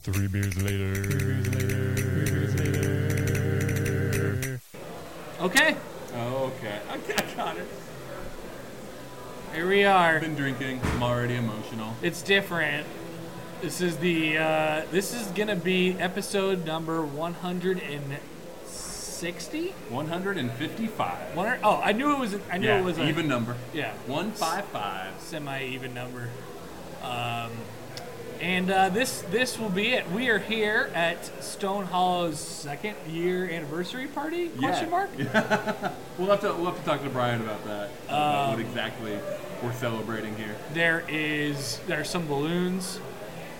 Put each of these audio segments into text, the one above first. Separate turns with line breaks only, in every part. Three beers later.
Okay,
Oh, okay. I, I got it.
here we are.
I've been drinking. I'm already emotional.
It's different. This is the uh, this is gonna be episode number 160.
155.
One, oh, I knew it was. I knew
yeah,
it was a,
even number.
Yeah,
155.
semi-even number. Um, and uh, this this will be it. We are here at Stone Hollow's second year anniversary party? Question mark.
We'll have to we'll have to talk to Brian about that. about
Um,
what exactly we're celebrating here.
There is there's some balloons.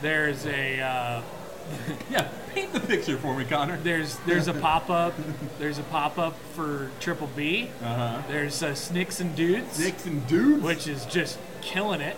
There's a uh,
Yeah, paint the picture for me, Connor.
there's there's a pop up. There's a pop up for Triple B.
Uh-huh.
There's uh, Snicks and Dudes,
Dicks and dudes.
which is just killing it.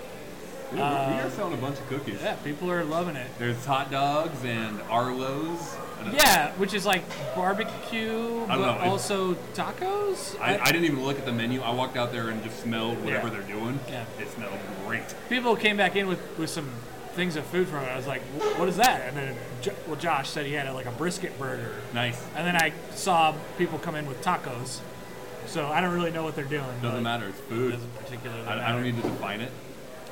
Uh,
Dude, we are selling a bunch of cookies.
um, Yeah, people are loving it.
There's hot dogs and Arlo's. And a-
Yeah, which is like barbecue,
I don't know,
but
it's-
also tacos.
I, I didn't even look at the menu. I walked out there and just smelled whatever
Yeah.
they're doing.
Yeah.
It smelled great.
people came back in with, with some things of food from it. I was like, "Wh- what is that? And then, Jo- well, Josh said he had like a brisket burger.
Nice.
And then I saw people come in with tacos. So I don't really know what they're doing.
Doesn't
but
matter. It's
It
food.
doesn't particularly
I, I
matter.
don't need to define it.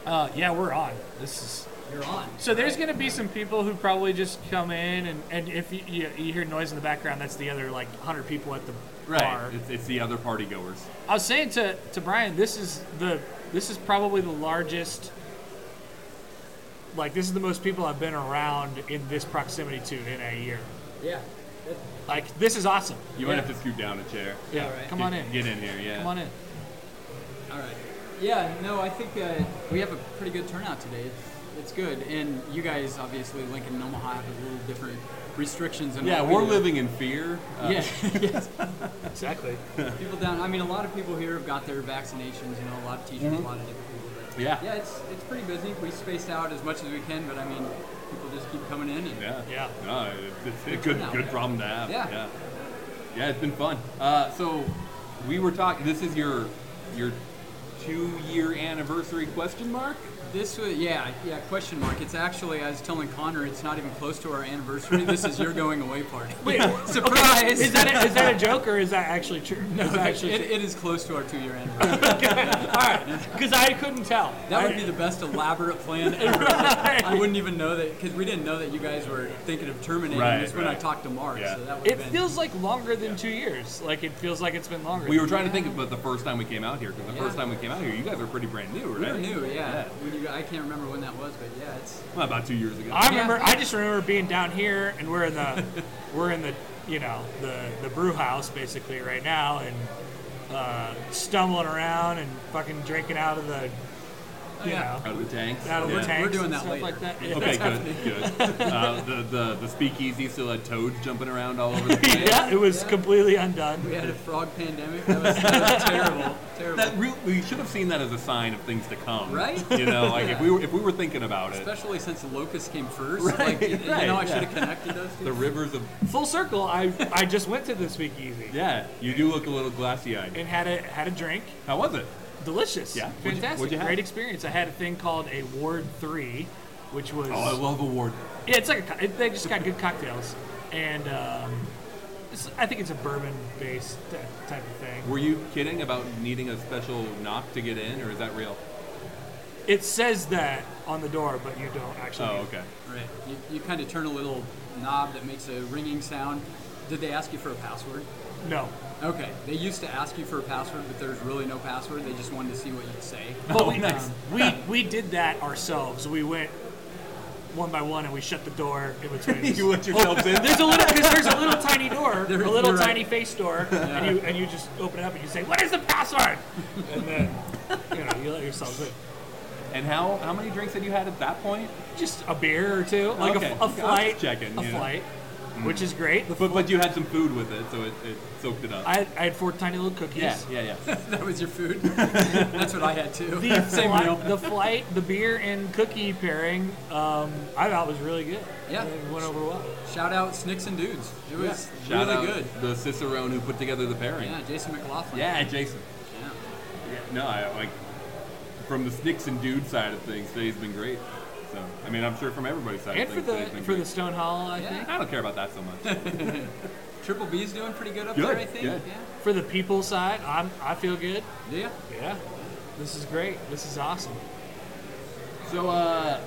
Uh, yeah, we're on. This is.
You're on.
So there's going to be some people who probably just come in, and, and if you, you, you hear noise in the background, that's the other like 100 people at the bar.
Right. It's, it's the other party goers.
I was saying to, to Brian, this is the this is probably the largest. Like this is the most people I've been around in this proximity to in a year.
Yeah.
Like this is awesome.
You might have to scoot down a chair.
Yeah,
All right.
come on in.
Get- Get in here, yeah.
Come on in.
All right. Yeah. No, I think uh, we have a pretty good turnout today. It's, it's good, and you guys obviously Lincoln and Omaha have a little different restrictions. And
Yeah,
what we
we're
do.
living in fear. Uh,
Yeah. yes.
Exactly.
People down. I mean, a lot of people here have got their vaccinations. You know, a lot of teachers, a lot of different people. But
Mm-hmm. Yeah.
Yeah. It's it's pretty busy. We spaced out as much as we can, but I mean, people just keep coming in. And,
Yeah.
Yeah.
No, it- Uh, it's a good, good problem to have.
Yeah.
Yeah, Yeah, it's been fun. Uh, so we were talking. This is your your two year anniversary question mark.
This was yeah yeah question mark. It's actually I was telling Connor it's not even close to our anniversary. This is your going away party.
Wait,
Surprise!
is that a, is that a joke or is that actually true? No, it's actually
it,
true.
it is close to our two year anniversary.
All right, because I couldn't tell.
That would be the best elaborate plan ever. I wouldn't even know that because we didn't know that you guys were thinking of terminating
Right,
this when I
right.
talked to Mark.
Yeah.
So that would
It
have been,
feels like longer than two years. Like it feels like it's been longer.
We were trying to think about the first time we came out here because the
Yeah.
first time we came out here, you guys were pretty brand new,
we
right?
were new. Yeah.
Yeah.
When you, I can't remember when that was, but yeah, it's
Well, about two years ago.
I remember. I just remember being down here, and we're in the, we're in the, you know, the the brew house basically right now, and uh, stumbling around and fucking drinking out of the, you
Oh, yeah.
know,
out of the tanks.
out of
Yeah.
the tanks.
doing
and
that
stuff
later.
like that. Yeah.
Okay, good, good. Uh, the, the the speakeasy still had toads jumping around all over the place.
yeah, it was
Yeah.
completely undone.
we had a frog pandemic. That was, that was terrible. Terrible.
That real, we should have seen that as a sign of things to come,
Right?
You know, like if
Yeah.
we were if we were thinking about it,
Especially since Locust came first.
Right,
Like, you know,
right,
I
yeah.
should have connected those two.
the rivers of
Full circle. I I just went to the speakeasy
yeah, you do look a little glassy eyed.
and had a had a drink.
How was it?
Delicious.
Yeah. What'd you-
Fantastic.
what'd you have?
Great experience. I had a thing called a Ward Three, which was
Oh, I love award.
Yeah, it's like a, co- it, they just got good cocktails, and um, it's, I think it's a bourbon-based t- type of thing.
Were you kidding about needing a special knock to get in, or is that real?
It says that on the door, but you don't actually.
Oh, okay.
Right. You, you kind of turn a little knob that makes a ringing sound. Did they ask you for a password?
No,
Okay. They used to ask you for a password, but there's really no password. They just wanted to see what you'd say.
but we,
Oh, nice.
um, we we did that ourselves. We went one by one, and we shut the door in between. us.
You let yourselves in.
there's a little because there's a little tiny door,
There-
a little
you're right.
tiny face door, and you and you just open it up and you say, "What is the password?" And then you know you let yourselves in.
And how how many drinks had you had at that point?
Just a beer or two, like
Okay.
a, f- a
I'm just
flight,
checking,
a
you know.
flight, which is great.
Hmm. But but you had some food with it, so it, it soaked it up.
I, I had four tiny little cookies.
yeah, yeah, yeah.
That was your food. That's what I had too.
The,
Same
fli-
meal.
the flight, the beer, and cookie pairing, um, I thought was really good.
Yeah.
It went over well.
Shout out Snicks and Dudes. It was
Shout
really
out
good.
the Cicerone who put together the pairing.
Yeah, Jason McLaughlin.
yeah Jason.
Yeah.
No, I, like from the Snicks and Dude side of things, today's been great. So I mean, I'm sure from everybody's side.
and
of
for
things,
the
today's been
for
great.
the Stone Hall, I
Yeah.
think
I don't care about that so much.
Triple B's doing pretty good up
Good,
there, I think.
good.
for the people side, I'm I feel good.
Yeah. Yeah.
Yeah, this is great. This is awesome.
So uh,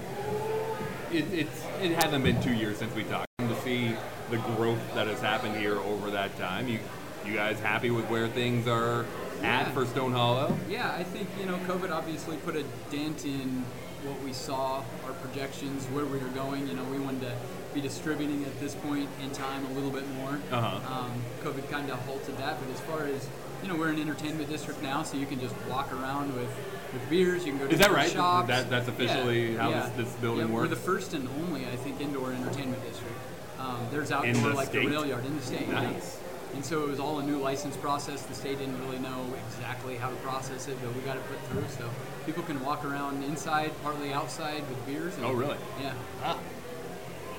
it, it's it hasn't been two years since we talked. And to see the growth that has happened here over that time, you you guys happy with where things are at
Yeah.
for Stone Hollow?
Yeah, I think you know COVID obviously put a dent in what we saw, our projections, where we were going. You know, we wanted to be distributing at this point in time a little bit more.
Uh-huh.
Um, COVID kind of halted that, but as far as you know, we're an entertainment district now, so you can just walk around with, with beers. You can go to
Is that
different
right?
shops.
That- that's officially how this- this building
Yeah,
works?
We're the first and only, I think, indoor entertainment district. Um, there's outdoor
the
like
state?
the rail yard in the state. yeah.
Nice.
And so it was all a new license process. The state didn't really know exactly how to process it, but we got it put through. So people can walk around inside, partly outside with beers. And,
Oh, really?
Yeah.
Ah,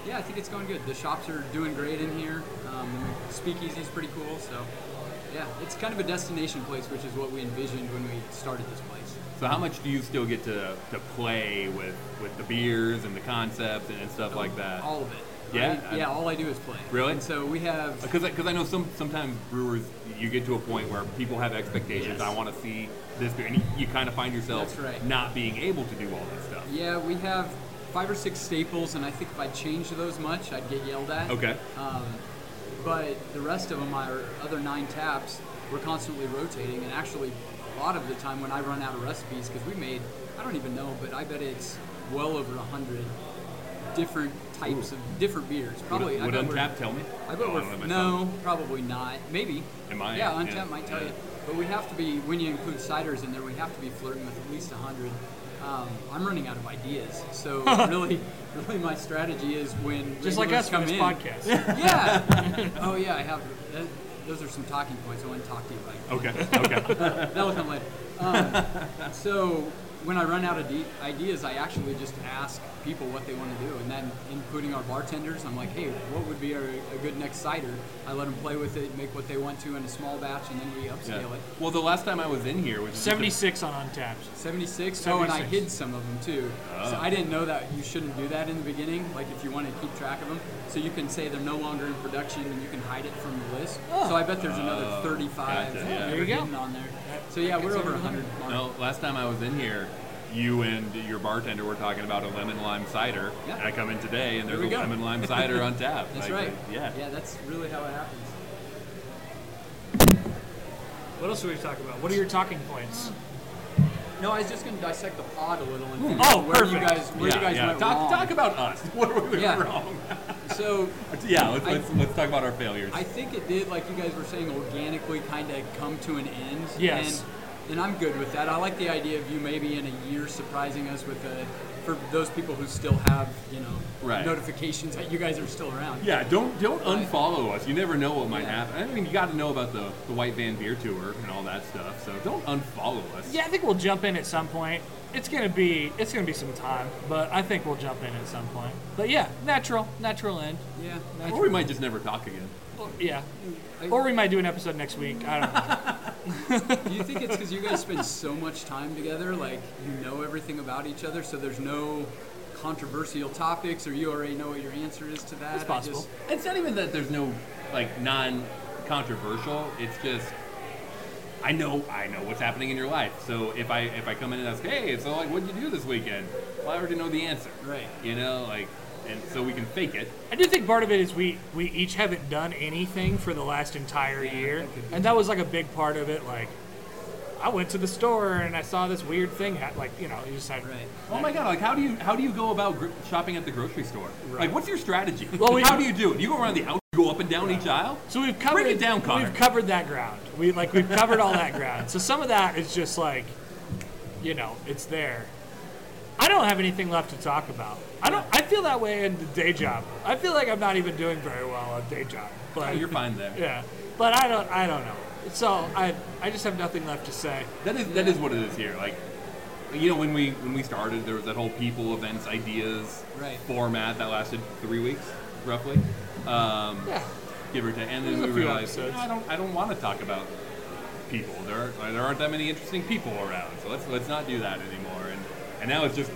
Yeah, I think it's going good. The shops are doing great in here. Um, speakeasy's pretty cool. So yeah, it's kind of a destination place, which is what we envisioned when we started this place.
So how much do you still get to, to play with, with the beers and the concepts and, and stuff like that?
Oh, All of it.
Yeah?
I- yeah, all I do is play.
Really?
And so we have.
Because I, 'cause I know some sometimes brewers you get to a point where people have expectations.
Yes.
I want to see this beer, and you, you kind of find yourself
That's right.
not being able to do all that stuff.
Yeah, we have five or six staples, and I think if I changed those much, I'd get yelled at.
Okay.
Um, but the rest of them, our other nine taps, we're constantly rotating, and actually, a lot of the time when I run out of recipes, because we made, I don't even know, but I bet it's well over a hundred different types of different beers. Probably.
would,
I
would
bet we're-
Untappd tell me?
I bet
Oh,
we're
don't know myself.
no, probably not. Maybe.
It might,
Yeah,
yeah.
Untappd might tell
Yeah.
you. But we have to be when you include ciders in there. We have to be flirting with at least hundred. Um, I'm running out of ideas, so really, really, my strategy is when
just like
regulars
us
come
from this
in.
podcast.
Yeah. oh yeah, I have. That, those are some talking points I want to talk to you about.
Okay. Okay.
That'll come later. Um, so when I run out of de- ideas, I actually just ask people what they want to do, and then including our bartenders, I'm like, hey, what would be a, a good next cider? I let them play with it, make what they want to in a small batch, and then we
Yeah.
upscale it.
Well, the last time I was in here was just a-
Seventy six on Untapped.
76. Oh, and I
76.
hid some of them too. So
Oh.
I didn't know that you shouldn't do that in the beginning. Like if you want to keep track of them, so you can say they're no longer in production and you can hide it from the list. So I bet there's another
Oh,
35
gotcha, yeah.
that
There you
are
go.
hidden on there. So yeah, we're over 100. Mark.
No, last time I was in here, you and your bartender were talking about a lemon lime cider.
Yeah.
And I come in today, and
There
there's a
we go.
lemon lime cider on tap.
That's
Like,
right.
Yeah.
Yeah, that's really how it happens.
What else are we talking about? What are your talking points?
No, I was just going to dissect the pod a little
Hmm.
and figure
Oh,
out where you
perfect.
guys where you guys went
talk,
wrong.
talk about us. What were we
Yeah.
wrong?
so
yeah, let's,
I-
let's, let's talk about our failures.
I think it did, like you guys were saying, organically kind of come to an end.
Yes.
And, and I'm good with that. I like the idea of you maybe in a year surprising us with a, for those people who still have, you know,
Right.
notifications that you guys are still around.
yeah, don't don't
Right.
unfollow us. You never know what might
Yeah.
happen. I mean, you got to know about the, the White Van Beer Tour and all that stuff. So don't unfollow us.
Yeah, I think we'll jump in at some point. It's gonna be it's gonna be some time, but I think we'll jump in at some point. But yeah, natural, natural end.
Yeah.
Or we might just never talk again.
Or- yeah,
I-
or we might do an episode next week. I don't know.
Do you think it's because you guys spend so much time together, like you know everything about each other, so there's no controversial topics, or you already know what your answer is to that?
It's
I
possible.
just-
It's not even that there's no like non-controversial. It's just I know I know what's happening in your life. So if I if I come in and ask, hey, so like, what did you do this weekend? Well, I already know the answer.
Right.
You know, like, and so we can fake it.
I do think part of it is we we each haven't done anything for the last entire year, and that was like a big part of it. Like, I went to the store and I saw this weird thing. ha- Like, you know, you just had
Right.
Oh my god! Like, how do you how do you go about gr- shopping at the grocery store? Like, what's your strategy?
Well, we-
how do you do it? You go around the aisle, you go up and down each aisle.
So we've covered
Break it down, Connor.
We've covered that ground. We like we've covered all that ground. So some of that is just like, you know, it's there. I don't have anything left to talk about. I don't. I feel that way in the day job. I feel like I'm not even doing very well at day job.
Oh,
But
You're fine there.
yeah, but I don't. I don't know. So I I just have nothing left to say.
That is that is what it is here. Like, you know, when we when we started, there was that whole people events ideas
Right.
format that lasted three weeks, roughly, um,
Yeah.
give or take. And
There's
then
a
we
few
realized
episodes.
"No, I don't I don't want to talk about people. There are, like, there aren't that many interesting people around, so let's let's not do that anymore. And and now it's just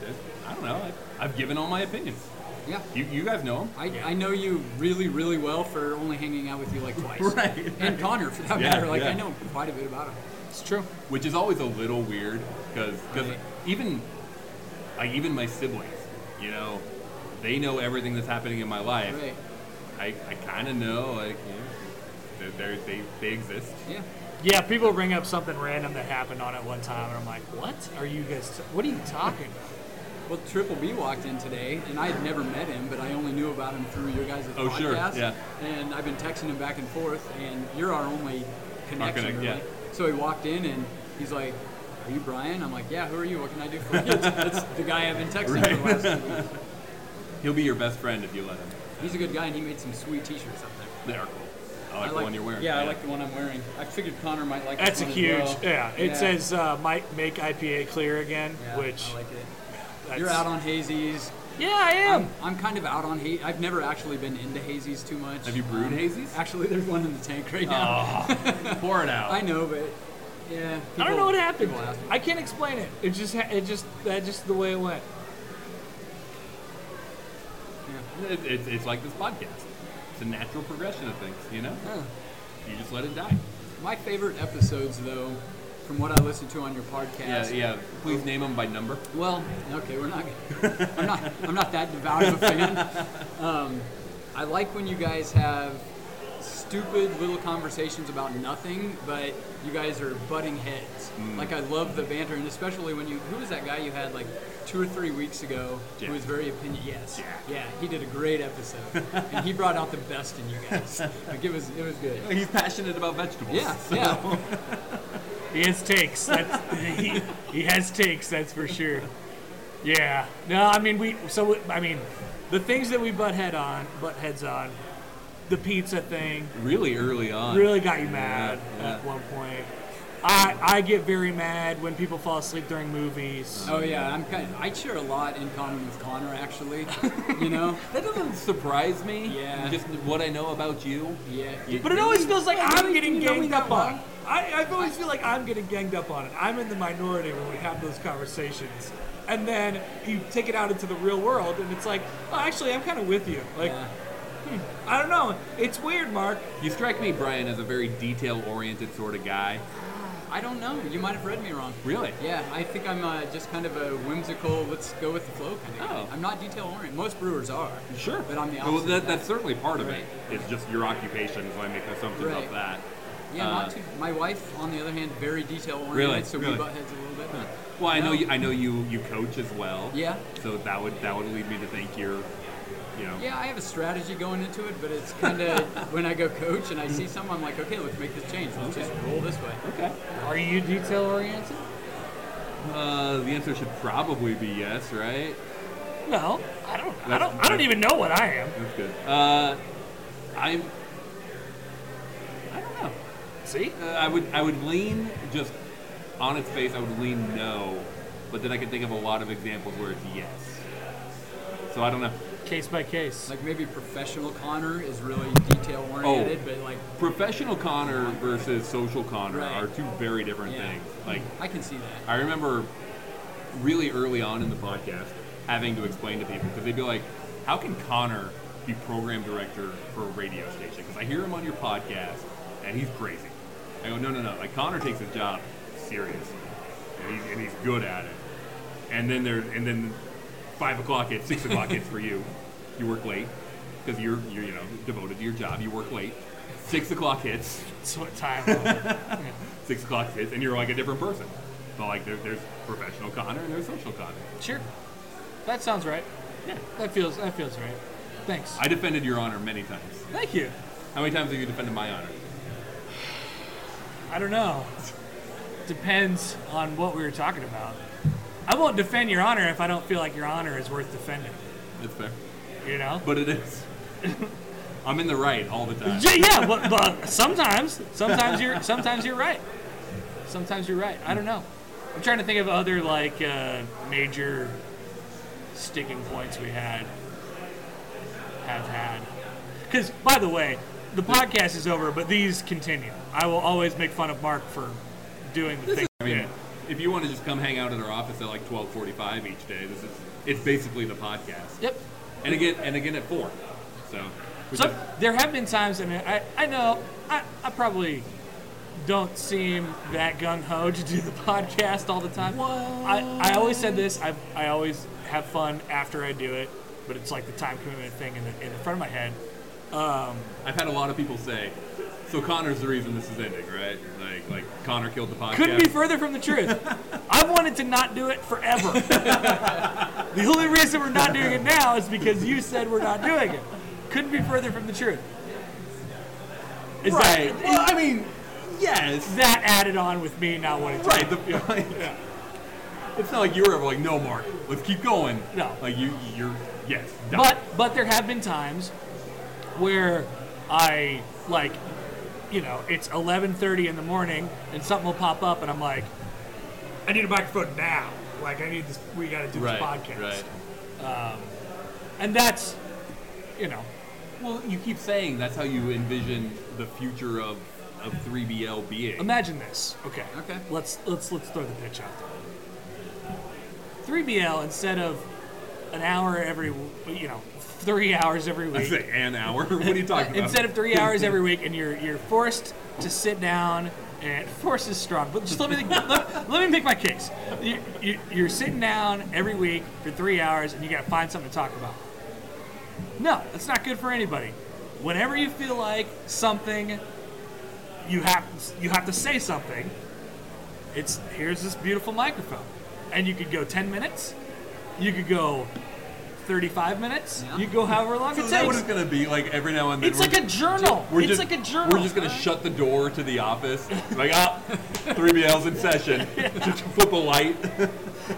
there's- I I don't know. I, I've given all my opinions.
Yeah.
You, you guys know them.
I, I know you really, really well for only hanging out with you like twice.
Right.
And Connor, for that
Yeah,
matter. Like,
yeah.
I know quite a bit about him.
It's true.
which is always a little weird because
Right.
even like even my siblings, you know, they know everything that's happening in my life.
Right.
I, I kind of know like you know, they're, they're, they they exist.
Yeah.
Yeah, people bring up something random that happened on it one time, and I'm like, "What are you guys? T- what are you talking about?"
Well, Triple B walked in today, and I had never met him, but I only knew about him through your guys'
Oh,
podcast.
sure, yeah.
And I've been texting him back and forth, and you're our only connection.
connect-
really.
yeah.
So he walked in, and he's like, "Are you Brian?" I'm like, "Yeah. Who are you? What can I do for you?" That's the guy I've been texting for the last. Few weeks.
He'll be your best friend if you let him.
He's a good guy, and he made some sweet T-shirts up there.
They are cool. I like,
I
the one you're wearing.
Yeah, I like the one I'm wearing. I figured Connor might like.
That's a
this one
huge.
as well.
Yeah, it says uh, "Might make IPA clear again,"
Yeah,
which
I like it.
that's,
You're out on hazies.
Yeah, I am.
I'm, I'm kind of out on haze. I've never actually been into hazies too much. Um,
Have you brewed hazies?
Actually, there's one in the tank right now.
Oh, pour it out.
I know, but yeah.
I don't know what happened.
people ask me.
I can't explain it. It just ha- it just that just the way it went.
It, it's it's like this podcast. It's a natural progression of things. You know,
Huh.
you just let it die.
My favorite episodes, though, from what I listened to on your
Yeah,
podcast.
yeah. Please name them by number.
Well, okay, we're not. gonna- I'm not. I'm not that devout of a fan. Um, I like when you guys have stupid little conversations about nothing, but you guys are butting heads.
Mm.
Like I love the banter, and especially when you. Who was that guy you had like two or three weeks ago?
Jack.
Who was very opinion. Yes.
Jack.
Yeah, he did a great episode, and he brought out the best in you guys. Like it was. It was good.
He's passionate about vegetables.
Yeah. Yeah.
He has takes. That's, he, he has takes. That's for sure. Yeah. No, I mean we. So we- I mean, the things that we butt head on, butt heads on, the pizza thing
Really early on.
really got you mad
yeah.
at one point. I I get very mad when people fall asleep during movies.
Oh yeah, I'm kind. I share a lot in common with Connor, actually. You know.
That doesn't surprise me.
Yeah.
Just what I know about you.
Yeah.
But it always feels like
Really?
I'm getting
You know me
ganged
that
up on.
well?
I, I always feel like I'm getting ganged up on it. I'm in the minority when we have those conversations. And then you take it out into the real world, and it's like, oh, actually, I'm kind of with you. Like,
Yeah.
I don't know. It's weird, Mark.
You strike me, Brian, as a very detail-oriented sort of guy.
I don't know. You might have read me wrong.
Really?
Yeah, I think I'm uh, just kind of a whimsical, let's go with the flow kind of guy.
Oh.
I'm not detail oriented. Most brewers are.
Sure.
But I'm the
Well,
opposite.
that,
of that.
that's certainly part of
Right.
it. It's just your occupation, so I make assumptions
Right.
of that.
yeah,
uh,
not too. My wife, on the other hand, very detail oriented,
Really?
so
Really?
we butt heads a little bit.
Well, I know
No.
you. I know you. You coach as well.
Yeah.
So that would that would lead me to think you're, you know.
Yeah, I have a strategy going into it, but it's kind of when I go coach and I see something, I'm like, okay, let's make this change. Let's
Okay.
just roll this way.
Okay.
Are you detail oriented?
Uh, the answer should probably be yes, right?
No, I don't. I
That's-
don't. I don't even know what I am.
That's good. Uh, I'm. I don't know.
See?
Uh, I would I would lean just on its face. I would lean no, but then I can think of a lot of examples where it's yes. So I don't know.
Case by case.
Like maybe professional Connor is really detail oriented, but like
Oh, Professional Connor versus social Connor
Right.
are two very different
Yeah.
things. Like
I can see that.
I remember really early on in the podcast having to explain to people because they'd be like, "How can Connor be program director for a radio station?" Because I hear him on your podcast and he's crazy. I go, "No, no, no! Like Connor takes his job seriously and he's, and he's good at it." And then there, and then five o'clock at six o'clock hits for you. You work late because you're, you're you know devoted to your job. You work late. Six o'clock hits
That's what time. I'm on. Yeah.
six o'clock hits, and you're like a different person. But like there, there's professional Connor and there's social Connor.
Sure. That sounds right.
Yeah.
That feels. That feels right. Thanks.
I defended your honor many times.
Thank you.
How many times have you defended my honor?
I don't know. Depends on what we were talking about. I won't defend your honor if I don't feel like your honor is worth defending.
That's fair.
You know?
But it is. I'm in the right all the time.
Yeah, yeah, but, but sometimes, sometimes you're, sometimes you're right. Sometimes you're right. I don't know. I'm trying to think of other like uh, major sticking points we had, have had. Because by the way, the podcast is over, but these continue. I will always make fun of Mark for doing the thing.
I mean,
Yeah.
if you want to just come hang out at our office at like 12:45 each day, this is it's basically the podcast.
Yep.
And again, and again at four. So. which
So
is-
there have been times, and I, I know I, I probably don't seem that gung ho to do the podcast all the time. I, I always said this. I I always have fun after I do it, but it's like the time commitment thing in the in the front of my head. Um,
I've had a lot of people say, "So Connor's the reason this is ending, right?" Like, like Connor killed the podcast.
Couldn't be further from the truth. I've wanted to not do it forever. the only reason we're not doing it now is because you said we're not doing it. Couldn't be further from the truth. Is
right.
That,
well, I mean, yes.
that added on with me not wanting to.
Right. The, It's not like you were ever like, "No, Mark, let's keep going."
No.
Like you, you're yes. done.
But but there have been times where I like, you know, it's 11:30 in the morning and something will pop up and I'm like, I need a microphone now. Like I need this. We got to do
right,
this podcast. Um,
right.
And that's, you know,
Well, you keep saying that's how you envision the future of of 3BL being.
imagine this. Okay.
Okay.
Let's let's let's throw the pitch out there. 3BL instead of an hour every, w- you know, three hours every
I
week.
say an hour. what are you talking about?
instead of three hours every week, and you're you're forced to sit down. And force is strong, but just let me let, let me make my case. You, you, you're sitting down every week for three hours, and you got to find something to talk about. No, that's not good for anybody. Whenever you feel like something, you have you have to say something. It's here's this beautiful microphone, and you could go ten minutes, you could go thirty-five minutes,
Yeah.
you could go however long
So
it
is that
takes.
what it's gonna be like every now and then?
It's
we're
like a
just-
journal.
We're
It's
just,
like a journal.
We're just gonna shut the door to the office. Like ah, three BLs in session. Just flip a light.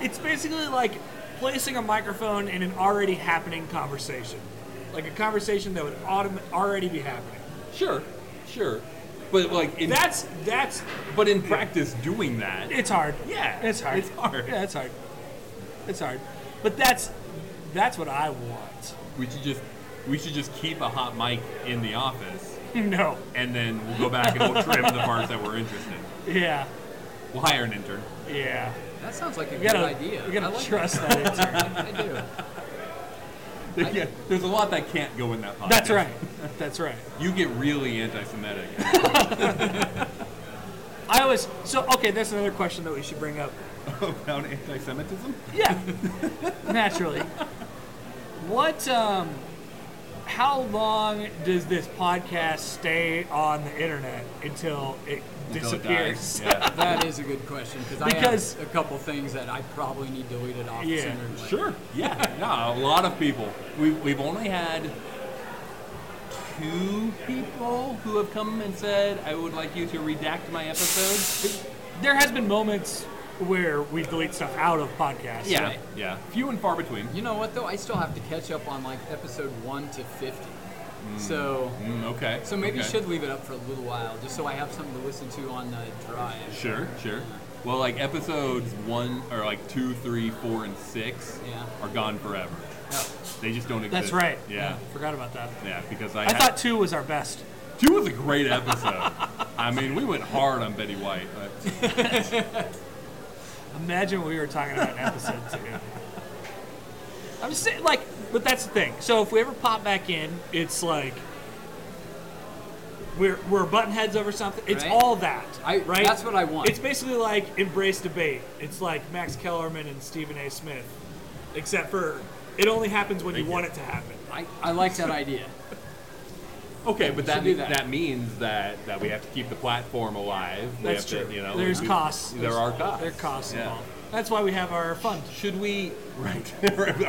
It's basically like placing a microphone in an already happening conversation, like a conversation that would autom- already be happening.
Sure, sure. But like in
That's that's
but in practice, doing that.
it's hard.
Yeah,
it's hard.
it's hard.
Yeah, it's hard. It's hard. But that's that's what I want.
We should just we should just keep a hot mic in the office,
No.
and then we'll go back and we'll trim the parts that we're interested. in.
Yeah.
We'll hire an intern.
Yeah.
That sounds like
We
a good
gotta
idea.
we gotta
I like
trust that. answer.
that. I do.
Yeah, there's a lot that can't go in that podcast.
That's right. That's right.
You get really anti-Semitic.
I always so okay. That's another question that we should bring up.
about anti-Semitism?
Yeah, naturally. What? Um, how long does this podcast stay on the internet until it
Until it
disappears?
dies. Yeah.
That is a good question because I
Because-
have a couple things that I probably need deleted off
Yeah,
sooner. than later.
Sure. Yeah. No, a lot of people. We've, we've only had two people who have come and said, I would like you to redact my episodes.
There has been moments where we delete stuff out of podcasts.
Yeah. Yeah. Few and far between.
You know what though? I still have to catch up on like episode one to fifty. So,
Mm, okay.
so maybe
okay.
should leave it up for a little while just so I have something to listen to on the drive.
Sure, sure. Well, like episodes one, or like two, three, four, and six
Yeah.
are gone forever.
Oh,
They just don't exist.
that's right.
Yeah.
forgot about that.
Yeah, because I,
I
had-
thought two was our best.
Two was a great episode. I mean, we went hard on Betty White. but-
Imagine what we were talking about in episode two. I'm just saying, like, but that's the thing. So if we ever pop back in, it's like we're we're button heads over something. It's
Right.
all that,
I-
right?
that's what I want.
It's basically like embrace debate. It's like Max Kellerman and Stephen A. Smith, except for it only happens when you
Thank
want it to happen.
I, I like that idea.
Okay, but that
do
means,
that.
that. means that that we have to keep the platform alive. We
That's
have
true.
To, you know,
There's
we-
costs.
There are costs.
There are costs
Yeah.
involved. That's why we have our fund.
Should we right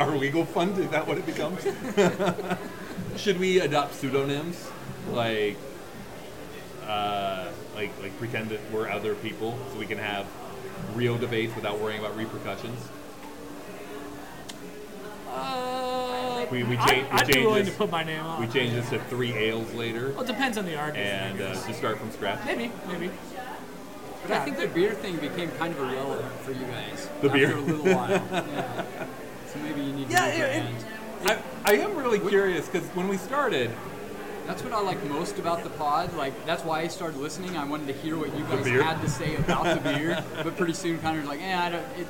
our legal fund? Is that what it becomes? Should we adopt pseudonyms, like, uh, like like pretend that we're other people, so we can have real debates without worrying about repercussions?
Uh,
We- we
I,
change- we
I'd be
change
willing to
this.
put my name on.
We change this to three ales later,
well, it depends on the argument.
and
I
uh,
guess.
just start from scratch.
maybe, maybe.
But I think the beer thing became kind of irrelevant for you guys
The
after
beer.
a little while. Yeah. So maybe you need to
Yeah,
move your
it-
hand.
I, I am really curious because when we started,
That's what I like most about the pod. Like that's why I started listening. I wanted to hear what you guys
beer?
had to say about the beer. but pretty soon, Connor's like, eh, I don't, it,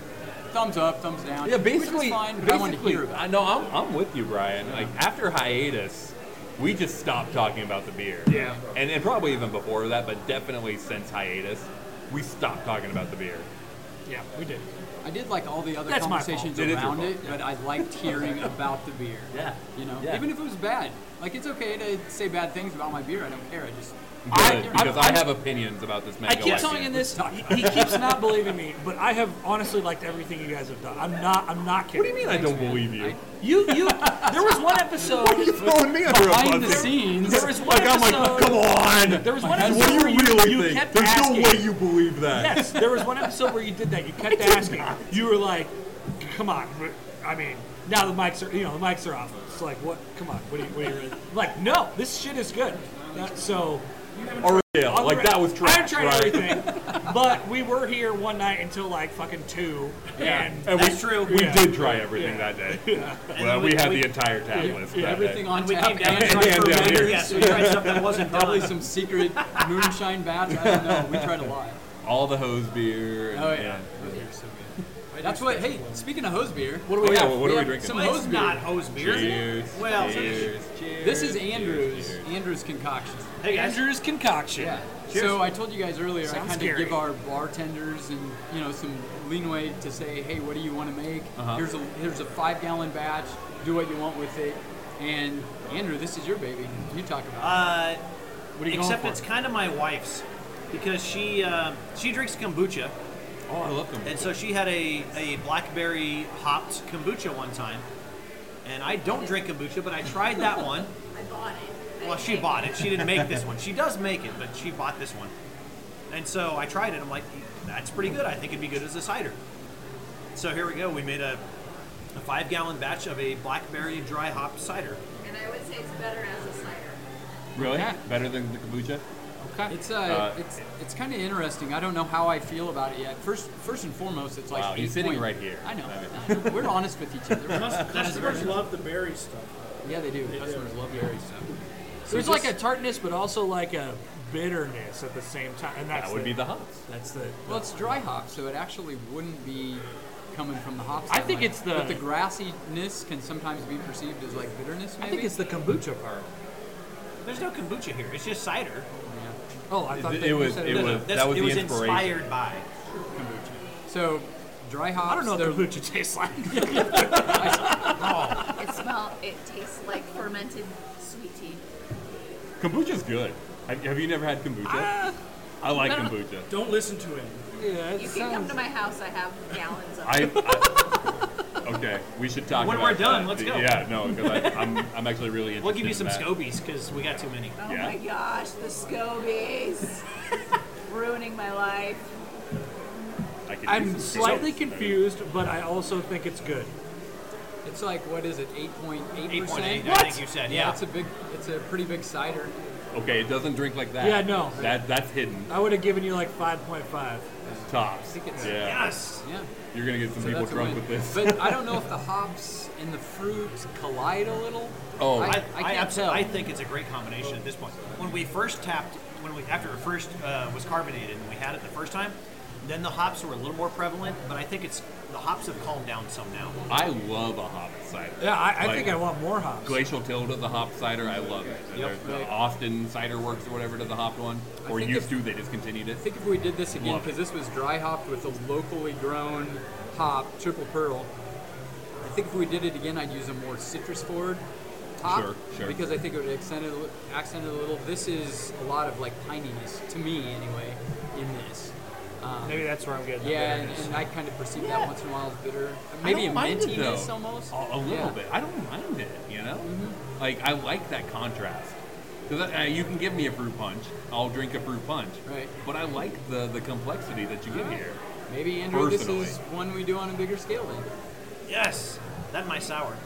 thumbs up, thumbs down.
Yeah,
which is
basically,
fine, but I wanted to
basically,
hear about.
I know I'm, I'm with you, Brian. Like after hiatus, we just stopped talking about the beer.
Yeah.
and, and probably even before that, but definitely since hiatus, we stopped talking about the beer.
Yeah, we did.
it. I did like all the other
That's my fault.
conversations
It is your
around
fault,
it, but I liked hearing about the beer.
Yeah.
You know,
Yeah.
even if it was bad. Like it's okay to say bad things about my beer. I don't care. I just
Good,
I-
because I,
I-
have opinions about this mango.
I keep telling him this. He, he keeps not believing me, but I have honestly liked everything you guys have done. I'm not. I'm not kidding.
What do you mean I don't believe you?
I-
You you. There was one episode.
throwing me under
behind the scenes.
There was one
Like I'm
episode.
like, come on.
There was one
What
episode
do you
where you,
really
you
think?
kept
There's
asking.
no way you believe that.
Yes, there was one episode where you did that. You kept asking. You were like, "Come on." I mean, now the mics are you know the mics are off. It's like, what? Come on. What do you? What do you? Really? Like, no, this shit is good. That- so.
Or yeah, like that was trash,
I tried
right?
everything, but we were here one night until like fucking two, and
And
That's
we,
true.
We
Yeah.
did try everything
Yeah.
that day. Well, we,
we-
had
we-
the entire tab list. that
everything
day.
on
And we
tap
came down
and
and tried
Yeah,
for
yeah,
beer.
yeah.
Yes, we tried something that wasn't
probably
done.
some secret moonshine bath. I don't know. We tried a lot.
All the hose beer. And,
Oh yeah, those beers are so good. That's what. Hey, speaking of hose beer,
what do we
Oh, yeah,
have?
well, what
we
are we
have
drinking?
Some
Well,
hose
it's
beer.
not hose beer, is it?
Cheers.
Well,
cheers. Cheers.
This is
cheers,
Andrew's
cheers.
Andrew's concoction.
hey guys,
Andrew's concoction.
Yeah. So I told you guys earlier,
Sounds
I kind of
scary.
give our bartenders and you know some leeway to say, hey, what do you want to make?
Uh-huh.
Here's a here's a five gallon batch. Do what you want with it. And Andrew, this is your baby. You talk about.
uh,
it. What are you
except
going
it's
for?
kind of my wife's because she uh, she drinks kombucha,
Oh, I love them.
and so she had a, a blackberry hopped kombucha one time. And I don't drink kombucha, but I tried that one.
I bought it. I
Well, she
didn't
bought it. She didn't make this one. She does make it, but she bought this one. And so I tried it. I'm like, that's pretty good. I think it'd be good as a cider. So here we go. We made a, a five gallon batch of a blackberry dry hop cider.
make it. And I would say it's better as a cider.
Really?
Yeah.
Better than the kombucha?
Okay.
It's uh,
Uh,
it's it's kind of interesting. I don't know how I feel about it yet. First, first and foremost, it's like
Wow, he's
eight
sitting
point-
right here.
I know.
I
I know. We're honest with each other.
Customers love the berry stuff.
yeah, they do. Customers love dairy stuff.
There's like a tartness, but also like a bitterness at the same time, and that's
That would be
the,
the hops.
That's the.
Well, it's dry hop, so it actually wouldn't be coming from the hops.
I
that
think
much.
it's the-
but the grassiness can sometimes be perceived as like bitterness.
I
Maybe
think it's the kombucha part.
There's no kombucha here. It's just cider.
Oh, I thought
It,
that
it
you
was.
said
It
No, no,
was.
that's-
That was
it
the
was
inspiration.
inspired by.
kombucha. So dry hops.
I don't know what
they're-
kombucha tastes like.
It smells. It tastes like fermented sweet tea.
Kombucha's good. Have, have you never had kombucha? I like kombucha.
Don't listen to him.
yeah, it
You can come
sounds.
to my house. I have gallons of.
I, I okay, we should talk.
When
about
we're done,
that.
let's
The-
go.
Yeah, no, because I'm, I'm actually really interested.
We'll give you
in
some
that.
scobies because we got too many.
oh
yeah.
my gosh, the scobies, ruining my life.
I could use
I'm
some
slightly
scobies.
confused, but I also think it's good.
It's like what is it? Eight point eight
8.8,
percent.
I think you said.
Yeah,
Yeah.
it's a big. It's a pretty big cider.
Okay, it doesn't drink like that.
Yeah, no.
That that's hidden
I would have given you like 5.5.
tops.
think it's-
yeah,
Yes.
Yeah.
you're gonna get some
So
people
that's a
drunk
win.
with this.
But I don't know if the hops and the fruit collide a little.
Oh.
I,
I,
I
I,
can't
abso-
tell.
I think it's a great combination at this point. When we first tapped, when we after it first uh, was carbonated and we had it the first time, then the hops were a little more prevalent. But I think it's the hops have calmed down some now.
I love a hop cider.
Yeah, I, I
Like,
think I want more hops.
Glacial Tilda, the hop cider, I love it. And
Yep.
there's the Austin Cider Works or whatever does the hopped one,
I
or
think
used
if-
to. They discontinued it.
I think if we did this again,
Love it.
because this was dry hopped with a locally grown hop, triple pearl. I think if we did it again, I'd use a more citrus forward hop
Sure, sure.
because I think it would accent it, a li- accent it a little. This is a lot of like pininess to me anyway in this. Um,
Maybe that's where I'm getting. the
Yeah, and,
bitterness.
and I kind of perceive that once in a while as bitter.
I
Maybe a
don't mind it,
mintiness
though.
almost.
A, a little
Yeah. Mm-hmm.
bit. I don't mind it. You know, like I like that contrast. Because uh, you can give me a fruit punch, I'll drink a fruit punch.
Right.
But I like the the complexity that you get
Alright.
here.
Maybe Andrew,
Personally.
this is one we do on a bigger scale then.
Yes, that my sour.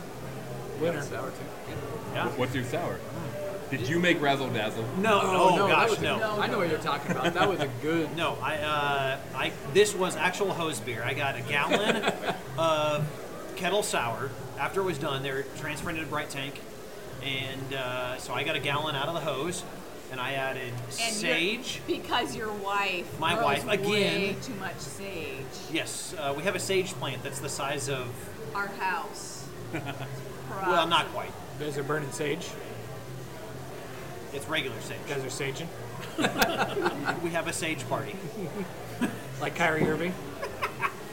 Winter sour too.
Yeah.
What's your sour? Did you make razzle dazzle?
No, oh,
that
gosh,
was a-
no. no.
I know what you're talking about. That was a good.
I, uh, I, this was actual hose beer. I got a gallon of kettle sour. After it was done, they were transferring it to Bright Tank. and uh, so I got a gallon out of the hose, and I added
And you're-
sage.
Because your wife.
My
grows
wife,
Way
again.
too much sage.
Yes, uh, we have a sage plant that's the size of
Our house.
well, not quite.
You guys are burning sage.
It's regular sage.
You guys are saging.
We have a sage party.
Like Kyrie Irving.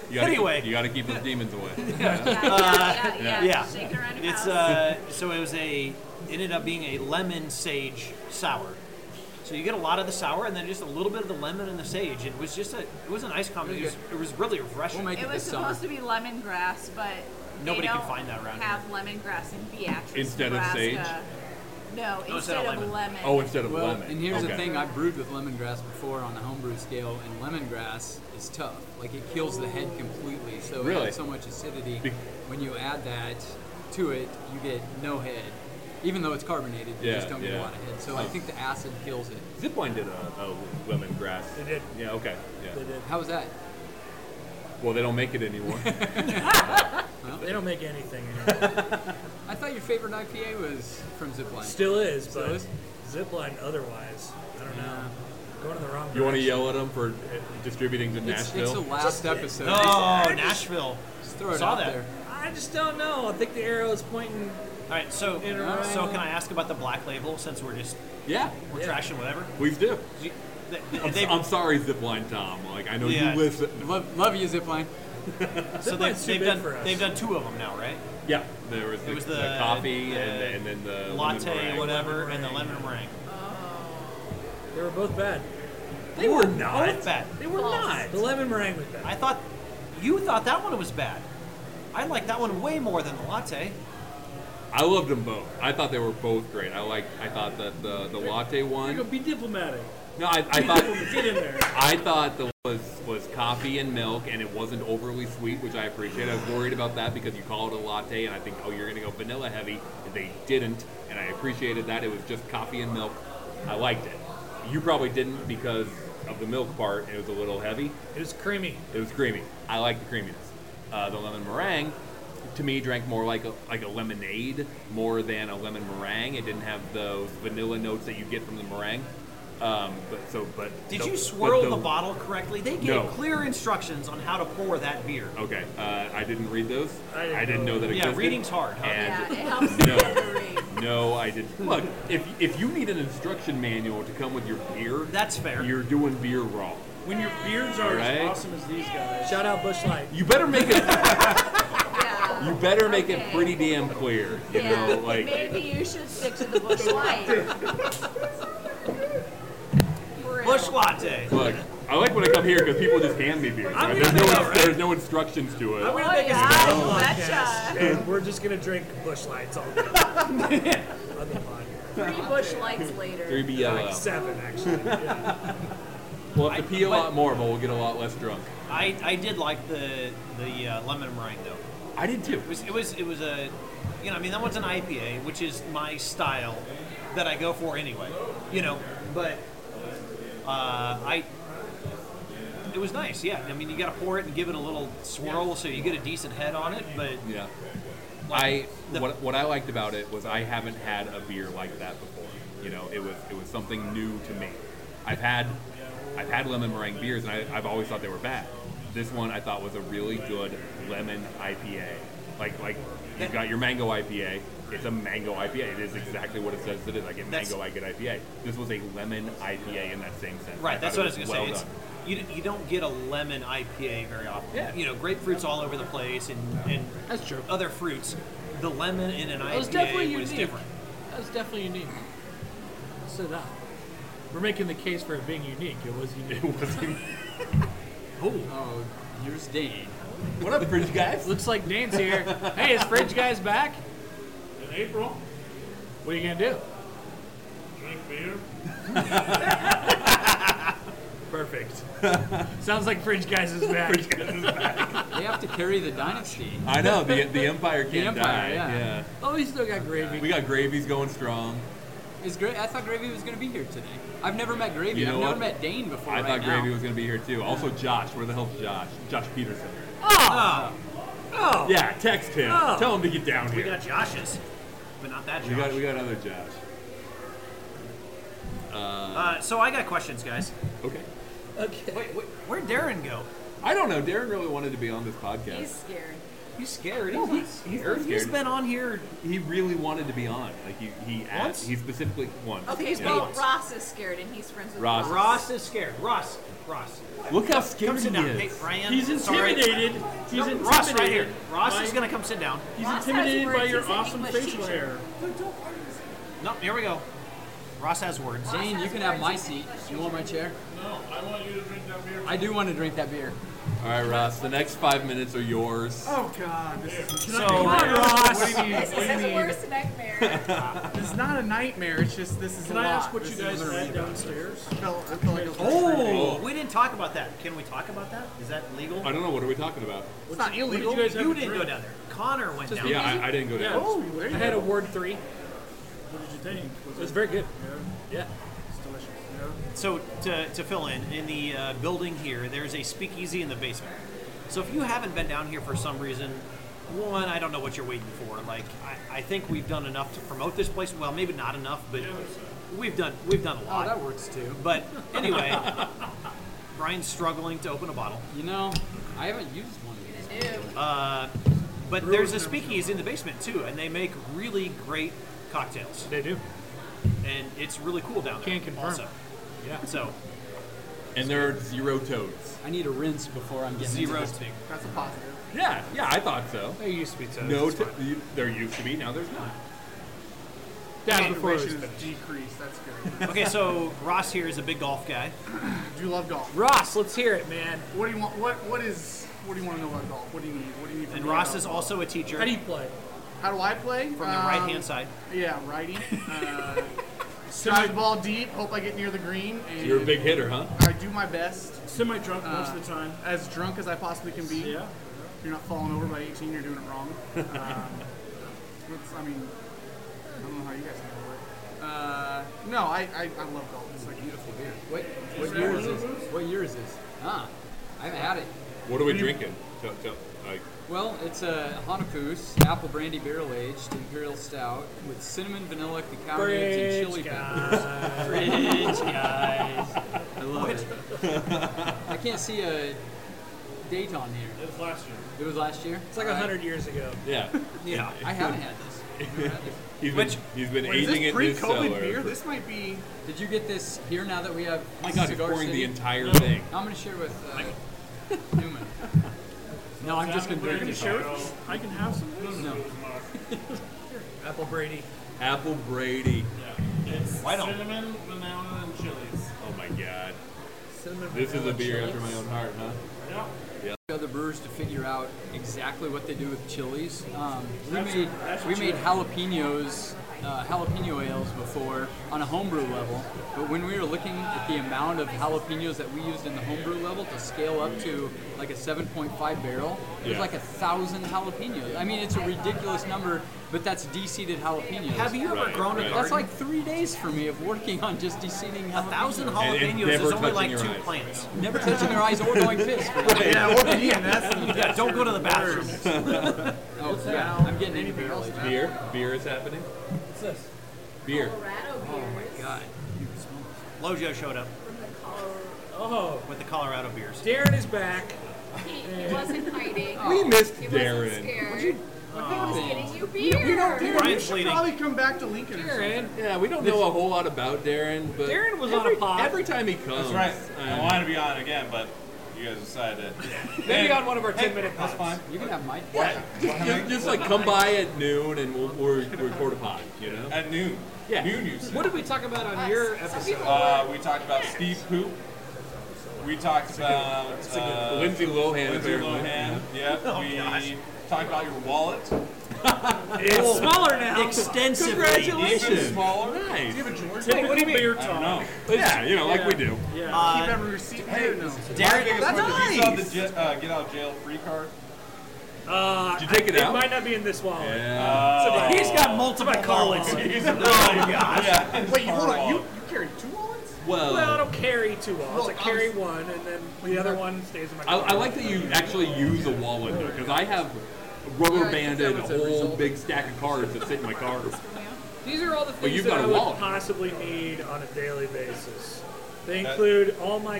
You gotta
Anyway. Uh,
Keep, you gotta keep those demons away.
Yeah, yeah, yeah, yeah.
yeah.
Shake it around your
It's
house.
uh, so it was a it ended up being a lemon sage sour. So you get a lot of the sour and then just a little bit of the lemon and the sage. It was just a it was a nice combination. It was, it was really refreshing.
We'll make
It
it
was
this summer.
supposed to be lemongrass, but they
Nobody can
don't
find that around
Have lemongrass in Beatrice,
Instead of
Nebraska.
sage?
No,
No,
instead of lemon.
Oh, instead of
Well,
lemon.
and here's
okay.
the thing: I brewed with lemongrass before on a homebrew scale, and lemongrass is tough. Like it kills the head completely. So it
Really?
has so much acidity.
Be-
when you add that to it, you get no head. Even though it's carbonated, you
Yeah,
just don't get a
yeah.
lot of head. So I
Huh.
think the acid kills it.
Zipline did a, a lemongrass.
They did.
uh,
Yeah. Okay. Yeah.
How was that?
Well, they don't make it anymore.
They don't make anything. Anymore.
I thought your favorite IPA was from Zipline.
Still is,
Still
but
is?
zipline otherwise. I don't know. Going in the wrong.
you want to
direction.
yell at them for uh, distributing to
it's, it's the
Nashville?
last episode.
Oh, Nashville.
just throw it
saw
out
that.
there.
I just don't know. I think the arrow is pointing.
All right, so
In a row.
so can I ask about the black label since we're just
yeah.
we're
Yeah.
trashing whatever?
Please do.
You- th-
I'm,
they-
am sorry, Zipline Tom. Like I know
Yeah.
you listen.
Love, love you, Zipline.
so
Zipline's too
they've, they've
big
done
for us.
they've done two of them now, right?
Yeah. There was, the,
was
the
the-
coffee
the
and, and then the
Latte,
lemon meringue.
whatever,
Lemon
and the
meringue.
lemon meringue.
Oh. They were both bad.
They were not bad.
They were not. The lemon meringue was bad.
I thought you thought that one was bad. I like that one way more than the latte.
I loved them both. I thought they were both great. I like. I thought that the the latte
There you go,
one.
be diplomatic.
No, I, I thought.
Get in there.
I thought the was was coffee and milk, and it wasn't overly sweet, which I appreciate. I was worried about that because you call it a latte, and I think, oh, you're gonna go vanilla heavy. And they didn't, and I appreciated that. It was just coffee and milk. I liked it. You probably didn't because of the milk part. It was a little heavy.
It was creamy.
It was creamy. I like the creaminess. Uh, the lemon meringue, to me, drank more like a, like a lemonade more than a lemon meringue. It didn't have those vanilla notes that you get from the meringue. Um, but so, but
Did
the-
you
but
swirl the, bottle correctly? They gave
No.
clear instructions on how to pour that beer.
Okay, uh, I didn't read those.
I didn't know
know that.
that. Yeah,
existed.
reading's hard, huh?
Yeah,
And
it helps you
No.
get the read.
no, I didn't. Look, if if you need an instruction manual to come with your beer,
That's fair.
you're doing beer wrong.
When your beards are
Right.
as awesome as these guys.
Shout out Bush Light.
You better make it.
Yeah.
You better make it
Okay.
pretty damn clear. You
yeah.
know, like
Maybe you should stick to the bush light. For
Bush
real.
latte.
look. I like when I come here because people just hand me beer.
I'm
There's
gonna
no
go, right?
there's no instructions to
I'm
it.
gonna make a
yeah,
special
I
podcast.
betcha.
and we're just gonna drink Bush Lights all day on the podcast.
Three bush lights later.
Three
Like
BLL.
seven, actually. Yeah.
We'll have to pee a lot more, but we'll get a lot less drunk.
I, I did like the the uh, lemon meringue though.
I did too.
It was it was it was a you know I mean that one's an IPA which is my style that I go for anyway. You know, but uh, I it was nice. Yeah, I mean you got to pour it and give it a little swirl so you get a decent head on it. But
Yeah. I
the-
what, what I liked about it was I haven't had a beer like that before. You know, it was it was something new to me. I've had I've had lemon meringue beers and I, I've always thought they were bad. This one I thought was a really good lemon IPA. Like like you've got your mango IPA. It's a mango IPA. It is exactly what it says it is. I get
That's-
mango, I get IPA. This was a lemon IPA in that same sense.
Right, that's
thought
what I
it
was gonna
well
say. It's,
done.
you, you don't get a lemon IPA very often.
Yeah.
You know, grapefruits all over the place and, and
That's true.
other fruits. The lemon in an IPA
was definitely
was
unique.
different.
That was definitely unique. So that we're making the case for it being unique. It was
It
unique.
wasn't-
Oh, here's Dane.
what up, fridge guys?
Looks like Dane's here. hey, is Fridge Guy's back?
In April,
What are you gonna do?
drink beer.
Perfect. Sounds like Fridge Guy's is back.
They have to carry the dynasty.
I know the the Empire can't
Empire,
die.
yeah.
yeah.
Oh, he's still got gravy.
We got gravies going strong.
Is Gra- I thought Gravy was going to be here today. I've never met Gravy.
You know
I've
what?
never met Dane before.
I
right
thought
now.
Gravy was going to be here too. Also, Josh. Where the hell's Josh? Josh Peterson.
Oh,
oh,
Yeah, text him.
Oh.
Tell him to get down
we
here.
got Josh's. but not that Josh.
We got we got another Josh.
uh, so I got questions, guys.
Okay.
Wait, wait, where'd Darren go?
I don't know. Darren really wanted to be on this podcast.
He's scared.
He's scared.
No, he's-
He's- he's-
Darren's
he's
scared.
been on here.
he really wanted to be on. Like he he asked.
Once?
He specifically once.
Okay,
he's
well,
been once.
Ross is scared and he's friends with
Ross.
Ross.
Ross is scared. Ross, Ross,
Look how
come
scared he
sit down. Hey,
is.
Ryan,
He's
sorry.
intimidated. He's
No,
intimidated.
Ross right here. Ross
by-
is gonna come sit down.
He's
Ross has
intimidated by
words.
your
He's an
awesome
English
facial
teacher.
hair.
No, here we go. Ross has words.
Ross
Zane, you
has
can have
words.
my
He's an
seat.
English
You want my chair?
No, I want you to drink that beer.
I do want to drink that beer.
All right, Ross. The next five minutes are yours.
Oh God, this is,
So
Ross. What do you mean?
This is
What
his
do you mean?
worst nightmare.
this is not a nightmare. It's just this is.
Can
a
I
lot.
ask what you
This is
guys
literally-
had downstairs?
I felt- I felt like it was
Oh, we didn't talk about that. Can we talk about that? Is that legal?
I don't know. What are we talking about?
It's not illegal.
guys have
You
to
didn't
drink?
go down there. Connor went down.
Yeah, I, I didn't go down.
Oh, there you
I had a
go.
ward three.
What did you think?
It was very good. Yeah.
It's delicious.
So to, to fill in, in the uh, building here, there's a speakeasy in the basement. So if you haven't been down here for some reason, one, I don't know what you're waiting for. Like I, I think we've done enough to promote this place. Well, maybe not enough, but we've done we've done a
Oh,
lot.
that works too.
But anyway, Brian's struggling to open a bottle.
You know, I haven't used one of these.
Uh, But there's a speakeasy in the basement too, and they make really great cocktails,
They do.
and it's really cool down there.
Can't confirm.
Also.
Yeah.
So
And there are zero toads.
I need a rinse before I'm getting
zero.
Into this.
That's a positive.
Yeah, yeah, I thought so.
They used to be toast.
No,
It's
to-
fine.
you- there used to be. Now there's not.
That was before it was
Population
finished.
is decreased. That's good.
okay, so Ross here is a big golf guy.
Do you love golf?
Ross, let's hear it, man.
What do you want? What What is? What do you want to know about golf? What do you need? What do you need? from
And
me
Ross
about
is
golf?
also a teacher
How do
from
you play?
How do I play? Um,
the right hand side.
Yeah, righty. Uh, drive ball deep. Hope I get near the green. And
You're a big hitter, huh?
I do my best, Uh,
Semi drunk most of the time.
as drunk as I possibly can be.
Yeah.
If you're not falling over by 18, you're doing it wrong. Um, it's, I mean, I don't know how you guys handle it. Uh, no, I, I, I love golf. It's like beautiful beer.
Wait, what year is this? What year is this? Ah, I haven't had it.
What are we drinking? Tell- tell- like,
Well, it's a Hanapoos apple brandy barrel aged imperial stout with cinnamon, vanilla, cacao nibs, and chili pepper.
Rich guys.
I love it. I can't see a date on here.
It was last year.
It was last year.
It's like a hundred years ago.
yeah,
Yeah.
I haven't had this. I've never had this.
he's been,
Which-
he's been
Wait, is
aging
this
it in his cellar.
pre-COVID beer?
for- Oh
This might be.
Did you get this here now that we have?
my God, he's
Cigar
pouring the
City?
entire thing.
I'm gonna share with uh, Newman. No, I'm just gonna
We're
drink
gonna
it.
share it. I can have some.
No.
Apple Brady.
Apple Brady.
It's
Why don't-
cinnamon, banana, and chilies.
Oh my God.
Cinnamon
This is a
vanilla
beer
chili.
after my own heart, huh?
Yeah.
Other brewers to figure out exactly what they do with chilies. Um, we
That's-
made
that's
we
what
made
you-
jalapenos, uh, jalapeno ales before on a homebrew level, but when we were looking at the amount of jalapenos that we used in the homebrew level to scale up to like a 7.5 barrel, there's
Yeah.
like a thousand jalapenos. I mean, it's a ridiculous number, but that's de-seeded jalapenos.
Have you ever
Right,
grown a
right.
garden?
That's like three days for me of working on just deseeding
a thousand
jalapenos.
jalapenos
And it's
is
never
only
touching
like
your
two
eyes.
plants.
Never touching your eyes or going piss.
Yeah, or being. That's,
Yeah, don't go to the bathroom.
Oh, yeah. I'm getting into
anything
barrel
else.
aged.
Beer? Beer is happening?
What's this?
Beer.
Oh.
Colorado beers.
God.
Oh, Lojo showed up
From the Colorado.
Oh,
with the Colorado beers.
Darren is back.
He, he wasn't hiding.
We missed
He
Darren.
wasn't scared. He was getting you beer.
you
Brian's
should
bleeding.
probably come back to Lincoln. or something.
Darren.
Yeah, we don't know a whole lot about Darren, but
Darren was on a
every-
pod.
Every time he comes,
That's right. I
Um,
uh,
wanted to be on again, but you guys decided.
Maybe on one of our ten-minute pods.
You can have my.
just, just- just, like come by at noon and we'll we're, we're record a pod, you know?
At noon.
Yeah.
Noon, you said.
What did we talk about on your episode?
Uh, we talked about Steve Poop. We talked about uh,
Lindsay Lohan,
Lindsay
apparently.
Lohan. Yep.
Oh,
we talked about your wallet.
Oh.
It's smaller now.
Extensively.
Even
Congratulations.
smaller.
Nice.
Wait, what do you mean?
Beer
I don't
talk.
know.
Yeah, you know, like we do.
Keep every receipt. Hey, no.
My biggest
that's
one is you saw the
nice.
j- uh, get out of jail free card.
Uh,
Did you take it
I-
out?
might not be in this wallet.
Yeah.
He's got multiple wallets.
Oh
yeah.
Wait, you- hold on. You, you carry two wallets?
Well,
Well, I don't carry two wallets. I
Look,
carry
I
one, and then the other one stays in my
I,
car.
I like that you actually use a wallet though, because I have rubber
Yeah, I think that
banded a
was a
whole
result.
big stack of cards that sit in my car.
These are all the
you've
things
got
that
a
I would
wallet.
possibly need on a daily basis. They
That-
include all my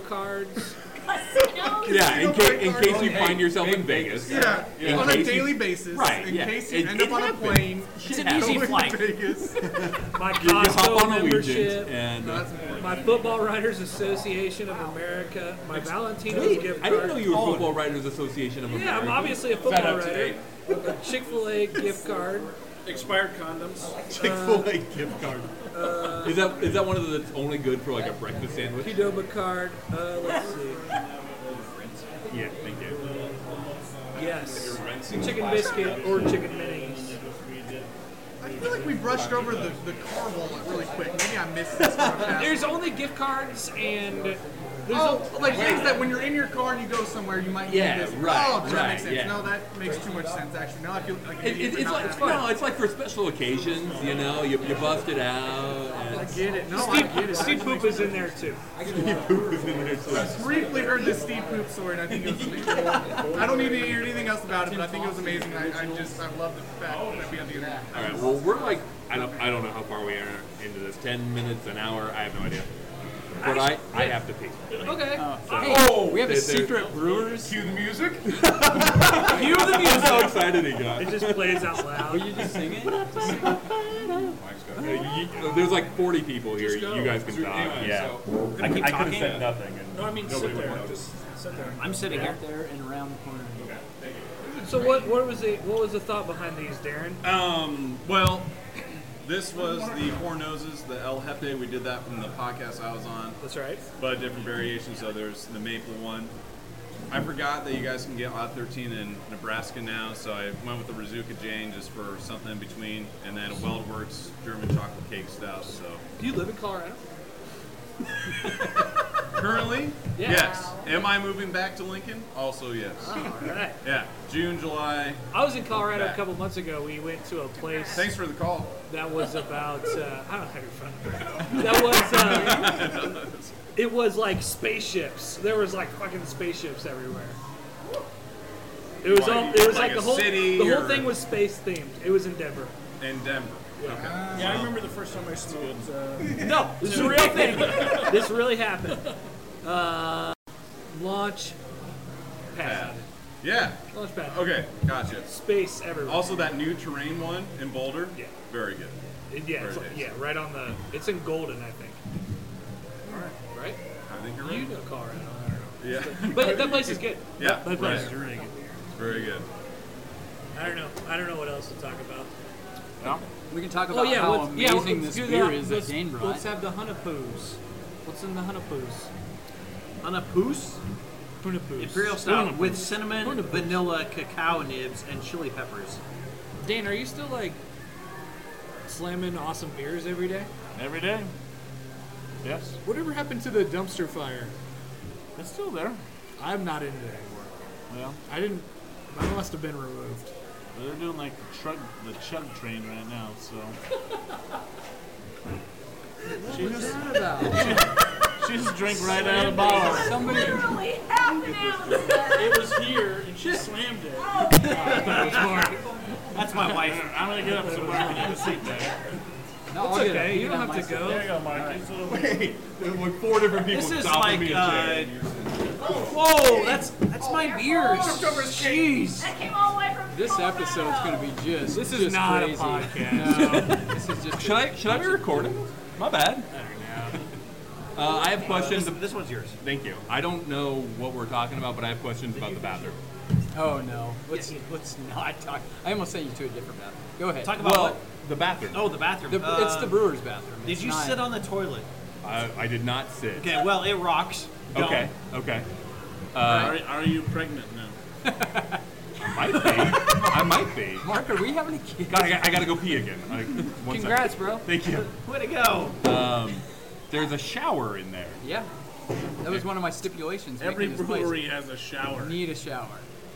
cards.
Yeah, in, ca- in case you
Hey,
find yourself in
big
Vegas.
Yeah,
In
on a
case you-
daily basis.
Right,
In
yeah.
case you
It-
end
it
up on a
happens.
plane,
It's an easy
going to
flight.
Vegas.
My
You, you hop
Costco
on Allegiant
membership.
and. uh,
That's important.
My Football Writers Association of America. My Valentino's
Wait,
gift card.
I didn't know you were
Oh.
Football Writers Association of America.
Yeah, I'm obviously a
that
football
up to
writer.
date?
Chick Fil A gift card. Uh,
Expired condoms.
Chick Fil A gift card. is that is that one of the that's only good for like a breakfast sandwich?
Qdoba card. Uh, let's see.
Yeah, thank you.
Yes. Chicken biscuit or chicken minis.
I feel like we brushed over the, the car wallet really quick. Maybe I missed this. one.
There's only gift cards and there's
oh, like things that when you're in your car and you go somewhere, you might
Yeah,
need this.
right,
Oh, that
right,
makes sense.
yeah.
No, that makes too much sense. Actually, now I feel like an
It,
idiot
it,
for
it's
not
like
having it.
no, it's like for special occasions. You know, you, you bust it out.
I
And
get it. No, I get
a
it.
Steve
I
Poop is in there too.
briefly heard the Steve Poop story, and I think it was amazing. I don't need to hear anything else about it, but I think it was amazing. I, I just I love the fact that we have the internet.
All right. Well, we're like I don't I don't know how far we are into this. Ten minutes, an hour. I have no idea. But I I have to pee.
Okay.
oh,
We have a
there- there-
secret brewers.
Cue the music.
Cue the music. How excited he got.
It just plays out
Will
loud.
you just sing it?
Uh, you- there's like 40 people here.
go.
You guys can
So
talk.
anyway,
yeah.
so-
I, keep talking.
nothing. And
No, I mean sit there. Just sit there.
I'm sitting here.
Back there and around the corner.
So what? What was the what was the thought behind these, Darren?
Um, well, this was the Four Noses, the El Jefe. We did that from the podcast I was on,
That's right.
but different variations. So there's the maple one. I forgot that you guys can get lot 13 in Nebraska now, so I went with the Rizuka Jane just for something in between, and then a Weldworks German chocolate cake stout. So
Do you live in Colorado?
currently, yes. Am I moving back to Lincoln? Also, yes.
All right.
Yeah, June, July.
I was in Colorado a couple months ago. We went to a place
Thanks for the call.
that was about uh, I don't have your phone. number. That was uh, it was like spaceships. There was like fucking spaceships everywhere. It was
Like-
all. It
like
was like,
a
the whole
city
the whole
or-
thing was space themed. It was in Denver.
in Denver.
Yeah, I remember the first time I smoked. Uh,
No, this is a real thing. this really happened. Uh, launch pad.
Yeah.
Launch pad.
Okay. Gotcha.
Space everywhere.
Also, that new terrain one in Boulder.
Yeah.
Very good.
It- yeah, it's
There
like-
it is.
yeah, right on the. It's in Golden, I think. All right.
I think you're
Right? You
right.
know Colorado.
Yeah.
But that place is good.
yeah.
That place is
Right.
really good.
Very good.
I don't know. I don't know what else to talk about.
We can talk about
Oh, yeah,
how
let's- yeah,
amazing
let's
this
do
beer
that.
is that
Let's-
Dane brought.
let's have the Hunapoos.
What's in the Hunapoos?
Hunapoos?
Hunapoos.
Imperial stout with cinnamon, vanilla, cacao nibs, and chili peppers.
Dane, are you still like slamming awesome beers every day?
Every day. Yes.
Whatever happened to the dumpster fire?
It's still there.
I'm not into it anymore.
Well,
I didn't. I must have been removed.
they're doing like the chug, the chug train right now, so. She just, she just drank right out of the bottle.
Somebody.
Literally half an ounce. of that.
it was here, and she slammed it.
That's my wife.
I'm gonna get up somewhere and get a seat there.
No, I'll
It's
get it.
okay.
You
You
can
don't
have
have to
my
go.
you go, Mike. It's a little-
Hey, there were four different people
This is
stopping me
like,
in
uh,
chair.
whoa, that's that's my beer.
Jeez.
That came all the way from
This
Colorado.
episode's gonna be just.
This is
just
not a
crazy.
podcast.
No, this is just.
Should I should I be recording? My bad. Uh, I have questions.
This, this one's yours.
Thank you. I don't know what we're talking about, but I have questions about the bathroom.
Oh no. Let's let's not talk. I almost sent you to a different bathroom. Go ahead.
Talk about
Well,
what?
the bathroom.
Oh, the bathroom.
The- it's the
Uh,
brewer's bathroom.
Did
It's
you
not-
sit on the toilet?
I, I did not sit.
Okay, well, it rocks. Don't.
Okay. Okay. Uh,
are, are you pregnant now?
Might be. I might be.
Mark, are we having a kid?
God, I, got- I gotta go pee again. Like, one second.
Congrats, bro.
Thank you. Um,
Way to go.
There's a shower in there.
Yeah. That was one of my stipulations.
Every
making this place.
brewery has a shower.
Need a shower.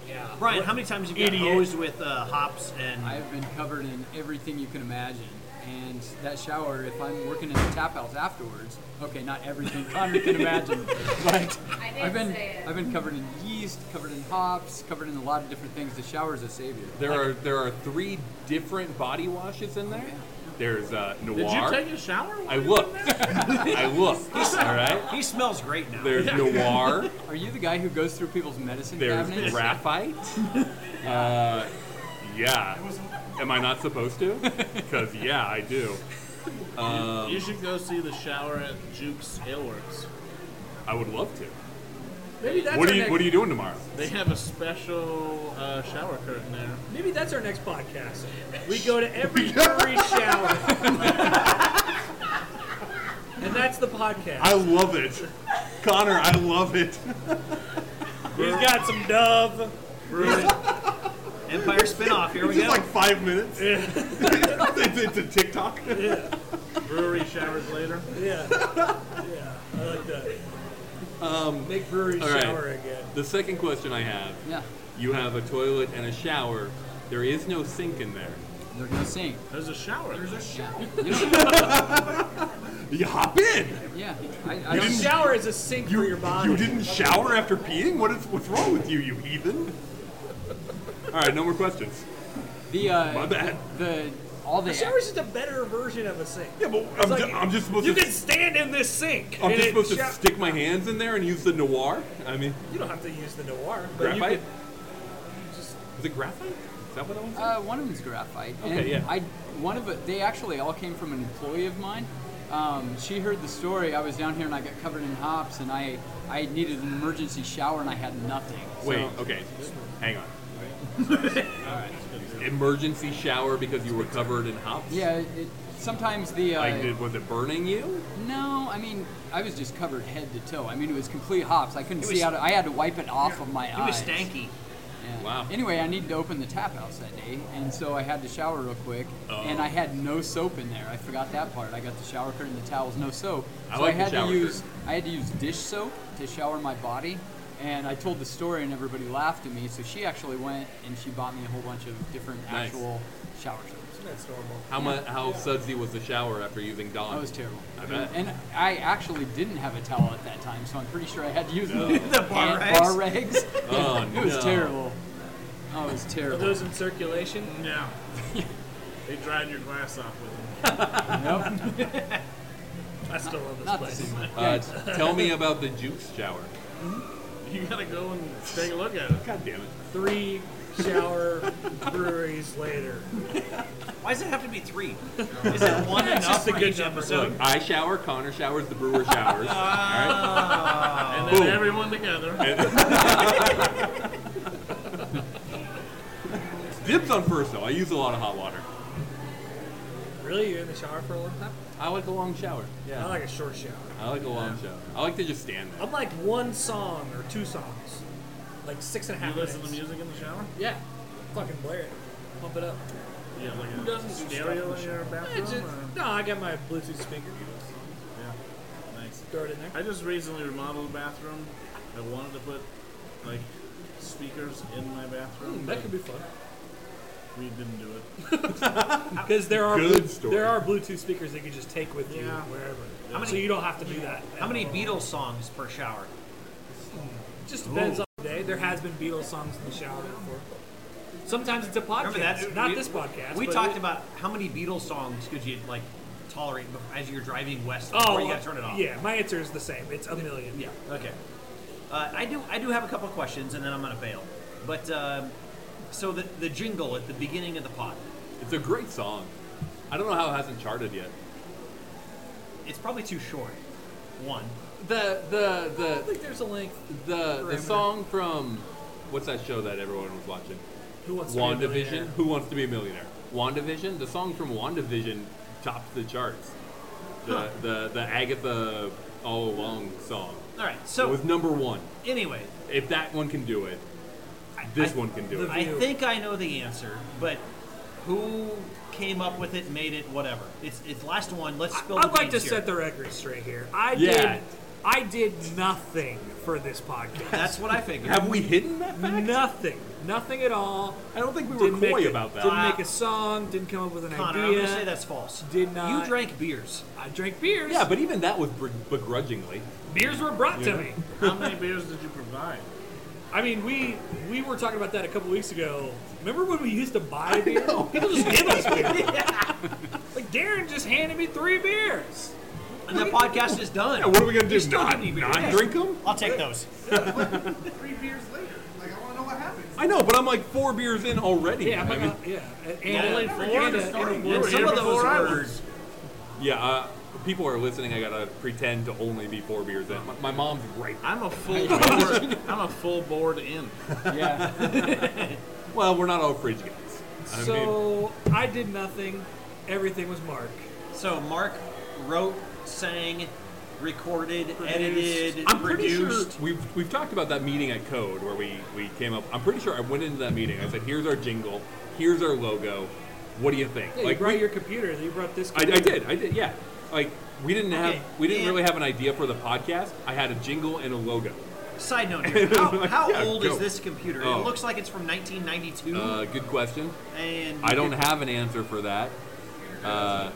Yeah.
Brian, how many times have you been hosed with uh, hops and
I have been covered in everything you can imagine. and that shower, if I'm working in the tap house afterwards, okay, not everything Connor can imagine, but
I didn't
I've been
say it.
I've been covered in yeast, covered in hops, covered in a lot of different things. The shower's a savior.
There are there are three different body washes in
Oh,
there. There's uh, Noir.
Did you take a shower?
I looked. I looked. All right.
He smells great now.
There's Noir.
Are you the guy who goes through people's medicine
There's
cabinets?
graphite. Uh, yeah. Am I not supposed to? Because yeah, I do. Um,
you should go see the shower at Juke's Aleworks.
I would love to.
Maybe that's
what
our
are you
next,
What are you doing tomorrow?
They have a special uh, shower curtain there.
Maybe that's our next podcast. We go to every brewery shower. and that's the podcast.
I love it, Connor. I love it.
He's got some dove.
Empire spinoff. Here we
It's just
go.
like five minutes. it's, it's a TikTok.
Brewery showers later.
Yeah. Yeah. I like that. Um, Make brewery
all right.
shower again.
The second question I have:
Yeah,
You have a toilet and a shower. There is no sink in there.
there's no sink.
There's a shower. There's a shower.
You don't-
You hop in.
yeah, I, I
You
A
don't.
didn't-
shower is a sink for your body.
You didn't shower after peeing? What is what's wrong with you, you heathen? All right, no more questions.
The uh,
My bad.
the all the
A shower is just a better version of a sink.
Yeah, but I'm,
like-
ju- I'm just supposed
You
to.
can stand in this sink.
I'm
and
just
it
supposed to
sho-
stick my hands in there and use the noir. I mean,
You don't have to use the noir. But you
graphite.
could-
Is it graphite? Is that what I was?
Uh, one of them's graphite. and
Okay, yeah.
I one of it. They actually all came from an employee of mine. Um, she heard the story. I was down here and I got covered in hops, and I I needed an emergency shower, and I had nothing. So-
Wait. Okay. Hang on. All right. Emergency shower because you were covered in hops.
Yeah. It, it- sometimes the uh,
Like, did, was it burning you?
no. I mean, I was just covered head to toe. I mean, it was complete hops. I couldn't see out. of- I had to wipe it off of my
He was
eyes.
stanky.
Yeah.
Wow.
Anyway, I needed to open the tap house that day, and so I had to shower real quick.
Oh.
And I had no soap in there. I forgot that part. I got the shower curtain, the towels, no soap.
I
so
like
I
the
had
shower
to use
curtain.
I had to use dish soap to shower my body. And I told the story, and everybody laughed at me. So she actually went and she bought me a whole bunch of different
Nice.
actual shower soaps.
That's normal.
How much? How sudsy was the shower after using Dawn?
That was terrible.
I bet.
Uh, And I actually didn't have a towel at that time, so I'm pretty sure I had to use the,
bar
ant- bar rags.
Oh,
it was
no.
terrible. Oh, it was terrible.
Are those in circulation?
No. they dried your glass off with them.
I still love this
Not the
place.
same one.
Uh, tell me about the Jukes shower.
Mm-hmm. You gotta go and take a look at it.
God damn it.
Three shower breweries later.
Why does it have to be three? Is it one enough
just a
for
good
each
number.
episode?
I shower, Connor showers, the brewer showers. All right?
Ah. and
Boom.
then everyone together.
Dibs on first, though. I use a lot of hot water.
Really? You're in the shower for a long time?
I like a long shower.
I like a short shower.
I like a long shower. I like to just stand there.
I'm like one song or two songs. Like six and a
You
half
listen to
minutes.
music in the shower?
Yeah. Fucking blare it. Pump it up.
Yeah, like a
doesn't do
stereo
stuff
in your
Eh,
bathroom?
just-
or-
no, I got my Bluetooth speaker.
Yeah. Nice.
Throw it in there.
I just recently remodeled the bathroom. I wanted to put like speakers in my bathroom.
Hmm, That could be fun.
but We didn't do it.
Because there are
Good
Blu-
story.
there are Bluetooth speakers that you just take with you
Yeah.
wherever.
How many-
so you don't have to do that.
How many Beatles songs per shower?
It just depends
Oh.
on the day. There has been Beatles songs in the shower before. Sometimes it's a podcast.
Remember that?
Not
we-
this podcast.
We
but
talked
it-
about how many Beatles songs could you like tolerate bef- as you're driving west
Oh,
before you gotta turn it off.
Yeah, my answer is the same. It's a million.
Yeah. Okay. Uh, I do. I do have a couple of questions, and then I'm gonna bail. But um, so the the jingle at the beginning of the pod,
It's a great song. I don't know how it hasn't charted yet.
it's probably too short. One.
The the
I
the
think there's a link.
the the
Parameter.
song from what's that show that everyone was watching?
Who wants to be a millionaire?
WandaVision. Who wants to be a millionaire? WandaVision. The song from WandaVision topped the charts. The the the Agatha All Along song.
All right.
It
So
was number one.
anyway,
If that one can do it,
I-
this
I-
one can do it.
I think I know the answer, but who came up with it, made it, whatever. It's it's last one. Let's
I-
spill. the
I'd like to
beans here.
set the record straight here. I
Yeah.
did I did nothing for this podcast.
That's what I figured.
Have we hidden that fact?
Nothing. Nothing at all.
I don't think we were
Didn't make
coy
a-
about that.
Didn't make a song. Didn't come up with an
Connor, I'm
idea.
going to say that's false.
Did not.
You drank beers.
I drank beers.
yeah, but even that was beg- begrudgingly.
beers were brought to me.
How many beers did you provide?
I mean, we we were talking about that a couple weeks ago. Remember when we used to buy beer? People just give us beer. Like Darren just handed me three beers.
And the podcast is done.
Yeah, what are we gonna
You
do?
still
Not,
give me beer.
not
Yeah.
drink them?
I'll take those.
Three beers later. Like, I want to know what happens.
I know, but I'm like four beers in already.
Yeah, I'm
I mean,
uh,
not, yeah. And,
Only
and,
four
and,
to
and,
start
and,
with.
and
Some of those were
yeah. Uh, people are listening. I gotta pretend to only be four beers in. My, my mom's right.
I'm a full board. I'm a full board in.
Yeah.
Well, we're not all fridge guys. I mean,
so I did nothing. Everything was Mark.
So Mark wrote, sang, recorded, edited,
I'm pretty sure
produced.
we've we've talked about that meeting at Code where we we came up. I'm pretty sure I went into that meeting. I said, "Here's our jingle. Here's our logo. What do you think?"
Yeah, you brought your computer. You brought this.
I,
Computer.
I did. I did. Yeah. Like we didn't have
Okay,
we didn't
and-
really have an idea for the podcast. I had a jingle and a logo.
Side note here. How, how
Yeah,
old
go.
is this computer?
Oh.
It looks like it's from 1992.
Uh, good question.
and
I don't have an answer for that. Uh,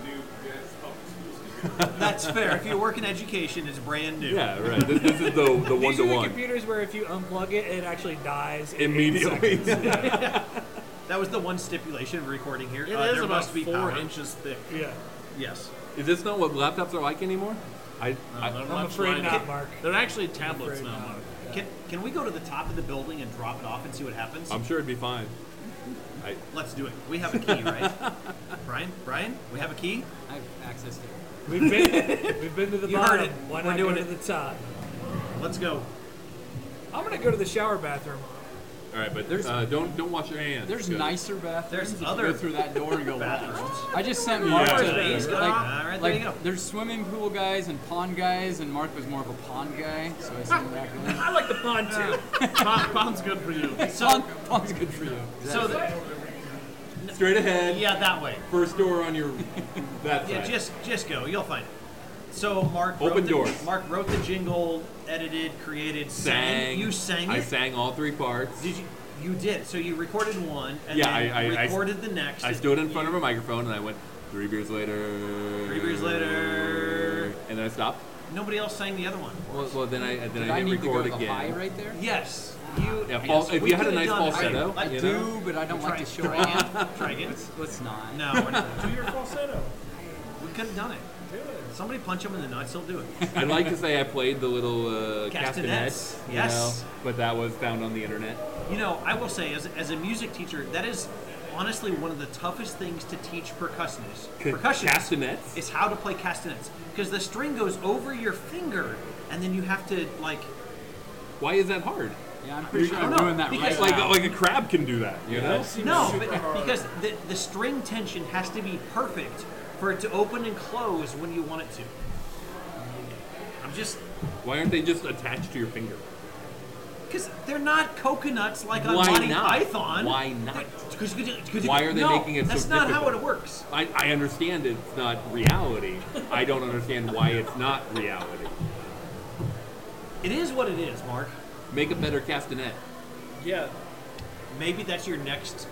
That's fair. If you work in education, it's brand new.
Yeah, right. This, this is the the one
These are
to
the
one
computers where if you unplug it, it actually dies in eight
immediately.
seconds.
That was the one stipulation of recording here.
It is
Uh, there
about
must be
four
power.
inches thick.
Yeah.
Yes.
is this not what laptops are like anymore? I, I
They're
Uh, I'm
much like-
afraid not, Mark.
They're actually tablets
afraid
now.
not.
Mark.
Can, can we go to the top of the building and drop it off and see what happens?
I'm sure it'd be fine. I,
Let's do it. We have a key, right? Brian? Brian? We have a key?
I have access to it.
We've been, we've been to the
You heard
bottom.
it.
Why
We're
not
doing
go
it.
to the top?
Let's go.
I'm gonna go to the shower bathroom.
all right, but uh, don't don't wash your hands.
There's
Go.
nicer bathrooms.
There's
if you
other
go through that door and go left.
Bathrooms.
I just sent Mark
Yeah.
to
Please,
like,
go. Alright, there you go.
like there's swimming pool guys and pond guys, and Mark was more of a pond guy, so I sent him back. in.
I like the pond too.
Pond, pond's good for you.
Pond, pond's good for you.
So, the,
straight ahead.
yeah, that way.
First door on your that
Yeah,
side.
just just go. You'll find it. So Mark wrote
Open
the,
doors.
Mark wrote the jingle, edited, created,
sang.
You sang it.
I sang all three parts.
Did you? You did. So you recorded one, and
Yeah, I-
then
I- I-
recorded the next.
I stood in front of a microphone and I went three beers later.
Three beers later.
And then I stopped.
Nobody else sang the other one.
Well, well then I then
Did
I
I
hit
need to go
record
to the high
again.
right there?
Yes, you.
Yeah,
yes,
false- if
we
you had a
could've
nice
done-
falsetto,
I, I
you
do.
know?
Do, but I don't like
Try
to
it.
show it.
Try again.
Let's not.
No, we're not.
Do your falsetto.
we could have done it. Somebody punch him in the nuts. He'll do it.
I'd like to say I played the little uh,
Castanets.
castanets, you
Yes.
know, but that was found on the internet.
You know, I will say, as, as a music teacher, that is honestly one of the toughest things to teach percussionists. Percussionists.
Castanets.
is how to play castanets because the string goes over your finger and then you have to like
Why is that hard?
Yeah, I'm pretty sure
I
I'm
don't know,
doing that
because
right
Like
now.
like a crab can do that, you know.
no but, because the, the string tension has to be perfect for it to open and close when you want it to i'm just
Why aren't they just attached to your finger?
because they're not coconuts like on
Why
Monty
not?
Python.
Why not?
They're- 'cause you could do- 'cause you
Why
could-
are they
no,
making it so
That's not how
difficult?
it works.
I, I understand it's not reality. I don't understand why it's not reality.
It is what it is, Mark.
Make a better castanet.
Yeah.
Maybe that's your next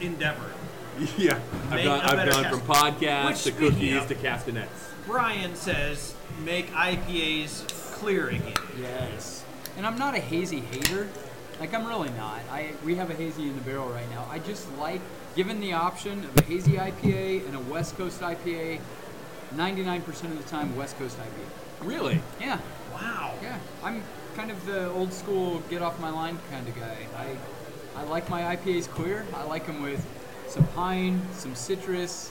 endeavor.
Yeah, I've
Make
gone,
a
I've
better
gone from
Which,
podcasts to
speaking
cookies
of-
to castanets.
Brian says make IPAs clear again.
Yes. And I'm not a hazy hater. Like I'm really not. I we have a hazy in the barrel right now. I just like given the option of a hazy IPA and a West Coast IPA, 99% of the time West Coast IPA.
Really?
Yeah,
Wow.
yeah. I'm kind of the old school get off my line kind of guy. I I like my IPAs clear. I like them with some pine, some citrus.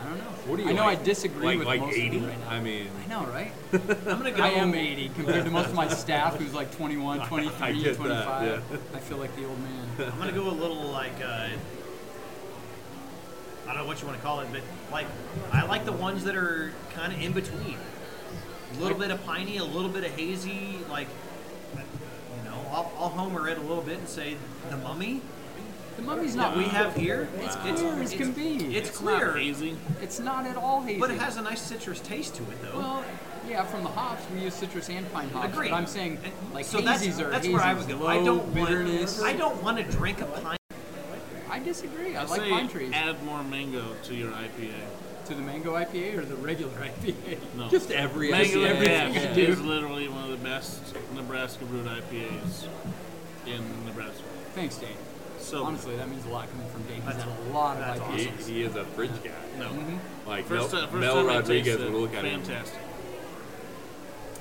I don't know.
What do you
I know
like?
I disagree
Like
with
like
most
eighty?
of them right now.
I mean,
I know, right?
I'm gonna go.
I am 80 compared to most of my staff who's like 21, 23,
I get that,
25. I feel like the old man.
I'm gonna go a little like uh, I don't know what you want to call it, but like I like the ones that are kind of in between. A little bit of piney, a little bit of hazy. Like you know, I'll, I'll homer it a little bit and say the mummy.
The mummy's not.
we have here.
It's clear as can be.
It's,
not
clear,
hazy.
It's not at all hazy.
but it has a nice citrus taste to it, though.
Well, yeah, from the hops, we use citrus and pine hops.
Agreed.
But I'm saying,
And
like,
so that's,
hazies are
that's
hazies,
where I was going.
low
I don't
bitterness.
want. I don't want to drink a pint.
I disagree. I
I
like
say
pine trees.
Add more mango to your IPA.
To the mango IPA or the regular IPA?
No.
Just every E
Mango
everything
Cash
you
is
do.
literally one of the best Nebraska brewed IPAs in Nebraska.
Thanks, Dane.
So
Honestly, that means a lot coming from Dane. He's had a lot of Mm-hmm.
that's
IPAs.
He, he is a fridge guy.
no,
Like
first,
Mel,
time, first
Mel
time I
Rodriguez
tasted
would
it,
look at him.
fantastic.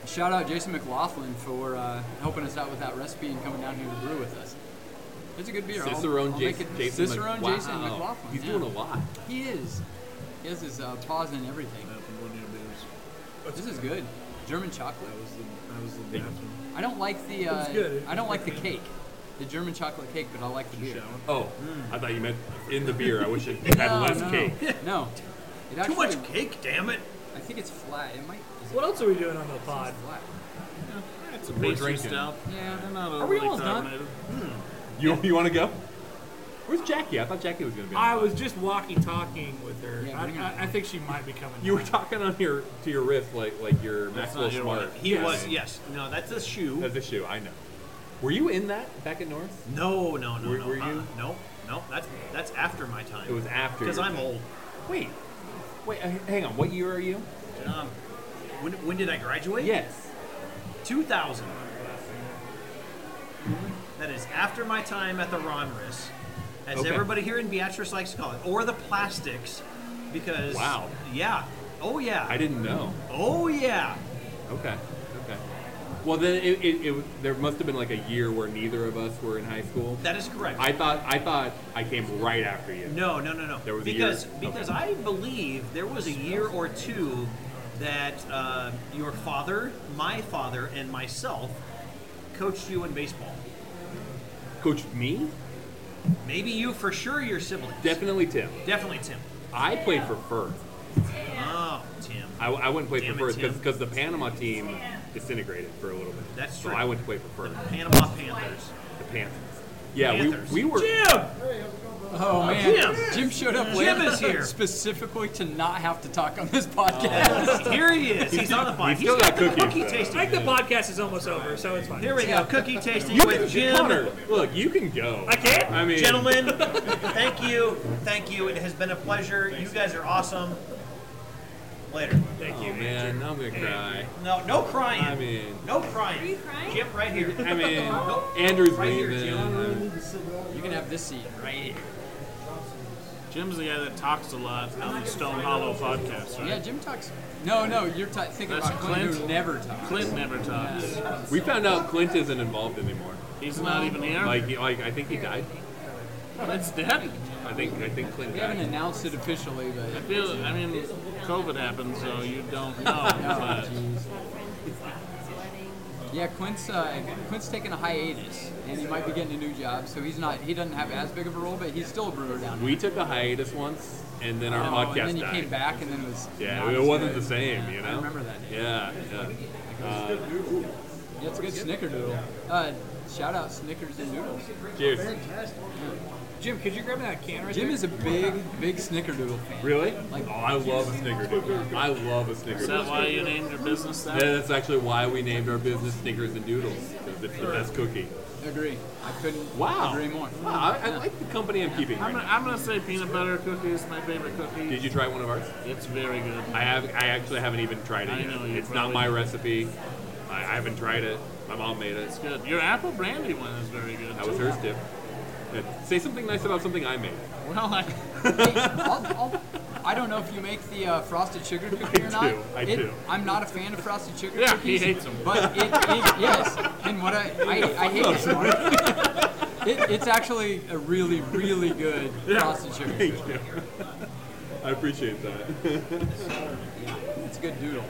Shout out Jason McLaughlin for uh, helping us out with that recipe and coming down here to brew with us. It's a good beer. I'll-
Cicerone
I'll make
Jason,
it-
Jason Mc-
Cicerone
wow.
Jason McLaughlin.
He's
yeah.
doing a lot.
He is. He has his uh, paws and everything. This is good. German chocolate.
That was the that was the bathroom.
I don't like the. Uh,
good.
I don't like the cake, the German chocolate cake, but I like the beer.
Oh, I thought you meant in the beer. I wish it had
No,
less
no.
cake.
No. It actually,
Too much cake, damn it!
I think it's flat. It might. Is it
What else are we doing on the pod?
flat?
It's a
We're
pastry
drinking.
stout.
Yeah.
They're not
we
overly
almost done?
carbonated.
Hmm.
You, you want to go? Where's Jackie? I thought Jackie was going to be. on.
I was just walkie talking with her.
Yeah,
I,
bring her
I, I think she might be coming.
You were
back.
talking on your to your riff like like your Maxwell
not your
Smart.
He
Yeah.
was yes. No, that's a shoe.
That's a shoe. I know. Were you in that back at North?
No, no, no,
Were-
no.
were you?
Uh-uh. No, no. That's that's after my time.
It was after.
because
your-
I'm old.
Wait, wait. uh, Hang on. What year are you?
Um, when, when did I graduate?
Yes.
2000. That is after my time at the Ronris, as
Okay.
everybody here in Beatrice likes to call it, or the plastics, because
Wow.
yeah, oh yeah,
I didn't know.
oh yeah.
Okay. Okay. Well, then it, it, it, there must have been like a year where neither of us were in high school.
That is correct.
I thought I thought I came right after you.
No, no, no, no.
There was a
because
year-
because I believe there was a year or two that uh, your father, my father, and myself coached you in baseball.
Coach me?
Maybe you for sure your siblings.
Definitely Tim.
Definitely Tim.
I played for Firth.
Oh, Tim.
I, I went and played
Damn it,
for Firth
Tim.
because the Panama team disintegrated for a little bit.
That's
So
true.
I went to play for Firth,
Panama Panthers.
the Panthers. Yeah,
Panthers.
we we were.
Oh man, Jim, showed up late
Jim is here.
specifically to not have to talk on this podcast.
Here he is. He's on the pod.
he's still
He's
got
the
cookies,
cookie
though.
tasting.
I think the podcast is almost over, so it's fine.
Here we go. Cookie tasting
You can,
with Jim.
Connor, look, you can go.
I can't.
I mean,
Gentlemen, thank you. Thank you. It has been a pleasure. you guys are awesome. Later. Oh,
Thank you, man. I'm gonna cry.
No, no crying.
I mean,
no crying.
Are you crying?
Jim, right here.
I mean,
Nope.
Andrew's
Right here,
leaving.
Jim.
you can have this seat right here.
Jim's the guy that talks a lot on the Stone Hollow podcast, right?
Yeah, Jim talks. No, no, you're ta thinking
That's
about Clint, who
Clint.
never talks.
Clint never talks.
we found out Clint isn't involved anymore.
He's not even here.
Like, he- like I think he died.
Clint's dead.
I think I think Clint
We haven't
died.
announced it officially,
I
but
feel. I mean, COVID happened, so you don't know. but
yeah, Clint's uh, Clint's taking a hiatus, and he might be getting a new job, so he's not. He doesn't have as big of a role, but he's still a brewer down here.
We took a hiatus once, and then our
Oh,
podcast
and then you
died.
came back, and then it was
Yeah,
not
it
as
wasn't
good.
the same,
Yeah,
you know.
I remember that day.
Yeah, yeah. Uh,
Yeah, it's a good snickerdoodle. Uh, shout out Snickers and Noodles.
cheers.
Jim, could you grab that can right
Jim
there?
is a big, big snickerdoodle fan.
Really?
Like-
oh, I love a snickerdoodle. I love a
is that
snickerdoodle.
why you named your business
Yeah,
that?
that's actually why we named our business Snickers and Doodles because it's the best cookie.
Agree. I couldn't
Wow.
agree more.
Wow, I, I like the company I'm keeping.
I'm
Right
gonna,
now.
I'm gonna say peanut butter cookies, my favorite cookie.
Did you try one of ours?
It's very good.
I have. I actually haven't even tried it
I
yet.
know, you
it's not
probably-
my recipe. I, I haven't tried it. My mom made it.
It's good. Your apple brandy one is very good.
That was
too.
hers dip. Yeah. Say something nice about something I made.
Well, I,
Hey, I'll, I'll, I don't know if you make the uh, frosted sugar cookie
I
or not.
do, I
It-
do.
I'm not a fan of frosted sugar
Yeah, he
cookies.
hates 'em.
But it, it- yes, and what I I, I hate it. it. It's actually a really, really good frosted sugar. cookie.
Thank you. I appreciate that.
It's a good doodle.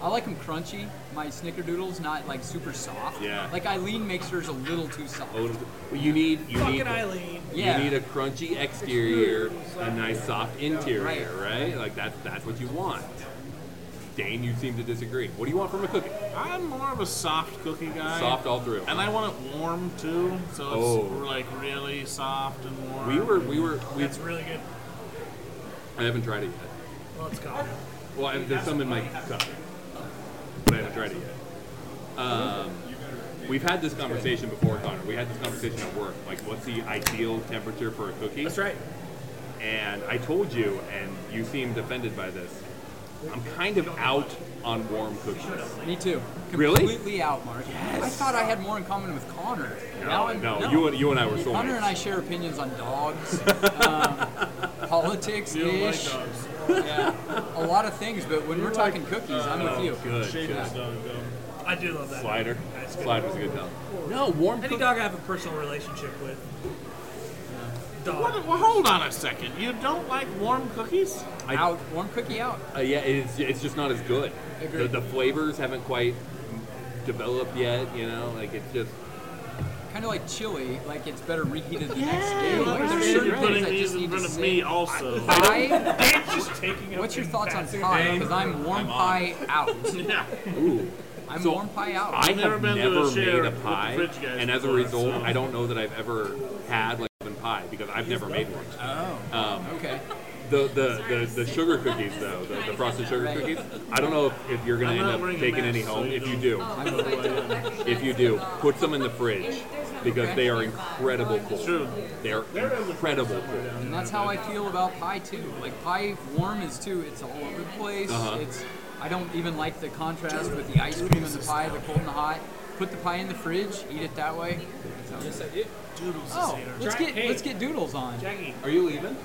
I like them crunchy. My snickerdoodles not like super soft.
Yeah.
Like Eileen makes hers a little too soft.
A little. Well, you need. You
Fucking
need.
Eileen.
yeah.
You need a crunchy exterior, a nice soft interior,
Right.
right? Like that's that's what you want. Dane, you seem to disagree. What do you want from a cookie?
I'm more of a soft cookie guy.
Soft all through.
And I want it warm too, so it's
Oh.
like really soft and warm.
We were, we were, we,
That's really good.
I haven't tried it yet.
Well, it's coffee.
Well, I, there's some in my cup, but I haven't tried it yet. Um, we've had this conversation before, Connor. We had this conversation at work. Like, what's the ideal temperature for a cookie?
That's right.
and I told you, and you seemed offended by this. I'm kind of out on warm cookies.
Me too.
Really?
Completely out, Mark. I thought I had more in common with Connor.
No,
now I'm,
no, you and you and I were
Connor and I
soulmates.
share opinions on dogs, um, politics,
You don't like
ish,
dogs.
yeah, a lot of things. But when we're talking cookies, I'm with you.
Oh, Good.
Shameless
good.
dog though.
I do love that.
Slider.
That's good.
Slider's a good dog. No, warm
Any
cookies.
dog I have a personal relationship with. Dog.
What, well, hold on a second. You don't like warm cookies?
I-
out, warm cookie out.
Uh, yeah, it's, it's just not as good. The,
Agreed.
the flavors haven't quite developed yet, you know? Like, it's just.
Kind of like chili, like it's better reheated the next
You
day. Like there's
understand you're
certain
putting
things I
these
just
in
need to
front of
say.
me also.
Pie.
Dave's just taking up
What's your
and
thoughts on
passing
pie?
Dave.
Because I'm warm
I'm on.
pie out.
yeah.
Ooh.
I'm
So,
warm pie out.
I
I've never
have
been to a
never
share
made a
with the
pie,
fridge guys
and as a
before,
result,
so-
I don't know that I've ever had like oven pie because I've never made one.
Oh,
Um,
okay.
The the, the, the sugar cookies though, the, the frosted sugar
Right.
cookies. I don't know if, if you're gonna
I'm not
end
wearing
up
a
taking
mask,
any
so
home.
you
If you
don't-
do,
Oh, I don't recognize
if you do,
it at all.
put some in the fridge
There's no
because they are
protection.
incredible cool.
True.
They are incredible cool.
And that's how I feel about pie too. Like pie warm is too. It's all over the place.
Uh-huh.
It's I don't even like the contrast with the ice cream and the pie, the cold and the hot. Put the pie in the fridge, eat it that way. Sounds-
Doodles
Oh, let's
Jack-
get
hey.
let's get doodles on.
Jackie,
Are you leaving?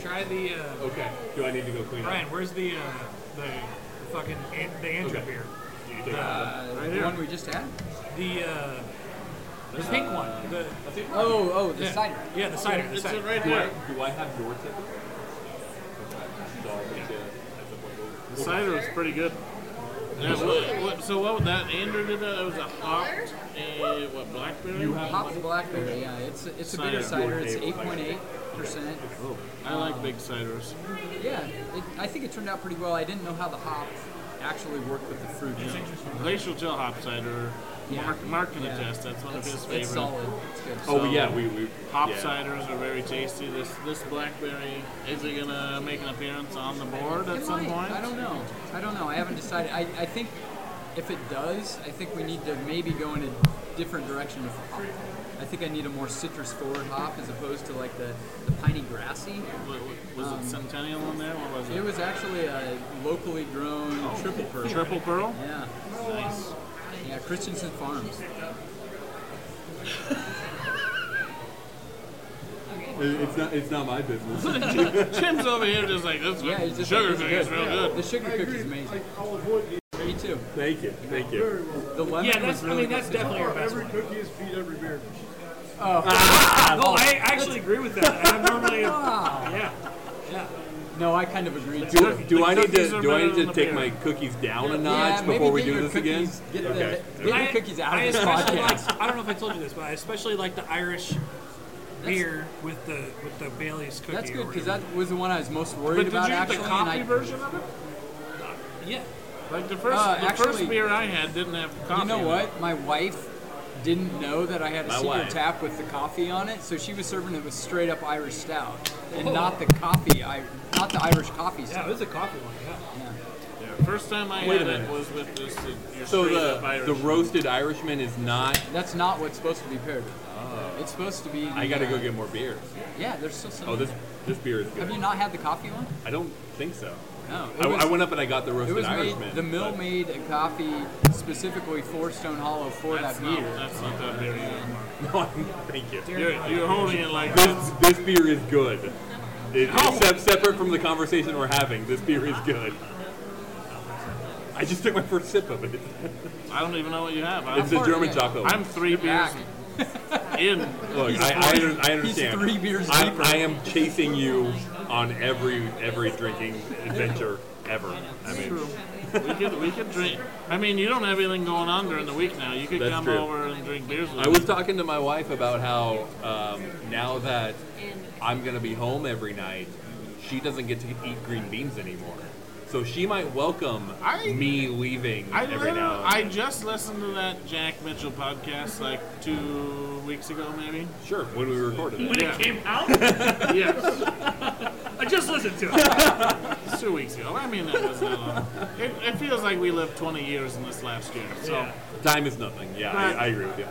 try the. Uh,
Okay. Do I need to go clean up?
Brian, where's the uh, the fucking an- the Andrew
Okay.
beer?
Do you take
Uh,
that?
the one we just had.
The uh, the pink
Uh,
one. The,
Oh, oh, the
yeah.
cider.
Yeah, the cider. The
It's
cider.
it right
do, I,
there.
do I have your ticket? Okay. So I'll get you- that's a bundle.
The cider was pretty good. Yeah, what, what, so what was that? Andrew did that. It was a hopped, uh, what, blackberry?
You have-
Hops blackberry. Yeah, it's it's a
Cider.
bitter cider. It's
Your
eight
table,
point eight percent.
I like big ciders.
Yeah, it, I think it turned out pretty well. I didn't know how the hop actually worked with the fruit.
Glacial Chill Hop Cider.
Yeah.
Mark, Mark can
Yeah.
attest. That's one
It's,
of his
it's
favorites.
solid. It's good.
Oh yeah, we we
Hop
yeah.
ciders are very tasty. This this blackberry is it gonna make an appearance on the board at
It
some
might.
point?
I don't know. I don't know. I haven't decided. I, I think if it does, I think we need to maybe go in a different direction with the hop. I think I need a more citrus forward hop as opposed to like the, the piney grassy. Um,
Wa- wa- Was it Centennial in there? What was it? Oh,
It was actually a locally grown triple pearl.
Triple Pearl.
Yeah.
Nice.
Yeah, Christensen Farms.
It- It's not it's not my business.
Jim's over here just like this.
Yeah, it's just
sugar
like,
thing
it's
is real good.
The sugar cookie is amazing.
I'll avoid these.
Me too.
Thank you, thank you.
The lemon
Yeah, that's.
was really
I mean, that's definitely our best.
Every
One.
cookie is feed every beer.
Oh.
No, I actually agree with that. I'm normally.
Wow.
Yeah.
No, I kind of agree. too.
Do, do I need
cookies
to
are
do I
better
need
than
to
the
take
beer.
my cookies down a
Yeah,
notch
maybe
before we
get
do
your
this again?
cookies, Get,
Okay.
the, get your cookies out
I
of this
especially
podcast.
Like, I don't know if I told you this, but I especially like the Irish beer with the with the Bailey's cookie.
That's
or
good because
whatever.
that was the one I was most
But
worried
did you
about
get
actually.
the
and
coffee
I,
version of it?
yeah.
Like the first,
Uh,
the
actually-
first beer I had didn't have coffee.
you know
in it.
what? My wife didn't know that I had a
My
secret
wife.
tap with the coffee on it, so she was serving it with straight up Irish stout and
Oh.
not the coffee. I not the Irish coffee
Yeah,
stout.
it was a coffee one. Yeah.
Yeah, first time I
Wait
had
a
it
minute.
was with this. uh, Your
So
straight up
the
Irish.
the roasted Irishman is not.
That's not what's supposed to be paired with. It's supposed to be. The,
I gotta
uh,
go get more beers.
Yeah, there's still some.
Oh, this this beer is
Have you
good.
not had the coffee one?
I don't think so.
No. It
I, I
was,
went up and I got the
It
roasted
was made.
Irishman.
The mill
but-
made a coffee specifically for Stone Hollow for
That's
that
not,
beer.
that's not that beer either.
No, I'm- thank you.
You're, you're holding it like this.
This this beer is good. It, except separate from the conversation we're having, this beer is good. I just took my first sip of it.
I don't even know what you have. I'm,
It's a German
yeah.
chocolate. one.
I'm three beers
Back.
in.
Look, I, I, under- I understand.
three beers
I,
deeper.
I am chasing you on every every drinking adventure ever. I mean,
We could, we could drink. I mean, you don't have anything going on during the week now. You could
That's
come
true.
over and drink beers with
I was talking to my wife about how um, now that I'm gonna be home every night, she doesn't get to eat green beans anymore. So she might welcome
I-
me leaving
I
every now.
literally- I
And
just listened to that Jack Mitchell podcast like two weeks ago, maybe.
Sure, when we recorded
When
it.
Yeah.
it came out,
yes,
I just listened to it.
two weeks ago. I mean, that was that long. It, it feels like we lived 20 years in this last year. So
Yeah.
Time is nothing. Yeah, I, I agree with you.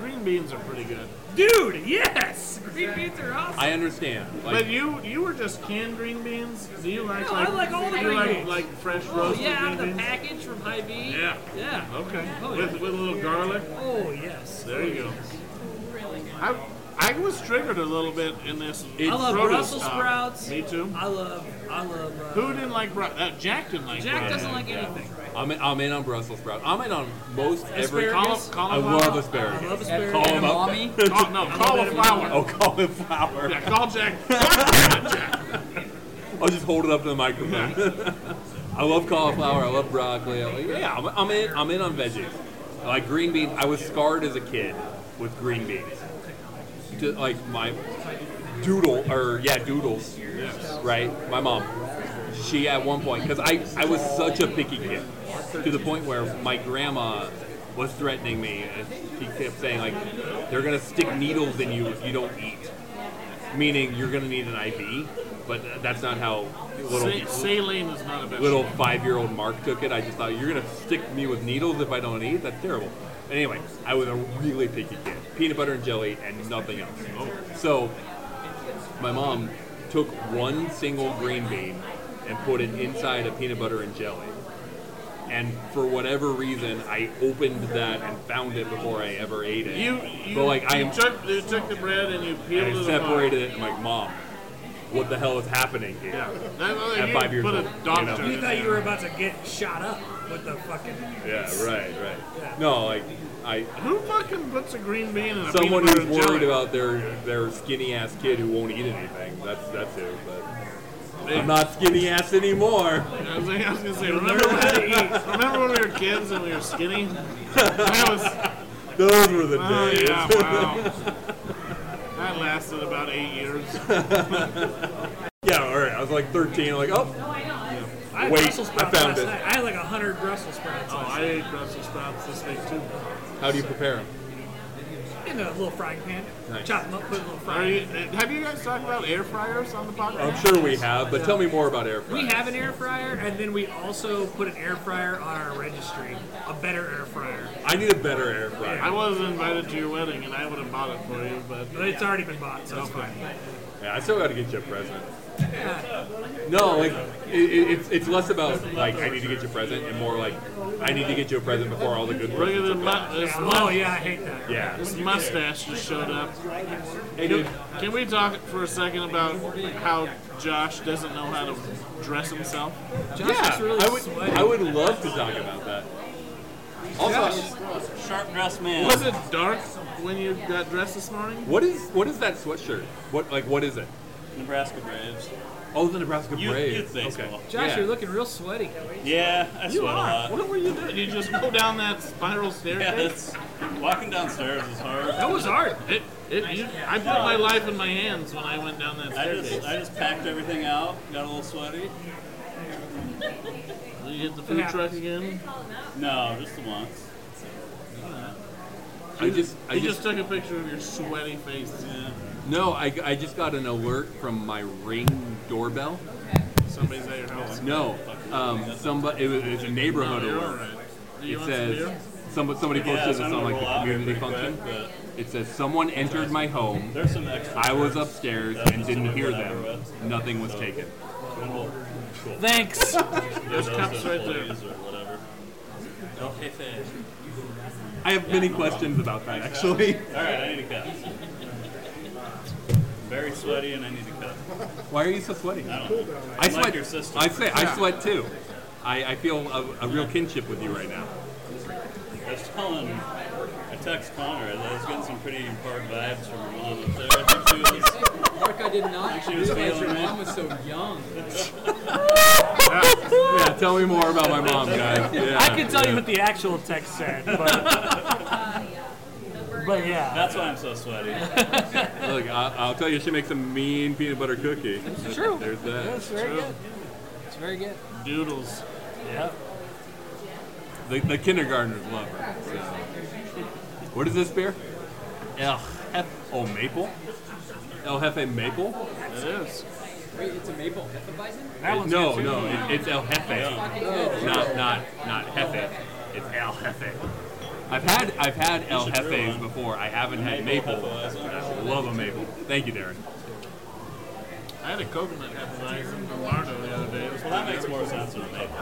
green beans are pretty good.
Dude, yes! Green beans are awesome.
I understand. Like,
But you you were just canned green beans. Do you like
No, I
like,
like all the
you
green
like,
beans.
like fresh
Oh,
roasted
yeah, out
green
of the
beans?
package from Hy-Vee.
Yeah.
Yeah.
Okay.
Oh,
with,
yeah.
with a little garlic.
Oh, yes.
There you go. I I was triggered a little bit in this.
I love
produce
Brussels
talk.
sprouts.
Me too.
I love, I love. Uh,
Who didn't like Bru- uh, Jack didn't like
Jack
Brussels.
doesn't like anything.
I'm in, I'm in on Brussels sprout. I'm in on most every.
Asparagus?
Cauli-
I
cauliflower.
love asparagus.
I love
Call
asparagus.
him up.
Mommy,
Cau- no, cauliflower.
Oh, cauliflower.
Yeah, call Jack.
I'll just hold it up to the microphone. I love cauliflower. I love broccoli. I- yeah, I'm, I'm in. I'm in on veggies. I Like green beans. I was scarred as a kid with green beans. To, like my doodle or yeah doodles. Right. My mom. She at one point because I I was such a picky kid to the point where my grandma was threatening me and she kept saying like they're gonna stick needles in you if you don't eat meaning you're going to need an IV, but that's not how
Sa-
little
Saline is not a vegetable.
little five year old Mark took it. I just thought you're going to stick me with needles if I don't eat. That's terrible. Anyway, I was a really picky kid. Peanut butter and jelly and nothing else. So my mom took one single green bean and put it inside a peanut butter and jelly. And for whatever reason, I opened that and found it before I ever ate it.
You, you,
but like I
you
am
took, you took the bread and you peeled
and I
it
separated it. I'm like, Mom, what the hell is happening here?
apart. Yeah. That, well,
At
you
five years
put
old,
a
you
doctor.
know.
You
in
thought you
there.
were about to get shot up with the fucking.
Yeah, right, right. No, like I
Who fucking puts a green bean in a peanut
someone who's
butter and
worried
jelly?
about their their skinny ass kid who won't eat anything. That's that's who. But I'm not skinny ass anymore.
I was, I was gonna say, remember when, remember when we were kids and we were skinny? That was.
Those were the
Oh
days.
yeah, wow. That lasted about eight years.
yeah, all right. I was like 13. I'm like, oh,
I had
Wait,
Brussels
I
sprouts
found
last
it.
night. I had like a hundred Brussels sprouts.
Oh,
last
I ate Brussels sprouts this week too.
how do you prepare them?
night. In a little frying pan.
Nice.
Chop them up, put a little
Are
frying.
you, have you guys talked about air fryers on the podcast?
I'm sure we have, but tell me more about air fry.
We have an air fryer, and then we also put an air fryer on our registry. A better air fryer.
I need a better air fryer.
I wasn't invited to your wedding, and I would have bought it for you, but
But it's already been bought, so it's fine.
Yeah, I still got to get you a present. No, like it, it, it's it's less about like I need to get you a present and more like I need to get you a present before all the good
look at
presents.
the
Are gone.
mu- this,
Oh,
mu-
yeah, I hate that.
Yeah.
this mustache just showed up.
Hey, dude.
Can we talk for a second about how Josh doesn't know how to dress himself?
Josh
Yeah,
is really
I would
sweaty.
I would love to talk about that. Also,
Sharp dressed man.
Was it dark when you got dressed this morning?
what is what is that sweatshirt? What like what is it?
Nebraska Braves.
Oh, the Nebraska
Youth,
Braves.
youth baseball.
Josh,
yeah.
you're looking real sweaty.
Yeah, I sweat a lot.
What were you doing? You just go down that spiral
Yeah,
staircase?
that's walking downstairs is hard.
That was art. It, it, you, I put my life in my hands when I went down that
I just
staircase.
I just packed everything out, got a little sweaty.
Did you hit the food truck again?
No, just the once.
I just I
You just
just
took a picture of your sweaty face.
no I, I just got an alert from my ring doorbell.
Somebody's at your house.
No, um, somebody it was, it was a neighborhood
You're all
alert.
right. Do you
It
want some
says
beer?
somebody somebody
Yeah,
posted this
so I'm
on
gonna
like
roll out
the
here
community
pretty
function.
quick, but
It says someone entered my home.
There's some extra.
I was upstairs and didn't hear them. Nothing was taken.
Thanks.
There's
cups right there.
Or whatever. Okay, thanks.
I have many questions about that actually.
All right, I need a cup. Very sweaty, and I need a cup.
Why are you so sweaty? I
Like
sweat.
your sister.
I say I sweat too. I, I feel a, a real kinship with you right now.
I was telling, I text Connor. I was getting some pretty hard vibes from her mom up there. I think she was,
Mark, I did not
She was
realize your
feeling it.
mom was so young.
Yeah, tell me more about my mom, guys. Yeah,
I can tell you
yeah.
what the actual text said, but,
But yeah.
That's why I'm so sweaty.
Look, I'll, I'll tell you, she makes a mean peanut butter cookie.
It's true.
There's that.
Yeah, it's very good. It's very good.
Doodles.
Yeah.
The, the kindergartners love her. so. What is this beer? El Jefe. Oh, maple? El Jefe maple?
It is.
Wait, it's a maple hefeweizen.
It- no, no, it, it's El Jefe.
Yeah.
Not, not, not Jefe. It's El Jefe. I've had, I've had El
should brew
Jefes
one.
before. I haven't had
Maple
maple.
Hefeweizen.
I love a maple. Thank you, Darren.
I had a coconut hefeweizen in Lardo the other day. It was
Well, that makes more sense than a maple.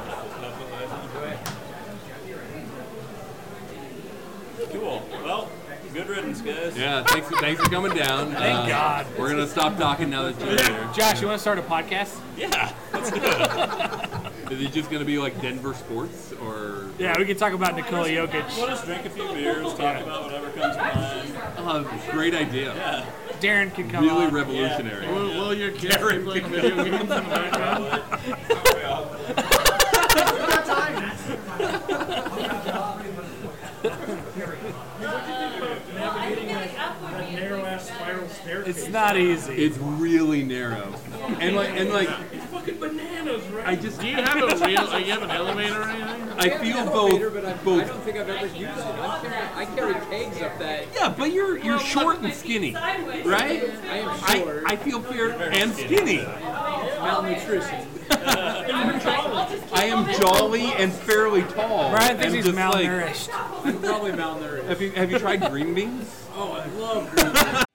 Cool. Well, good riddance, guys.
Yeah, thanks, thanks for coming down.
Thank
Uh,
God.
We're gonna stop talking now that you're here.
Josh, you want to start a podcast?
Yeah.
Is it just gonna be like Denver sports or?
Yeah, we can talk about Nikola Jokic.
Let us drink a few beers, talk about whatever comes to mind.
Oh, great idea.
Darren can come
Really
on.
revolutionary.
Will, will your kids be playing video games in the background?
Navigating that narrow ass spiral staircase.
it's not easy.
It's really narrow, and like and like
Fucking bananas, right?
I just
Do you have a real? Like, you have an elevator or anything?
I
have an
feel
elevator, but
both
I've, I
both.
don't think I've ever used it. I'm carrying, I carry kegs up that.
Yeah, but you're you're short and skinny, right?
I am
I,
short.
I feel fair and skinny.
malnutrition.
I am jolly and fairly tall.
Brian thinks
and
he's
just, like-
malnourished.
I'm probably malnourished.
have you have you tried green beans?
Oh, I love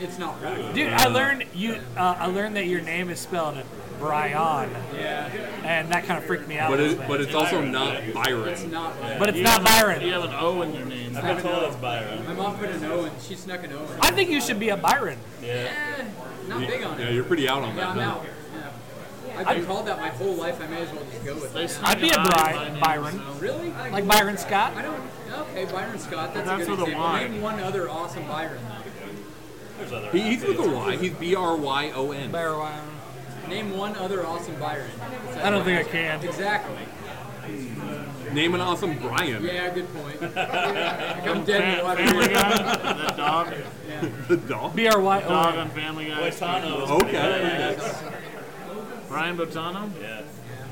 it's not right.
Dude, I learned you. Uh, I learned that your name is spelled Brian,
Yeah,
and that kind of freaked me out.
But
a little
it,
bit.
but it's also not
it's
Byron.
not right.
But it's not
You
Byron.
have an O in your name.
I've been told it's Byron.
I'm off at an O, and she snuck an O. In.
I think you should be a Byron.
Yeah.
Not big on
Yeah,
it.
you're pretty out on
Yeah,
that.
I'm
huh?
out. Yeah. I've been called that my whole life. I may as well just go with it.
I'd be a Bri- Byron,
Really?
like Byron Scott.
I don't. Okay, Byron Scott. That's,
That's
a good
with a
example.
Y.
Name one other awesome Byron.
There's other.
He, he's with a Y. He's B R Y O N.
Byron.
Name one other awesome Byron.
I don't think I can.
Exactly.
Name an awesome Brian.
Yeah, good point. I'm dead in the water.
Family Guy, that dog,
The dog.
B R Y
dog
O.
on Family Guy.
Boitano was
Okay.
Brian Botano?
Yeah.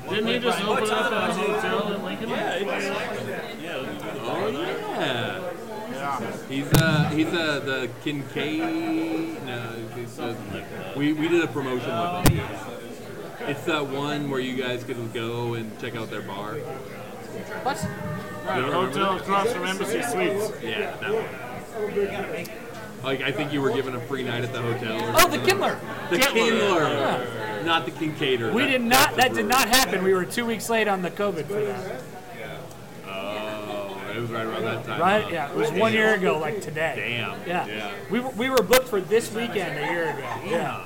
Didn't he just open up a hotel in Lincoln?
Yeah, he does like- yeah, doesn't do that.
Oh yeah. He's uh he's uh the Kincaid. No, he's uh, we we did a promotion with him. It's that one where you guys could go and check out their bar.
Right, a hotel across from Embassy Suites.
Yeah, that one. Like I think you were given a free night at the hotel. Or
Oh, the
something.
Kindler.
The Kindler, not the Kincaider.
We
That-
did not. That did not happen. We were two weeks late on the COVID for that.
Oh, it was right around that time. huh?
Right? Yeah. It was one year ago, like today.
Damn.
Yeah.
Yeah.
We, were, we were booked for this weekend a year ago. Yeah.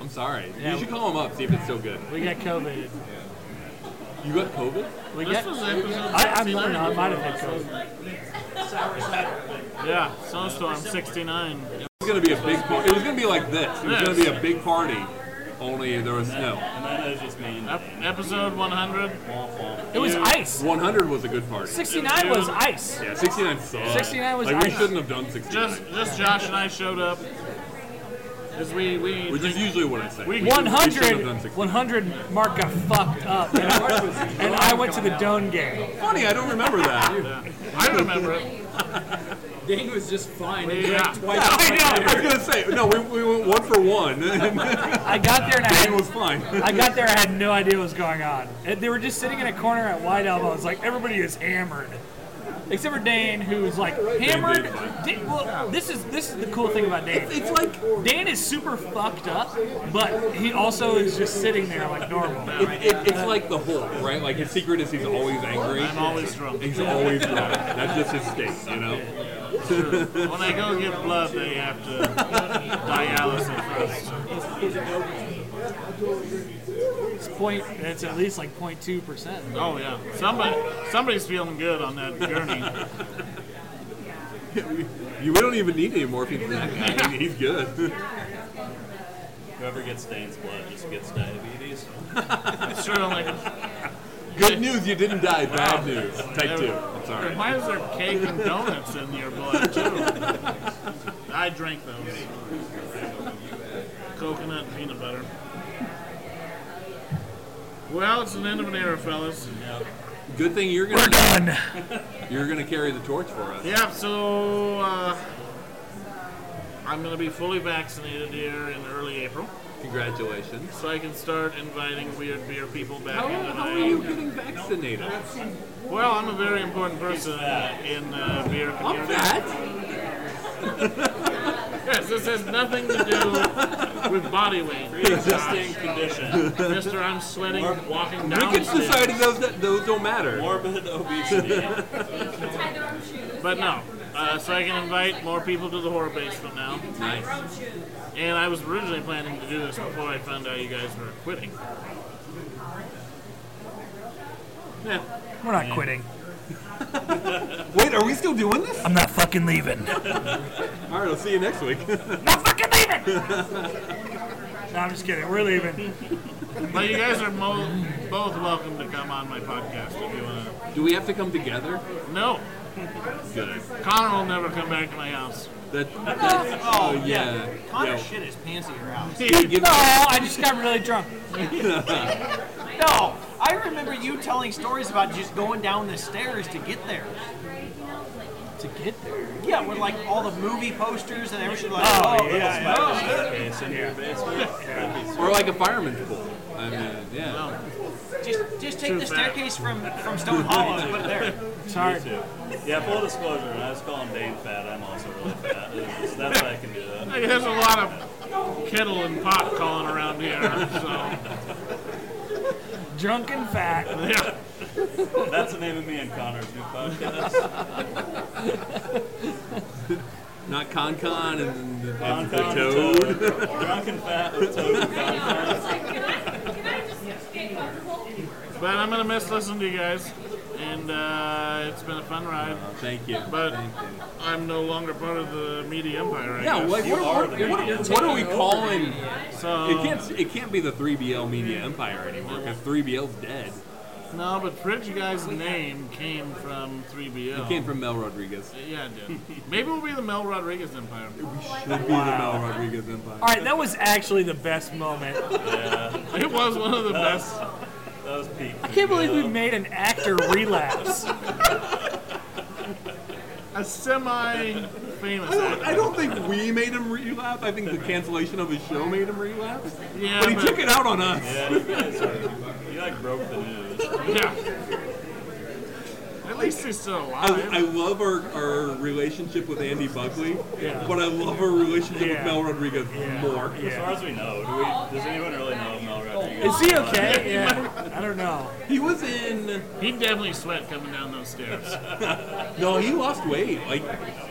I'm sorry.
Yeah.
You should call him up see if it's still good.
We got COVID.
You got COVID?
We
This
got.
was episode
I, I'm learning. I might have had COVID.
Yeah, Sunstorm 69.
It was gonna be a big. Par- it was gonna be like this. It was gonna be a big party, only there was snow.
And that is just mean.
Ep- episode 100.
It was ice.
100 was a good party.
69 was ice.
Yeah, 69 sucked.
69 was
like we
ice.
shouldn't have done 69.
Just, just Josh and I showed up. Because we, we,
which is usually what I say.
We-
We, shouldn't have done
100.
69.
100. Mark got fucked up, and I, and I went to the Doan game.
Funny, I don't remember that.
I remember it.
Dane was just fine. He
Yeah.
drank twice.
I know. I was gonna say no. We, we went one for one. and
I got there and I
it
had
was fine.
I got there, I had no idea what was going on. And They were just sitting in a corner at White Elbow. It's like everybody is hammered. Except for Dane, who was like hammered.
did fine.
Dane- well, this is this is the cool thing about Dane.
It's like it,
Dane is super fucked up, but he also is just sitting there like normal.
it, it's like the Hulk, right? Like his secret is he's always angry.
I'm always drunk.
He's always wrong. That's just his state, you know.
When I go get blood, they have to dialysis first.
It's point. It's at least like 02 percent.
Oh yeah, somebody somebody's feeling good on that gurney.
You, we don't even need any more people than that guy. I mean, he's good.
Whoever gets Dane's blood just gets diabetes.
Good news, you didn't die. Bad news. Take two. I'm
There-
sorry.
Why is there cake and donuts in your blood too? I drink those.
Coconut and peanut butter. Well, it's an end of an era, fellas.
Good thing you're gonna. We're done. You're gonna carry the torch for us.
Yeah, so uh, I'm going to be fully vaccinated here in early April.
Congratulations.
So I can start inviting weird beer people back
How-
into the
how are
night.
you getting vaccinated?
Well, I'm a very important person uh, in uh, beer community. yes, this has nothing to do with body weight.
Pre-existing condition.
Mister, I'm sweating walking down
Ricketts decided those that, those don't matter.
Morbid obesity.
But no. Uh, so I can invite more people to the horror basement now.
Nice.
And I was originally planning to do this before I found out you guys were quitting. Yeah.
We're not quitting.
Wait, are we still doing this?
I'm not fucking leaving.
All right, I'll see you next week.
No, I'm just kidding. We're leaving.
But you guys are mo- both welcome to come on my podcast if you want to.
Do we have to come together?
No.
Good.
Connor will never come back to my house.
That, that's, oh, yeah.
Connor
Yeah.
shit his pants at your house.
no, I just got really drunk.
no, I remember you telling stories about just going down the stairs to get there.
To get there?
Yeah, with like all the movie posters and everything. Like,
Oh,
oh,
yeah,
little
yeah.
spider
staircase in your basement.
Or like a fireman's pole. I mean, yeah.
Just, just take
Too
the
fat.
staircase from, from Stone Hollow and put it there.
Me too. Yeah, full disclosure, when I was calling Dane fat, I'm also really fat. So that's why I can do that.
Like, there's a lot of kettle and pot calling around here, so.
Drunk and fat.
Yeah.
That's the name of me and Connor's new podcast.
Not Con Con and the,
Con
and the
Con
Toad.
Toad. Drunk and fat with Toad and Con Con.
But I'm gonna miss listening to you guys, and uh, it's been a fun ride.
Thank you.
But I'm no longer part of the media empire. I
Yeah,
guess.
like, what, what, what, what are we calling?
So-
it can't it can't be the 3BL Media Empire anymore because 3BL's dead.
No, but Fridge, you guys' name came from 3BL.
It came from Mel Rodriguez.
Yeah, it did. Maybe we'll be the Mel Rodriguez Empire.
Should be the Mel Rodriguez Empire.
All right, that was actually the best moment.
Yeah.
It was one of the best.
That was peak.
I can't believe we made an actor relapse.
A semi-famous.
I don't, I don't think we made him relapse. I think the cancellation of his show made him relapse.
Yeah,
but he
but-
took it out on us.
Yeah, you guys are. You like broke the news.
Yeah. At least he's still alive.
I, I love our, our relationship with Andy Buckley,
Yeah.
but I love our relationship
Yeah.
with Mel Rodriguez more.
As far as we know, do we, does anyone really know Mel Rodriguez?
Is he okay? Yeah. I don't know.
He was in.
He definitely sweat coming down those stairs.
No, he lost weight. Like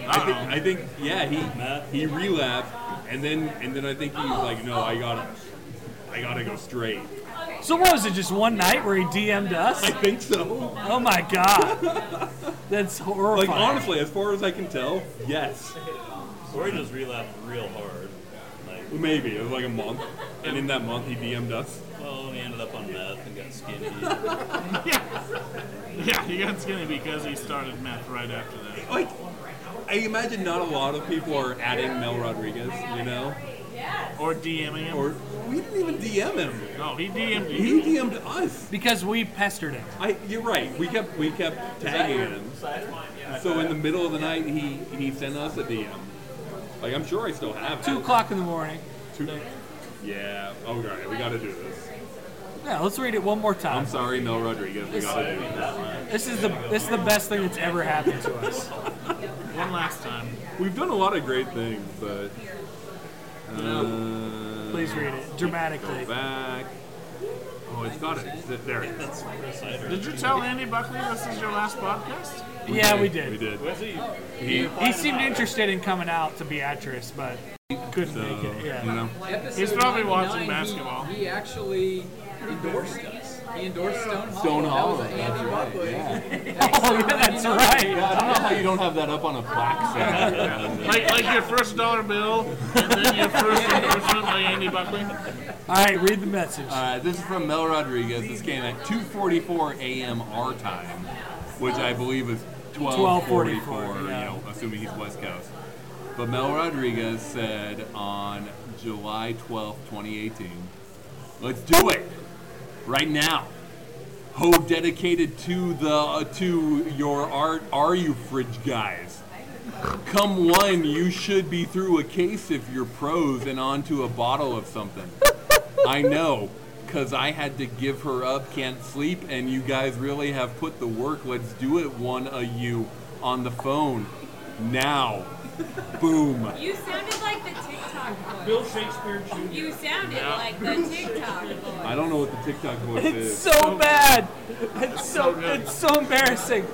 I think, I think yeah, he he relapsed, and then and then I think he was like, no, I gotta, I gotta go straight.
So what was it? Just one night where he DM'd us?
I think so.
Oh my god, that's horrifying.
Like honestly, as far as I can tell, yes,
Or he just relapsed real hard. Like,
maybe it was like a month, and in that month he DM'd us.
well, he ended up on meth and got skinny.
Yeah, he got skinny because he started meth right after that.
Like I imagine not a lot of people are adding Mel Rodriguez, you know,
Or DMing him.
or we didn't even DM him.
no, he DM'd
He
you.
DM'd us.
because we pestered him.
I, you're right. We kept we kept tagging him. So in the middle of the night, he he sent us a DM. Like I'm sure I still have
Two
it.
o'clock in the morning.
Two. Yeah. Okay. We got to do this.
Yeah, let's read it one more
I'm
time.
sorry, Mel Rodriguez. We got to do this.
This is the this is the best thing that's ever happened to us.
One last time.
We've done a lot of great things, but. Uh,
Please read it
Go
dramatically.
back. Oh, it's got it. Th- There it is.
That's cider.
Did you tell Andy Buckley this is your last podcast?
Yeah, we did.
We did.
Was he?
He,
He seemed interested in coming out to Beatrice, but couldn't
So,
make it. Yeah.
you know.
Episode
He's probably watching
99, he-
basketball.
He, actually endorsed us. He endorsed Stone Hollow.
Stone
that
Hollow,
was
that's
Andy
right,
Buckley.
Oh, yeah, that's right.
Yeah, I don't know how you don't have that up on a plaque. somewhere.
like, like your first dollar bill, and then your first endorsement by Andy Buckley.
All right, read the message.
Uh, this is from Mel Rodriguez. This came at 2:44 a.m. our time, which I believe is 12:44.
12:44,
You
yeah.
know, assuming he's West Coast. But Mel Rodriguez said on July 12th, 2018, "Let's do it right now." Ho dedicated to the to your art. Are you fridge guys? Come one, you should be through a case if you're pros and onto a bottle of something. I know, because I had to give her up, can't sleep, and you guys really have put the work. Let's do it, one of you, on the phone. Now. Boom.
You sounded like the TikTok voice.
Bill Shakespeare Jr.
You sounded
Yeah.
like the TikTok voice.
I don't know what the TikTok voice is.
It's so bad. It's so it's so embarrassing.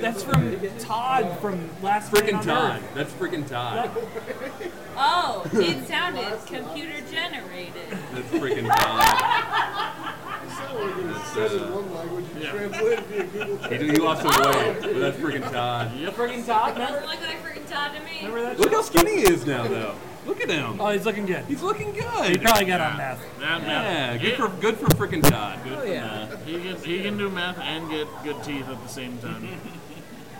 That's from Todd from last Night
Freaking
on
Todd.
Earth.
That's freaking Todd.
Oh, it sounded computer generated.
That's freaking Todd. That's, uh, he, he lost some weight, but that's freaking Todd.
Friggin' Todd,
Doesn't look like freaking Todd to me.
Look how skinny he is now, though. Look at him.
Oh, he's looking good.
He's looking good.
He probably got on meth.
That
Yeah,
math.
good for good for freaking Todd.
Oh,
Good for math. He can, he can do math and get good teeth at the same time.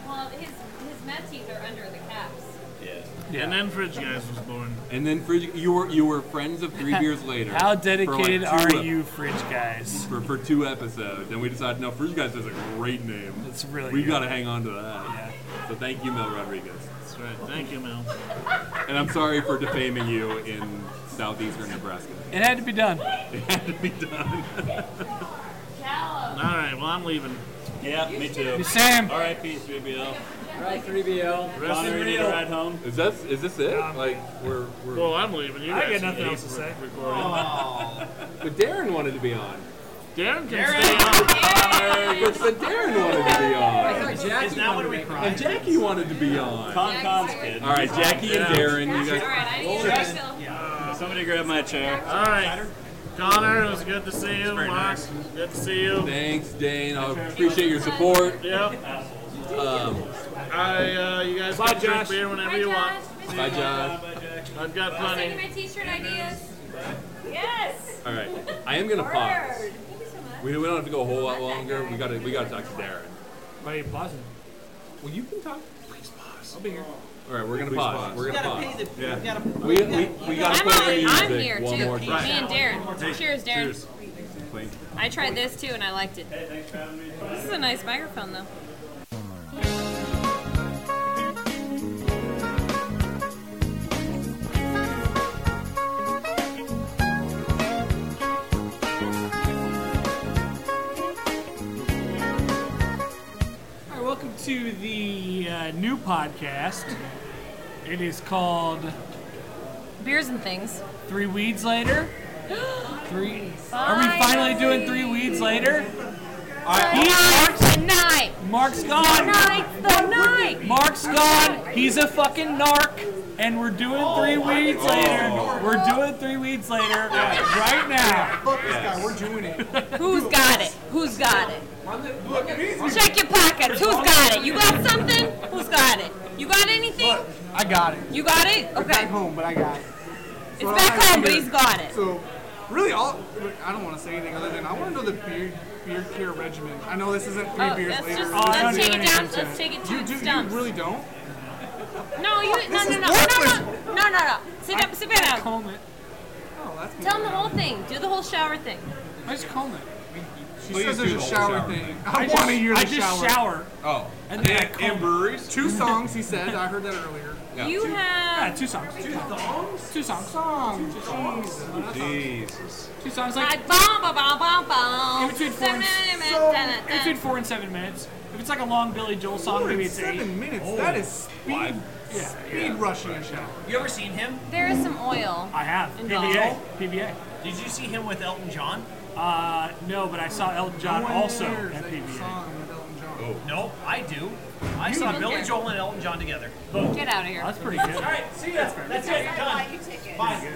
Well, his his meth teeth are under the caps.
yeah. And then Fridge Guys was born.
And then Fridge, you were you were friends of three beers later.
How
for like
dedicated
two
are
ep-
you, Fridge guys?
For, for two episodes, and we decided no, Fridge guys is a great name.
It's really
we
good.
got to hang on to that. So thank you, Mel Rodriguez. That's
right. Thank you, Mel.
And I'm sorry for defaming you in southeastern Nebraska.
It had to be done.
It had to be done.
All right, well, I'm leaving.
Yeah, me too. R.I.P. 3BL.
Right, 3BL.
Connor, you need a ride home?
Is that is this it? Like we're, we're
Um, Well, I'm leaving. You
I
guys
got nothing
can
else to
re-
say.
record.
But Darren wanted to be on.
Darren can
Darren!
stay on.
But, but Darren wanted to be on.
Is that what we cried?
And Jackie wanted to be on.
Concom's kid.
All right, Jackie and Darren, you guys.
I need to
Yes.
refill.
Somebody grab my chair.
All right. Connor, it was good to see you. Mark, good to see you.
Thanks, Dane. I appreciate your support.
Yep.
Um,
I, uh, you guys
Bye,
can drink
Josh.
beer whenever you want.
bye, Josh.
I've got
I'll send you
plenty.
my t-shirt ideas. Yes.
All right, I am gonna pause.
Word. Thank you so much.
We, we don't have to go a whole lot longer. We gotta we gotta talk to Darren.
Why are you pausing?
Well, you can talk.
Please pause. I'll be here.
All right, we're gonna
Please
pause.
pause.
We're
You
gonna
gotta
pause.
pay the- you Yeah. gotta-
We,
you
we,
gotta-
we
you
gotta
I'm,
play
on,
the music
I'm here
one
too.
more
Me
time.
and Darren.
Hey,
cheers, Darren.
cheers.
I tried this too and I liked it. This is a nice microphone though.
All right, welcome to the uh, new podcast. It is called
Beers and things.
Three Weeds Later. Three. Are we finally doing Three Weeds Later?
Tonight's the night.
Mark's gone.
Tonight's the night.
Mark's gone. He's a fucking narc. And we're doing Three
Oh,
Weeds Later. We're doing Three Weeds Later right now.
Fuck this guy, we're doing it.
Who's got it? Who's got it?
Look at these.
Check your pockets. Who's got it? You got something? Who's got it? You got anything?
I got it.
You got it?
It's back
Okay.
home, but I got it.
It's back home, but he's got it.
So, really, all I don't want to say anything other than I want to know the beer beer care regimen. I know this isn't three
Oh,
beers
let's
later.
just let's take it down. Let's take it to
You
its
do.
stumps.
You really don't.
No, you no
This
no
is
no no
worthless.
no no no no. Sit down, sit down.
Comment.
Oh, that's.
Tell him the whole thing. Do the whole shower thing.
I just comment.
She
Please
says
do
there's
the
a
whole
shower,
shower
thing.
thing.
I,
I
want
just-
to hear the
I just
shower.
shower.
Oh.
And then I
And, and
comment.
breweries?
Two songs, he said. I heard that earlier.
You
Yeah,
have
two songs. Two songs. Two songs.
Songs. Jesus.
Jesus.
Two songs like
like bomb bomb bomb bomb.
in between four and in between four and seven minutes. If it's like a long Billy Joel song,
Four
maybe
and
it's eight.
seven minutes. That is speed. Speed rushing a shower.
You ever seen him?
There is some oil.
I have
And
PBA.
Donald?
PBA.
Did you see him with Elton John?
Uh, no, but I saw Elton John
No one
also
hears
at
that
PBA.
song with Elton John.
Nope, I do. I
You
saw
don't
Billy
care.
Joel and Elton John together.
Get out of here.
That's pretty good. All right, see ya. That's it. Done.
you tickets.
Bye.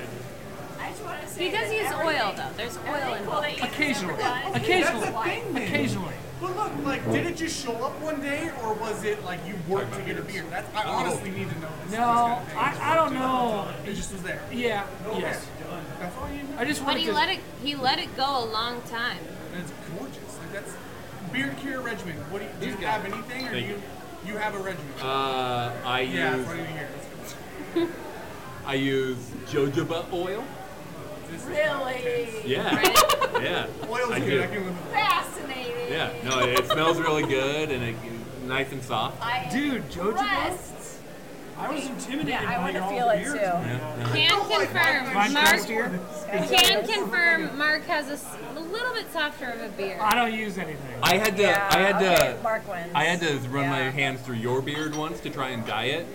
I just want to say
He does
that
use
everything-
oil, though. There's oil
everything
in
cool that you
Occasionally.
never done.
Occasionally.
That's why.
Occasionally.
But look, like, did it just show up one day, or was it like you worked to get a beer? That's
Oh.
I honestly need to know. This
No, I, I don't know.
It just was there.
Yeah.
No
Yes.
problem. That's all you.
I just
But
wanted
he
to.
let it he let it go a long time.
And it's gorgeous. Like that's beer cure regimen. What do you, do you have anything, or do
Thank
you you have a regimen?
Uh, I
yeah,
use
that's what I need to hear.
I use jojoba oil.
Really?
Yeah, yeah.
Oil's
I
good.
do.
I can live with
Fascinating.
Yeah, no, it, it smells really good and it, nice and soft.
I am
Dude, Jojo
impressed.
I was intimidated
Yeah, I
by
want to
all
feel
the
it
beers.
too.
uh-huh.
Can confirm.
Mine
Mark
comes here.
can confirm. Mark has a, s- a little bit softer of a beer.
I don't use anything.
I had to, I had
okay,
to,
Mark wins.
I had to run my hands through your beard once to try and dye it,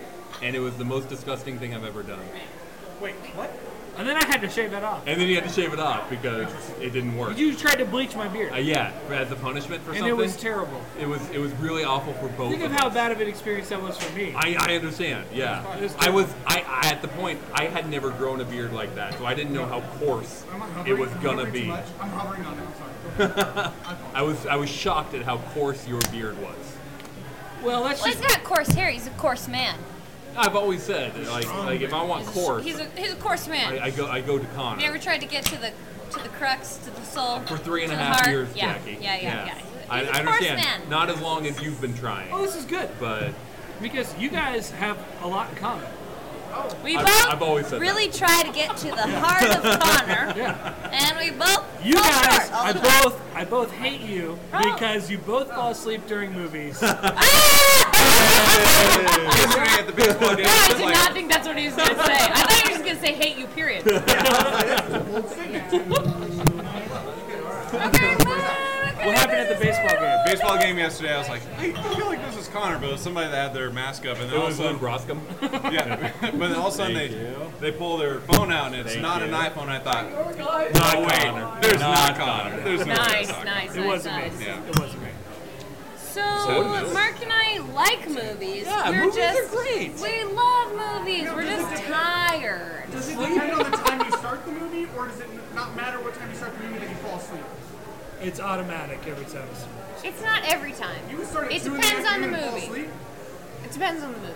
and it was the most disgusting thing I've ever done.
Wait, what? And then I had to shave that off.
And then you had to shave it off because it didn't work.
You tried to bleach my beard.
Uh, yeah, as a punishment for
And
something.
it was terrible.
It was, it was really awful for both.
Think of
us.
how bad of an experience that was for me.
I, I understand. Yeah, I was. I, I at the point I had never grown a beard like that, so I didn't know how coarse it was gonna be.
I'm hovering on it. I'm sorry.
I was. I was shocked at how coarse your beard was.
Well, let's
Well, he's got coarse hair. He's a coarse man.
I've always said, like, like if I want coarse,
He's a he's a coarse
I,
man.
I go. I go to Connor.
Have you ever tried to get to the to the crux, to the soul,
For three and a
to the
half
heart?
years,
yeah.
Jackie.
Yeah, yeah, yeah.
I,
He's a
I
coarse
understand.
man.
Not as long as you've been trying,
Oh, this is good
but
because you guys have a lot in common.
We
I've-
both
I've always said
really try to get to the heart of Connor, and we both
You
fall
guys,
short all
I
the time.
both, I both hate you because you both fall asleep during movies.
Ah!
at the beach one day,
No, I
it's
did
like-
not think that's what he was going to say. I thought he was going to say hate you, period.
What happened at the baseball game?
Baseball game yesterday, I was like, I I feel like this is Connor, but it was somebody that had their mask up, and then
It
all of a
was Lynn
sudden,
Broscom.
yeah, but then all of a sudden they
Thank you.
they pull their phone out, and it's
Thank
not
you.
an iPhone. I thought,
Not
no
Connor.
way, there's
Not
not, Connor.
Connor.
There's no way
Nice,
it's not
nice,
Connor.
nice, It wasn't nice. me.
Yeah.
It wasn't me.
So,
So what is it?
Mark and I like movies.
Yeah,
We're
movies are
just,
great.
We love movies. We're just tired.
Does it depend on the time you start the movie, or does it not matter what time you start the movie that you fall asleep?
It's automatic every time.
It's not every time.
You start at
It
two in
depends on the
afternoon and fall
movie.
asleep?
It depends on the movie.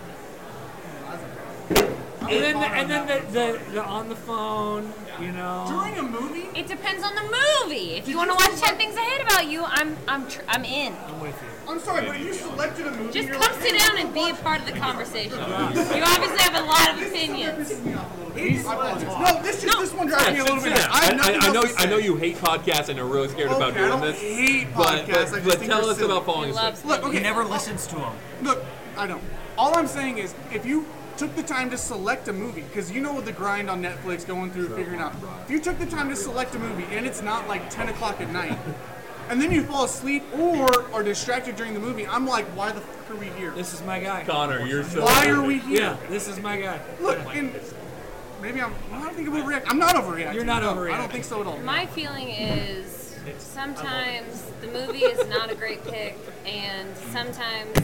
And then, the, and then the, the, the on the phone, you know.
During a movie?
It depends on the movie. If you want to watch 10 Things I Hate About You, I'm I'm tr- I'm in.
I'm with you.
I'm sorry, but you selected a movie.
Just
you're
come
like,
sit
hey,
down and be a part of the conversation. You obviously have a lot of opinions.
I apologize. No, this just this one drives me a
Sit-
little
sit
bit.
down.
I have
I,
nothing
I, I know.
else to
I know you hate podcasts and are really scared
Okay,
about
I
doing
don't
this.
hate podcasts, I
but, But,
just
but
think
tell
they're
us
silly.
about falling asleep.
Look, okay,
never listens to him.
Look, I don't. All I'm saying is, if you took the time to select a movie, because you know the grind on Netflix, going through figuring out. If you took the time to select a movie and it's not like 10 o'clock at night, and then you fall asleep or are distracted during the movie, I'm like, why the fuck are we here?
This is my guy.
Connor, you're so.
Why are we here?
Yeah, this is my guy.
Look, and maybe I'm. I don't think I'm overreacting. I'm not overreacting.
You're not
No, I
overreacting.
don't think so at all.
My feeling is sometimes the movie is not a great pick, and sometimes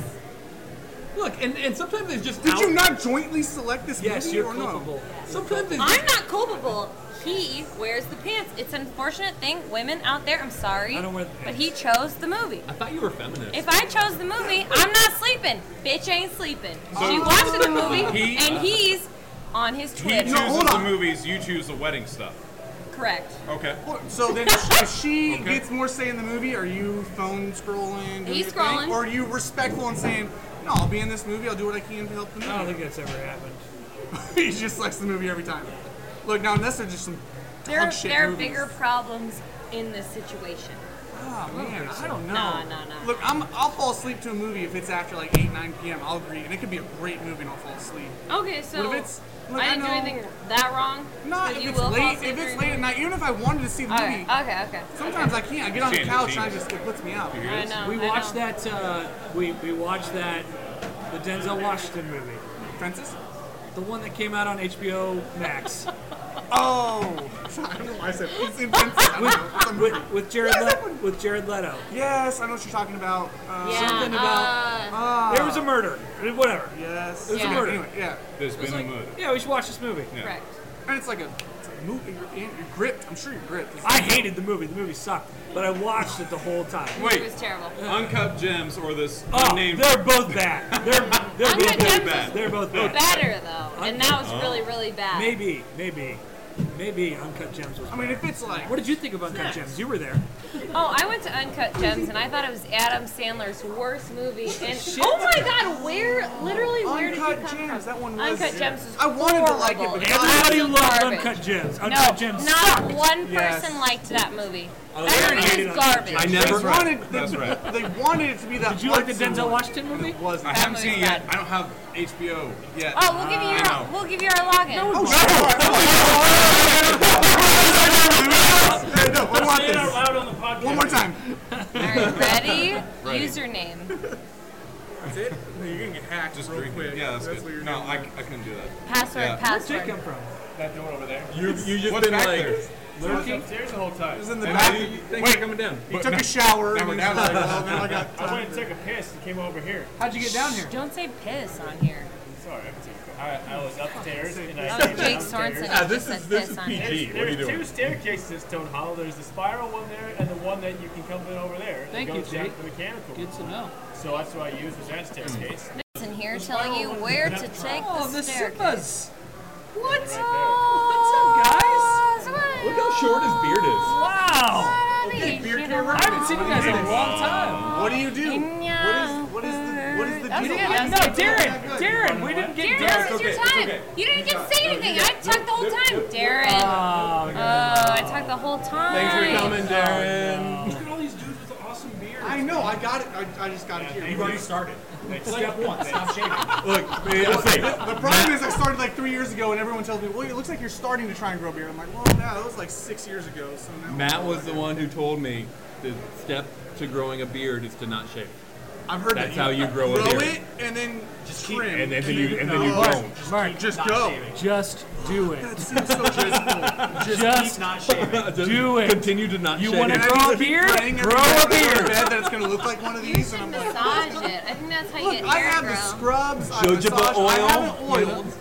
Look, and, and sometimes it's just.
Did
out-
you not jointly select this
Yes,
movie
you're
or
culpable.
no?
Sometimes it's
I'm not culpable. He wears the pants. It's an unfortunate thing. Women out there, I'm sorry,
I don't wear the
but he chose the movie.
I thought you were feminist.
If I chose the movie, I'm not sleeping. Bitch ain't sleeping. She watched the movie,
He-
uh,
and he's on his
He
Twitter.
chooses the movies. You choose the wedding stuff.
Correct.
Okay.
So then, if if she gets more say in the movie, are you phone scrolling? doing
He's
your thing?
scrolling.
or are you respectful and saying, "No, I'll be in this movie. I'll do what I can to help the movie."
I don't think that's ever happened.
he just selects the movie every time. Look, now unless they're just some
There,
dog
are-
shit
there are
movies.
bigger problems in this situation.
Oh man, I don't know.
No, no, no.
Look, I'm, I'll fall asleep to a movie if it's after like 8, 9 p.m. I'll agree, and it could be a great movie, and I'll fall asleep.
Okay, so
But if it's- look,
I
I
didn't do
know-
anything that wrong.
Not
but
if
you
it's
will fall
late.
asleep
If it's
during-
late at night, even if I wanted to see the
Okay,
movie,
okay, okay.
sometimes I can't. I get on the
Change,
couch and I
change.
just it puts me out.
I know,
we
I
watched
know.
that. Uh, we we watched that. The Denzel Washington movie.
Fences.
The one that came out on HBO Max.
Oh! I don't know why I said it's invincible. I don't know.
With, with Jared Le- with Jared Leto.
Yes, I know what you're talking about. Uh,
Yeah, Something about-
Ah.
There was a murder. Whatever.
Yes.
It was a
Yeah.
murder.
Anyway, yeah.
There's
It was
been a
like,
murder.
Yeah, we should watch this movie.
Yeah. Correct.
And it's like a, it's like a movie. You're, in, you're gripped. I'm sure you're gripped. It's
I
like-
hated the movie. The movie sucked, but I watched it the whole time.
Wait. It
was terrible.
Uncut Gems or this
Oh,
unnamed.
they're both bad. They're they're both
Uncut Gems
bad.
is
They're both bad.
Better though, and that was
Oh.
really, really bad.
Maybe, maybe, maybe Uncut Gems was. I mean, if
it's like.
What did you think of Uncut
Snacks.
Gems? You were there.
Oh, I went to Uncut Gems and I thought it was Adam Sandler's worst movie. And
Shit.
oh my God, where literally where did you
Uncut
come
Gems. That one was.
Uncut Gems is
I wanted to like it,
horrible.
but
Everybody
God,
loved
garbage.
Uncut Gems.
from?
Uncut
no,
Gems
not
sucked.
one person
Yes.
liked that movie.
Oh,
that
Larry
movie
hated
was
Uncut Gems.
garbage.
I never-
They wanted, they,
That's right.
They wanted it to be that.
Did you like the
Hudson
Denzel
one.
Washington movie?
Was
I haven't seen it yet. I don't have HBO yet.
Oh, we'll give you your
I know.
we'll give you our login.
No, I want
Say it out
this.
loud on the podcast.
One more time.
Ready?
Ready.
Username,
That's it. You're gonna get hacked
Just drink it. Yeah, that's, good. no, I, I couldn't do that.
password,
Yeah.
password.
Where'd Jake come from?
That door over there.
You you just
What's
been
back
like
there?
Lurking?
upstairs the whole time.
It was in the
And
back.
I- thanks
Wait.
for coming down.
He took a shower.
Now
and
we're
he's
down.
like, well, now I got
I went
time.
and took a piss and came over here.
How'd you get down here?
Don't say piss on here.
Sorry, I haven't taken a piss. I, I was upstairs and
Oh,
I
Jake
came downstairs. Ah,
Sorensen. Yeah, this is- this is PG.
There's,
What are you
there's
doing?
two staircases to Stone Hollow. There's the spiral one there and the one that you can come in over there. It
Thank you,
goes down
Jake.
to the mechanical.
Good to know.
So that's what I used was that staircase.
It's in here telling you where to take
Oh,
the
the
stair.
Simbas.
What?
What's
up, guys?
Look how short his beard is.
Wow.
Hey, you know
I haven't seen you guys in a long time.
What do you do?
Yeah.
What is the what is the
That's
deal?
good.
Why is
No,
it
Darren.
that good?
Darren, we didn't get
Darren,
Darren.
this is your
okay,
time.
okay.
You didn't get to say anything. I talked the whole time, Darren. Oh, I talked the whole time.
Thanks for coming, Darren.
Look at all these dudes with awesome beards.
I know. I got it. I, I just got it here.
You already started.
Step one, stop shaving.
Look, man, I'll say
The problem is, I started like three years ago, and everyone tells me, "Well, it looks like you're starting to try and grow beard." I'm like, "Well, no, that was like six years ago." So now
Matt was the one who told me the step to growing a beard is to not shave.
I've heard
That's
that.
how you grow a beard.
it, and then just trim,
and then you- and then you don't.
Just,
Mark,
just go.
just do it.
That seems so dreadful. Just
Just
not shaving.
Just
do it.
Continue to not
You
shave.
wanna
And I
grow a
just keep
beard?
praying every
Grow a
night when I go to
beard.
bed that it's gonna look like one of these, and I'm like,
Massage it. I think that's how you
Look,
get
I
hair
have
grow.
the scrubs. I
Jojoba
massage. I
oil,
haven't
you know?
oiled.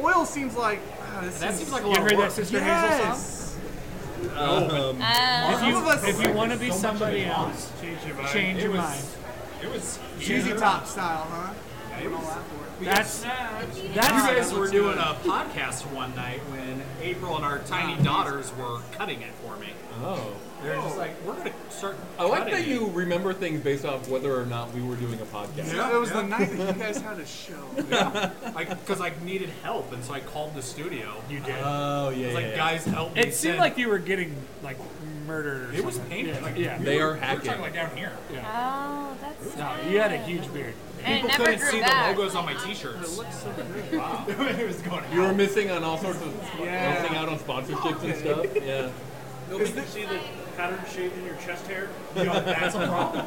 Oil seems like ah, this
That
seems,
seems like a
You
lot
heard
of
that
work.
Sister Hazel song?
yes.
Um,
Uh,
If
Some of us-
you, if you want to be somebody else,
Change your mind.
change
It
your
was-
mind.
It was.
Cheesy top style, huh? I'm all out for it.
That's
You
that's
guys were doing a podcast one night when April and our tiny daughters were cutting it for me.
oh.
They're just like, we're gonna start.
Oh,
I like
cutting
that
it."
you remember things based off whether or not we were doing a podcast.
So it was the night that you guys had a show.
because I needed help, and so I called the studio.
You did.
Oh yeah,
It's like,
yeah, yeah.
guys, help me.
It seemed
send-"
like you were getting like murdered. Or
it was
something.
painful.
Yeah.
Like,
yeah.
we
They
were-
are
we were
hacking.
talking, like down here.
oh, that's
No,
sad.
you had a huge beard.
And it
People
never
couldn't
grew
see
back.
the logos on my T-shirts. it was going.
You were missing on all sorts of
Yeah.
missing out on sponsorships and stuff. Yeah.
Nobody can see the pattern shaved in your chest hair. You know, that's a problem.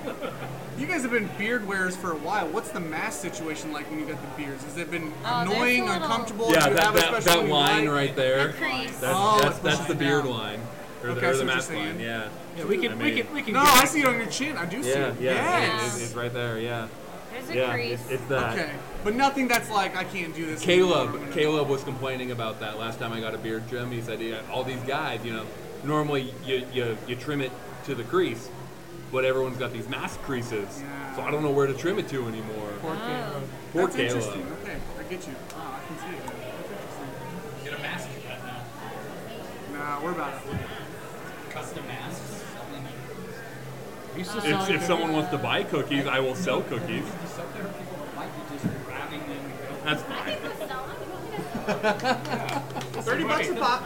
You guys have been beard wearers for a while. What's the mask situation like when you got the beards? Has it been
Oh, there's
annoying,
a little-
uncomfortable? Do
Yeah,
you
that,
have a
that,
special
that
you
line
like?
right there.
The crease.
That's,
Oh,
that's,
it's
that's the
pushing
beard
down.
line.
Okay,
Or the,
I see
or the
what you're
mask
saying.
line, yeah.
Yeah, we
I
can
mean-
we can we can.
No,
get
I see it on your chin. I do see
Yeah,
it.
yeah.
yes.
It, it, it's right there, yeah.
There's a
Yeah,
crease.
it's, it's that.
okay, but nothing that's like I can't do this. anymore. I'm
Caleb,
gonna-
Caleb was complaining about that last time I got a beard trim. He said, yeah, all these guys, you know, normally you, you, you trim it to the crease, but everyone's got these mask creases.
Yeah.
So I don't know where to trim it to anymore.
Poor
Oh.
Oh.
Caleb.
Poor
That's
Caleb.
interesting. Okay, I get you. Wow, I can see it. That's interesting.
Get a mask cut now.
Nah, we're about it.
Custom masks.
You still
If, if someone wants to buy cookies, I will sell cookies. That's fine.
Thirty bucks a pop.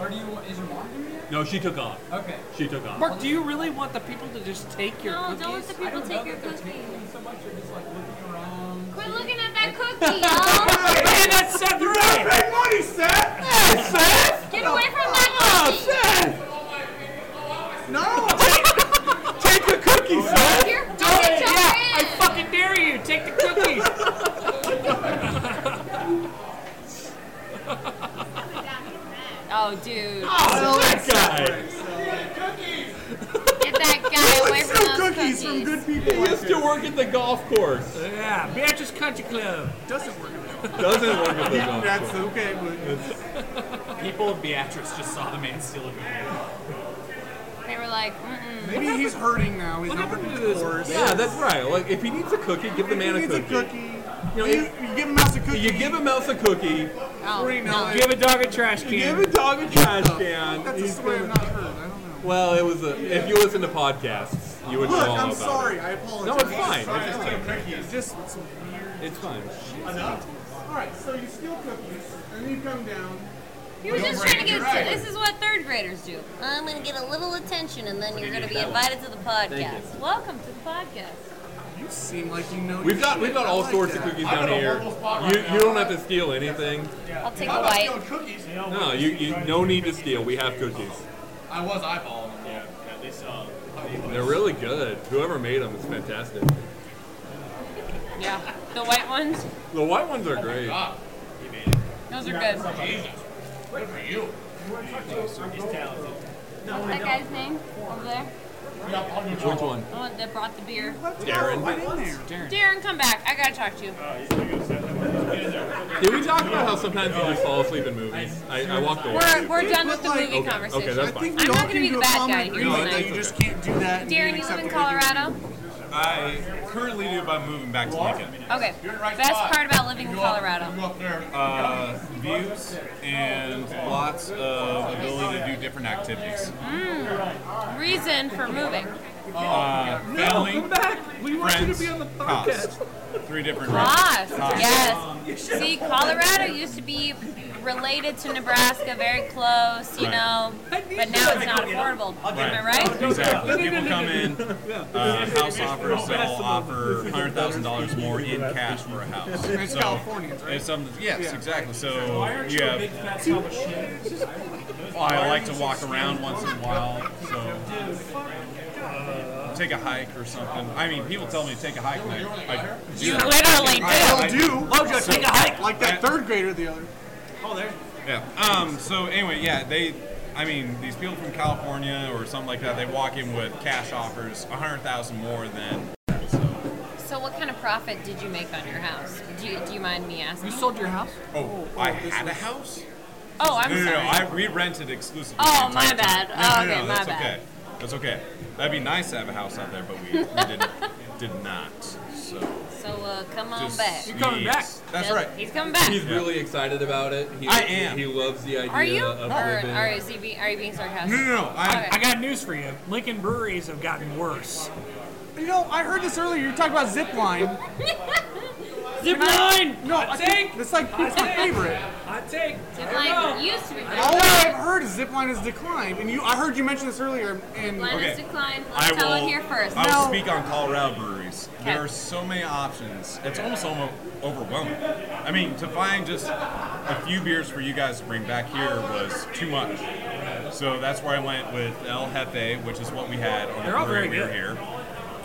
Or do you? Is your mom doing it?
No, she took off.
Okay.
She took off.
Mark, do you really want the people to just take your
no,
cookies?
don't let the people take your cookie.
So much you're just like looking around.
Quit looking at that cookie,
Man, that's Seth Grey.
Hey, money, Seth.
y'all. Get away from
Oh,
that cookie.
No.
Take the cookies, Seth!
Here, I'll
Don't-
get your
yeah, I
friend.
fucking dare you. Take the cookies.
Oh, dude.
Oh,
that guy. Get that guy away from those cookies.
from good people.
He used to work at the golf course.
Yeah, Beatrice Country Club.
Doesn't work at
all. Doesn't work at the
Yeah,
golf
That's
course.
okay, but
People of Beatrice just saw the man steal a movie.
They were like, mm-mm.
maybe he's hurting now. He's not working the course.
Yeah, that's right. Like, if he needs a cookie, give the man
He
a
needs a
cookie.
cookie.
You, know,
you, give a mouse a cookie.
You give a mouse a cookie.
Oh,
Right now,
no.
I-
Give a
dog a trash
can. Give a dog a trash can.
That's a
He's
story I've
gonna-
not heard. I don't know.
Well, it was a. If you listen to podcasts, you would
Look,
know all
I'm
about
sorry.
it.
I apologize.
No, it's fine.
Sorry,
It's
I
fine.
like cookies. Just some weird.
It's fine.
Enough. All right, so you steal cookies, and then you come down.
He was just trying to get. This is what third graders do. I'm going to get a little attention, and then you're going to be invited to the podcast. Welcome to the podcast.
You seem like you know.
We've
your
got
shit.
we've got
I
all
like
sorts
that.
of cookies down here. You you don't have to steal anything.
I'll take
How
a
about
white.
cookies.
No, you, you no need to steal. We have cookies.
I was eyeballing them. Yeah, at least uh,
They're really good. Whoever made them is fantastic.
Yeah, the white ones.
The white ones are great.
Those are good.
Good for you. He's talented.
What's that guy's name over there?
Which one?
The one that brought the beer.
Darren.
Darren, come back. I gotta talk to you.
Did we talk about how sometimes you just fall asleep in movies? I, I walked away.
We're, we're done with the movie
okay,
conversation.
okay, that's fine. I think
we
I'm
all
not gonna
came
be
to
the
a
bad
common
guy here
agreement that
tonight.
you just can't do that. and be
Darren, you live in
accepted if you-
Colorado?
I currently do by moving back to Lincoln.
Okay. Best part about living in Colorado.
Uh, views and lots of ability to do different activities.
Mm. Reason for moving. Oh,
Uh, family,
back. We
want you to be on the podcast. three different
Class,
routes. Cops.
yes. See, Colorado used to be related to Nebraska, very close, you
Right.
know, but now it's not affordable. Am I right?
Exactly. People come in, uh, house offers, they'll offer $100,000 more in cash for a house.
It's
So,
Californians, right?
If something, yes,
Yeah.
exactly. So you have, well, I like to walk around once in a while, so take a hike or something. I mean, people tell me to take a hike, and I, I do.
You literally
I
I-
do.
I-
So- Like that third grader the other.
Oh, there. Yeah. Um. So anyway, yeah. They, I mean, these people from California or something like that, they walk in with cash offers, a hundred thousand more than.
So, what kind of profit did you make on your house? Do you, do you mind me asking? You
sold your house?
Oh, I had a house.
Oh, I'm
no, no,
sorry.
No, I, we rented exclusively.
Oh,
the
my
entire time.
bad.
No,
Oh,
no,
okay,
no,
my
that's
bad.
okay. That's okay. That'd be nice to have a house out there, but we, we did, did not. So.
So, uh, come on
Just
back.
You're coming back. needs- That's
Yep,
right.
He's coming back.
He's really excited about it. He,
I am.
He loves the idea
Are you? Or,
of living.
or is he be, are you being sarcastic?
I,
Okay.
I got news for you. Lincoln breweries have gotten worse.
You know, I heard this earlier. You were talking about zip line.
Zip
Can I-
line!
No, I think it's like
Hot
it's my
take.
favorite.
Hot take.
Zip line used to be.
All I've heard is zipline has declined, and you. I heard you mention this earlier. And
Line
Okay.
is declined. Let's
I
tell
will.
it here first.
I will
No.
speak on Colorado breweries.
Okay.
There are so many options. It's almost almost overwhelming. I mean, to find just a few beers for you guys to bring back here was too much. So that's where I went with El Jefe, which is what we had on
They're
the
all
brewery
very
we were
good.
here.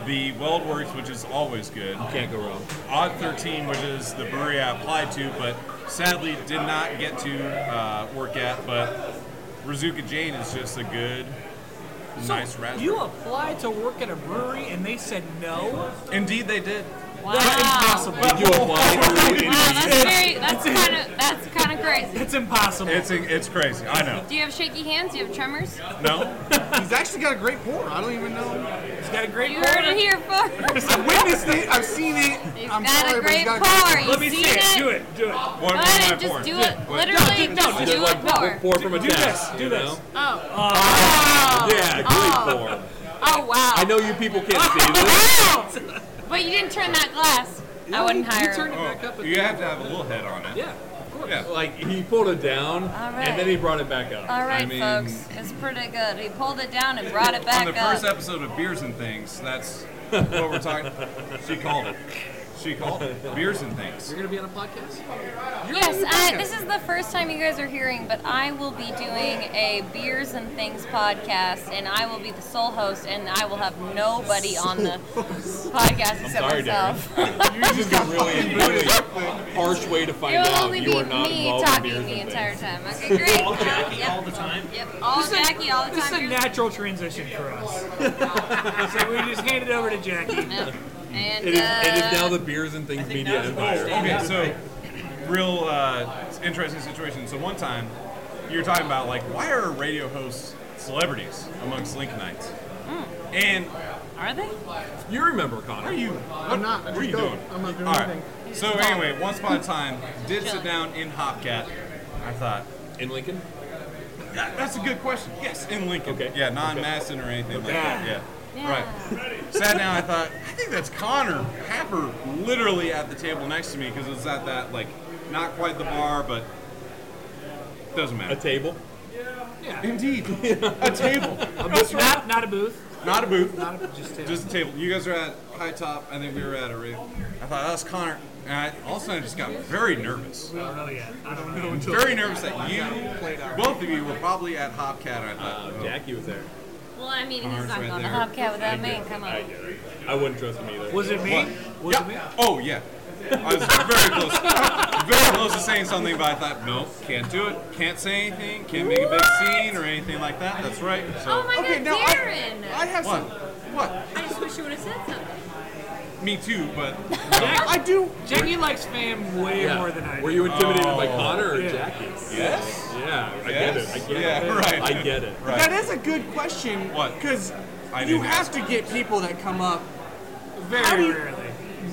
The Weld Works, which is always good.
Can't go wrong.
Odd 13, which is the brewery I applied to, but sadly did not get to uh, work at. But Razuka Jane is just a good, nice raspberry.
You applied to work at a brewery and they said no.
Indeed, they did.
Wow.
impossible.
Did you apply?
Wow, that's very. That's kind of. That's kind of crazy.
It's impossible.
It's it's crazy. I know.
Do you have shaky hands? Do you have tremors?
No.
he's actually got a great pour. I don't even know.
He's got a great.
You heard it here first.
I've witnessed it. I've seen it.
He's
I'm
got
sorry,
a
but he's
great
got a
pour.
great
You've seen it.
Do it. Do it.
Go ahead and just do it. Literally, just do it. Pour.
pour from a
do
tap,
this. Uh, Do
you
this.
Oh.
Yeah, great pour.
Oh wow.
I know you people can't see this.
But you didn't turn that glass. I wouldn't hire. him.
You have to have a little head on
Oh.
it. Yeah.
Like he pulled it down
right.
and then he brought it back up.
All right,
I mean,
folks. It's pretty good. He pulled it down and brought it
On
back
the
up.
first episode of Beers and Things, that's what we're talking. She called it. She called beers and things.
You're gonna be on a podcast.
Yes, uh, I, this is the first time you guys are hearing, but I will be doing a beers and things podcast, and I will be the sole host, and I will have nobody on the podcast
I'm
except
sorry,
myself.
Darren. you just got really, really harsh way to find
It will
out
only
you
be
are not
me
involved in
talking
beers
the
and
entire
things.
time. Okay, great.
All
Jackie all the time. Yep, all
This is-
Jackie all the
This is a
time.
natural transition for us. so we just hand it over to Jackie.
And
It is, it
uh,
is now the beers and things media empire.
Okay, so real uh, it's interesting situation. So one time you were talking about like why are radio hosts celebrities amongst Lincolnites?
mm.
And
are they?
You remember Connor? Are you?
I'm not.
What
Just
are you
go.
doing?
I'm not doing
All right.
anything.
So anyway, once upon a time, did sit down in Hopcat. I thought in Lincoln. Yeah, that's a good question. Yes, in Lincoln. Okay. Yeah, non-Masson or anything like that. Yeah. Right. Sat down. I thought I think that's Connor Happer, literally at the table next to me because it was at that like not quite the bar, but doesn't matter. A table.
Yeah.
Indeed. a table.
not, not a booth.
Not a booth.
Not a, just table.
Just a table. You guys are at high top. I think we were at a rave. I thought "Oh, that's Connor. And I, all of a sudden, I just got very nervous.
I don't know yet. I don't know
I'm
until
very nervous that you, both of you, were probably at Hopcat. I thought
Oh, Jackie was there.
Well, I mean, he's
Connors
not
right
going to
there.
Hopcat without me. Come on.
I wouldn't trust him either.
Was it me? Was it me?
Oh yeah. I was very close, very close to saying something, but I thought, no, can't do it. Can't say anything. Can't make a big scene or anything like that. That's right. So
Oh my
Okay,
God,
now I-
Darren!
I have
What?
some.
What?
I just wish you would have said something.
me too, but
I do.
Jackie likes fame way
Yeah.
more than I do.
Were you intimidated by
Oh.
Connor or
Yeah.
Jackie?
Yes.
Yeah, I
Yes.
get it. I get
Yeah,
it.
right.
I get it.
Right.
That is a good question.
What?
Because
I
you
didn't
have
ask.
to get people that come up.
Very
How do you-
rarely.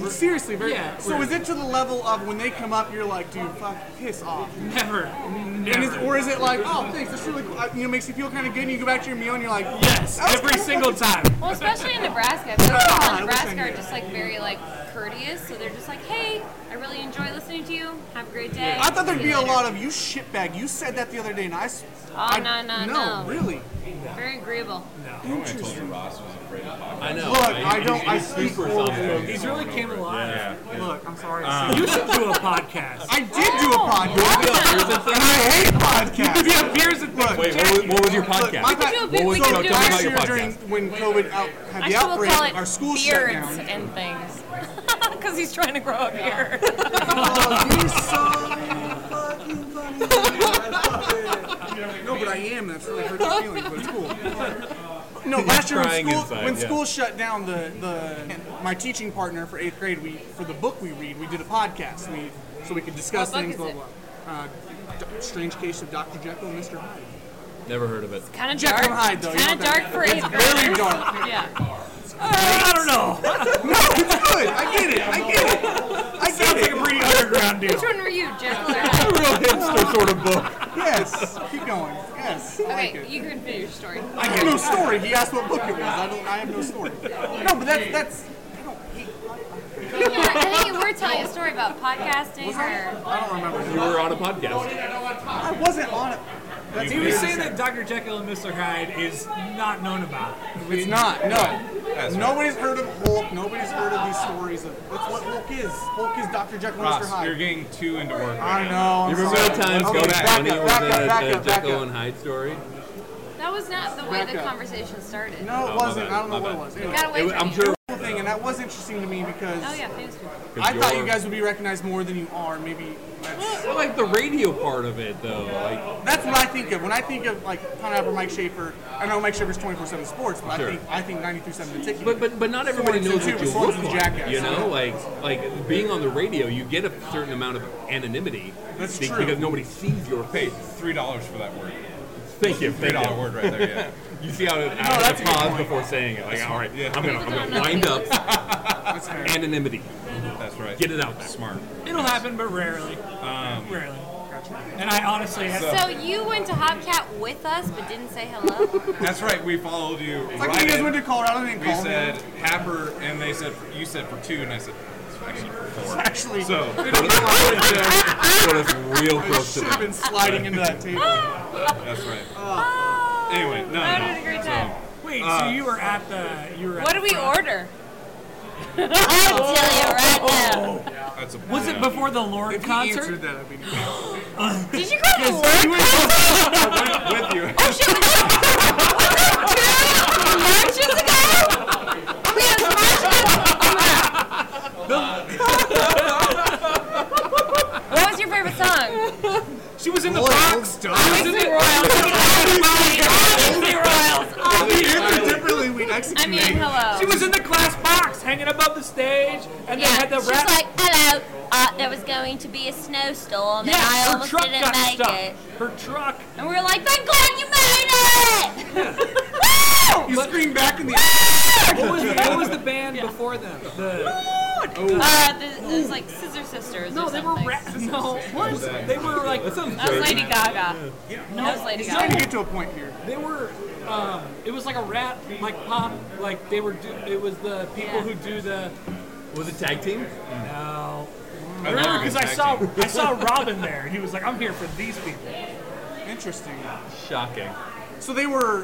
Seriously, very.
Yeah,
so
we're-
is it to the level of when they come up, you're like, dude, fuck, piss off.
Never.
And is,
Never.
or is it like, oh, thanks, that's really cool. uh, You know, makes you feel kind of good, and you go back to your meal, and you're like, "Oh,
yes, every single time.
Well, especially in Nebraska. I feel like people
I
in
wish I
Nebraska
knew.
are just like very like courteous, so they're just like, "Hey, I really enjoy listening to you. Have a great day."
I thought there'd
See
be
you
a
later."
lot of you shitbag. You said that the other day, and I. s-
Oh
I-
no, no,
no,
no!
really.
Very agreeable.
Interesting.
Ross was afraid of podcasts.
I know.
Look,
right?
I don't. I
He's
speak
super
oral
self-aware.
language.
He's really came alive.
Look, I'm sorry.
You should do a podcast.
I did do a podcast, and I hate podcasts.
Yeah, here's the thing.
Wait, what was, what was your
Look,
podcast?
my
We could
pa-
do a big- we could do
last
our-
year
podcast.
during when COVID out, had the
Actually, we'll
outbreak,
call it
our school shut
beards
down.
and things, because he's trying to grow a beard.
Oh, you're so fucking funny. No, but I am. That's really hurt your feelings, but it's cool. No,
He's
last year when
crying
school
inside,
when
yeah.
school shut down, the the my teaching partner for eighth grade, we for the book we read, we did a podcast. We so we could discuss
What book
things,
is
blah
it?
blah. Uh, D- strange case of Dr. Jekyll and Mr. Hyde.
Never heard of it.
kind of
Jekyll
dark.
and Hyde, though. you
Kind
know
of dark
that-
for
it's
eighth
Very
graders.
dark. Uh,
Yeah.
I don't know.
No, it's good. I get it. I get it. I get
Sounds
it.
like a pretty underground
Which
deal.
one were you, Jekyll or Hyde?
A real hipster sort of book.
Yes. Keep going. Yes. I like
Okay,
it.
you can finish your story.
I have no story. He asked what book it was. I don't. I have no story. No, but that's that's.
Yeah, I think you were telling a story about podcasting or.
I don't remember.
You were on a podcast.
I wasn't on it. That's
He was saying that Dr. Jekyll and Mr. Hyde is not known about.
It's not. No. Nobody's heard of Hulk. Nobody's heard of these stories of. That's what Hulk is. Hulk is Dr. Jekyll and Mr.
Ross, you're
Hyde.
getting too into work.
I
Right
know.
now.
I'm
You remember
sorry.
the times
Okay,
Go
back
Connie
up,
was
back
in
up, back
a,
up,
a
back
Jekyll
up.
and Hyde story?
That was not the way
Back
the
up.
conversation started.
No, it wasn't. I don't know what it was. Anyway,
Got away
It-
from
I'm
you.
sure.
cool thing, and that was interesting to me because
Oh yeah, famous people.
I thought you
you're-
guys would be recognized more than you are. Maybe that's.
I like the radio part of it though. Like
That's what I think of when I think of like Con Apple, Mike Schaefer. I know Mike Schaefer's 24/7 sports, but
Sure.
I think I think 93.7 the ticket.
But but but not everybody
Swords and
knows what
Tubers,
you
Swords
look
and
like.
Jackass.
You know, like like being on the radio, you get a certain amount of anonymity.
That's
be-
true.
Because nobody sees your
Paid
face.
three dollars for that word.
Thank you.
Three
Thank
dollar
you.
word right there. Yeah.
You see how it, I
No,
had
that's
to
a good
pause
point.
before saying it. Like, all right,
Yeah.
I'm gonna, I'm gonna wind up anonymity.
That's right.
Get it out there.
Smart.
It'll happen, but rarely.
Um,
Rarely. And I honestly have.
So you went to Hopcat with us, but didn't say hello.
that's right. We followed you.
It's like
right
when you guys
in.
went to Colorado and didn't
We
call
said Happer, and they said you said for two, and I said it's actually for four.
Actually,
So
Put us real
I
close to
should have
that.
been sliding into that table.
that's right. Anyway, no,
I
no.
had a great time.
uh,
Wait, so you were at the. You were.
What
at
did
the
we
front.
order?
Oh,
I tell you right now.
That's a
Was it before the Lord concert?
that, I'd
be
Did you go to Lord concert?
with you.
Oh shit! was that Marches ago? We had a march. What was your favorite song?
She was in the box. I was in the Royals.
Obviously, Royals. differently, we'd execute.
I mean, hello.
She was in the glass box, hanging above the stage, and
yeah,
they had the
she's
rap.
like, hello. Uh, there was going to be a snowstorm, and
Yeah,
I
her
almost
truck
didn't
got
make
stuck.
it.
Her truck.
And we were like, thank God you made it!
You scream back in the.
What was, what was the band before them? The,
Oh.
Uh, the, it was like Scissor Sisters.
No,
or
they
something.
were ra- no. What? They were like
That was Lady Gaga.
No,
That was Lady
it's
Gaga.
not-
Get to a point here.
They were. Um, it was like a rap, like pop, like they were. Do, it was the people who do the.
Was it tag team?
No.
I
I remember
remember
because I
tag
saw
team.
I saw Robin there, and he was like, "I'm here for these people."
Interesting.
Shocking.
So they were.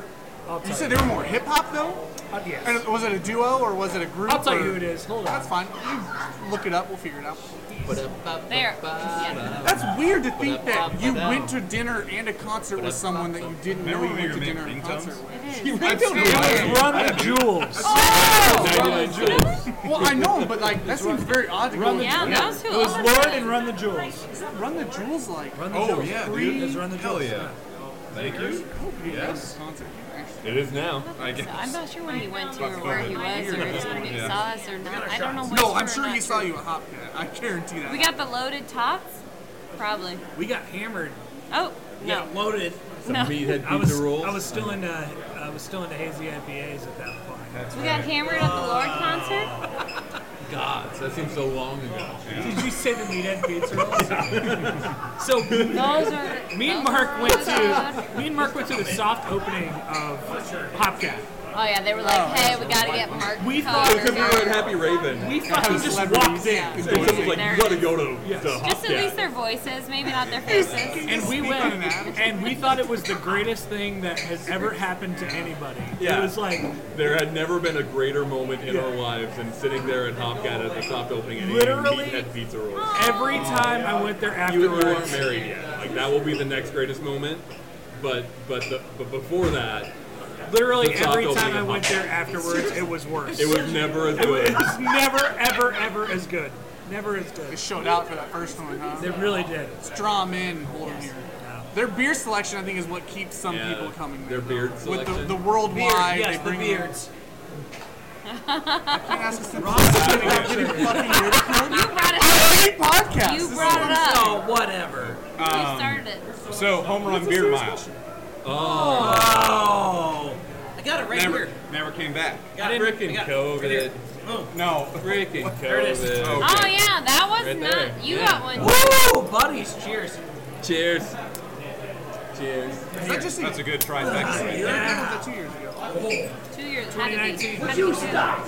You
tell
said
you.
they were more hip hop though.
Uh, yes.
And was it a duo or was it a group?
I'll tell you
or-
who it is. Hold on.
That's fine. You look it up. We'll figure it out.
There. Yeah.
That's weird to think that you went to dinner and a concert with someone that you didn't know you went to dinner and a concert with. You
I
went
don't
to
know.
dinner.
Run
I
the
didn't.
Jewels.
Run the Jewels. Well, I know, but like that seems very odd to go.
Run the
with
Jewels.
dinner.
It was Lord and Run the Jewels.
Is that Run the Jewels like?
Run the
oh
Jewels.
yeah,
Free
dude.
is Run the
Hell
Jewels.
yeah.
Thank
you.
Yes.
It is now.
I guess.
I'm not sure when he went to or where he was or if he
Yeah.
saw us or not. I don't know what.
No, I'm sure he saw you at Hopcat. I guarantee that.
We got the loaded tots? Probably.
We got hammered.
Oh,
Yeah,
no.
loaded.
No. Somebody had
I
beat
was,
the rules.
I was still in uh, I was still into hazy IPAs at that point.
We got hammered at the Lord concert?
Gods, that seems so long ago.
Did you say the meathead pizza rolls? so
Those are-
me and
those
Mark
are
went
good.
to me and Mark went to the soft opening of Hopcat.
Oh yeah, they were like, hey, we gotta get Mark.
We
Cobb
thought-
or
Because we were
Derek.
at
Happy Raven.
We fucking just walked in.
Someone's like, you gotta go to, to
Just at least their voices, maybe not their faces.
And we went, and we thought it was the greatest thing that has ever happened to anybody. It was like
there had never been a greater moment in our lives than sitting there at Hopcat at the soft opening and
Literally-
eating meathead pizza rolls.
every time I went there
You, you aren't
afterwards.
married yet. Like that will be the next greatest moment. But but the, but before that,
Literally
the soft
every
opening
time I
of
went
Hopcat.
there afterwards, it was worse.
It was never as
It was-
good.
It was never, ever, ever as good. Never as good. They
showed out for that first one, huh?
They really did.
Let's draw 'em in, hold 'em here. Their beer selection, I think, is what keeps some
Yeah,
people coming.
Their beard
With
selection.
the, the worldwide,
Beard, yes,
they
the
bring in-
beards.
I can't ask a simple question without getting fucking beard approved. I hate podcasts.
You
This
brought
is
it up.
Oh, whatever.
You started it.
um, So home run beer mile.
Oh. I got it right
Never,
here.
never came back.
Got it. I
Frickin'
got it.
COVID.
No.
Frickin'
There it is.
COVID.
Oh,
Oh yeah, that was
Right
not.
there.
You
Yeah.
got one.
Woo, buddies! Cheers.
Cheers. Cheers.
that just
That's a good trifecta right there.
Yeah. Two years ago.
Oh.
Two years. How did
2019.
he? How did he do that?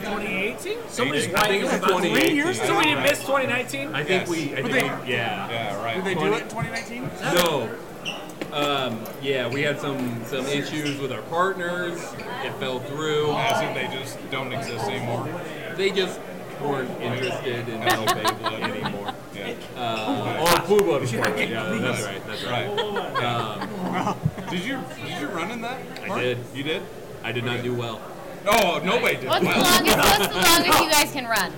2018. Somebody's
I think
whining
it was
about
2018.
three years. Somebody
Right.
missed 2019.
I think
Yes.
we. I
But
think
they-
we, yeah.
Yeah, right.
Did they do
Twenty-
it in 2019?
No. Um, yeah, we had some some issues with our partners. It fell through.
As if they just don't exist anymore.
They just weren't interested in
Hello,
El
Babe
Babla
Blood.
anymore.
Yeah.
Uh, oh, Blue Blood was part of it. Yeah, that's right. That's right. Um,
Did you did you run in that?
I
Mark?
did.
You did?
I did not do well.
Oh, nobody did.
What's the
well.
longest? What's the longest you guys can run?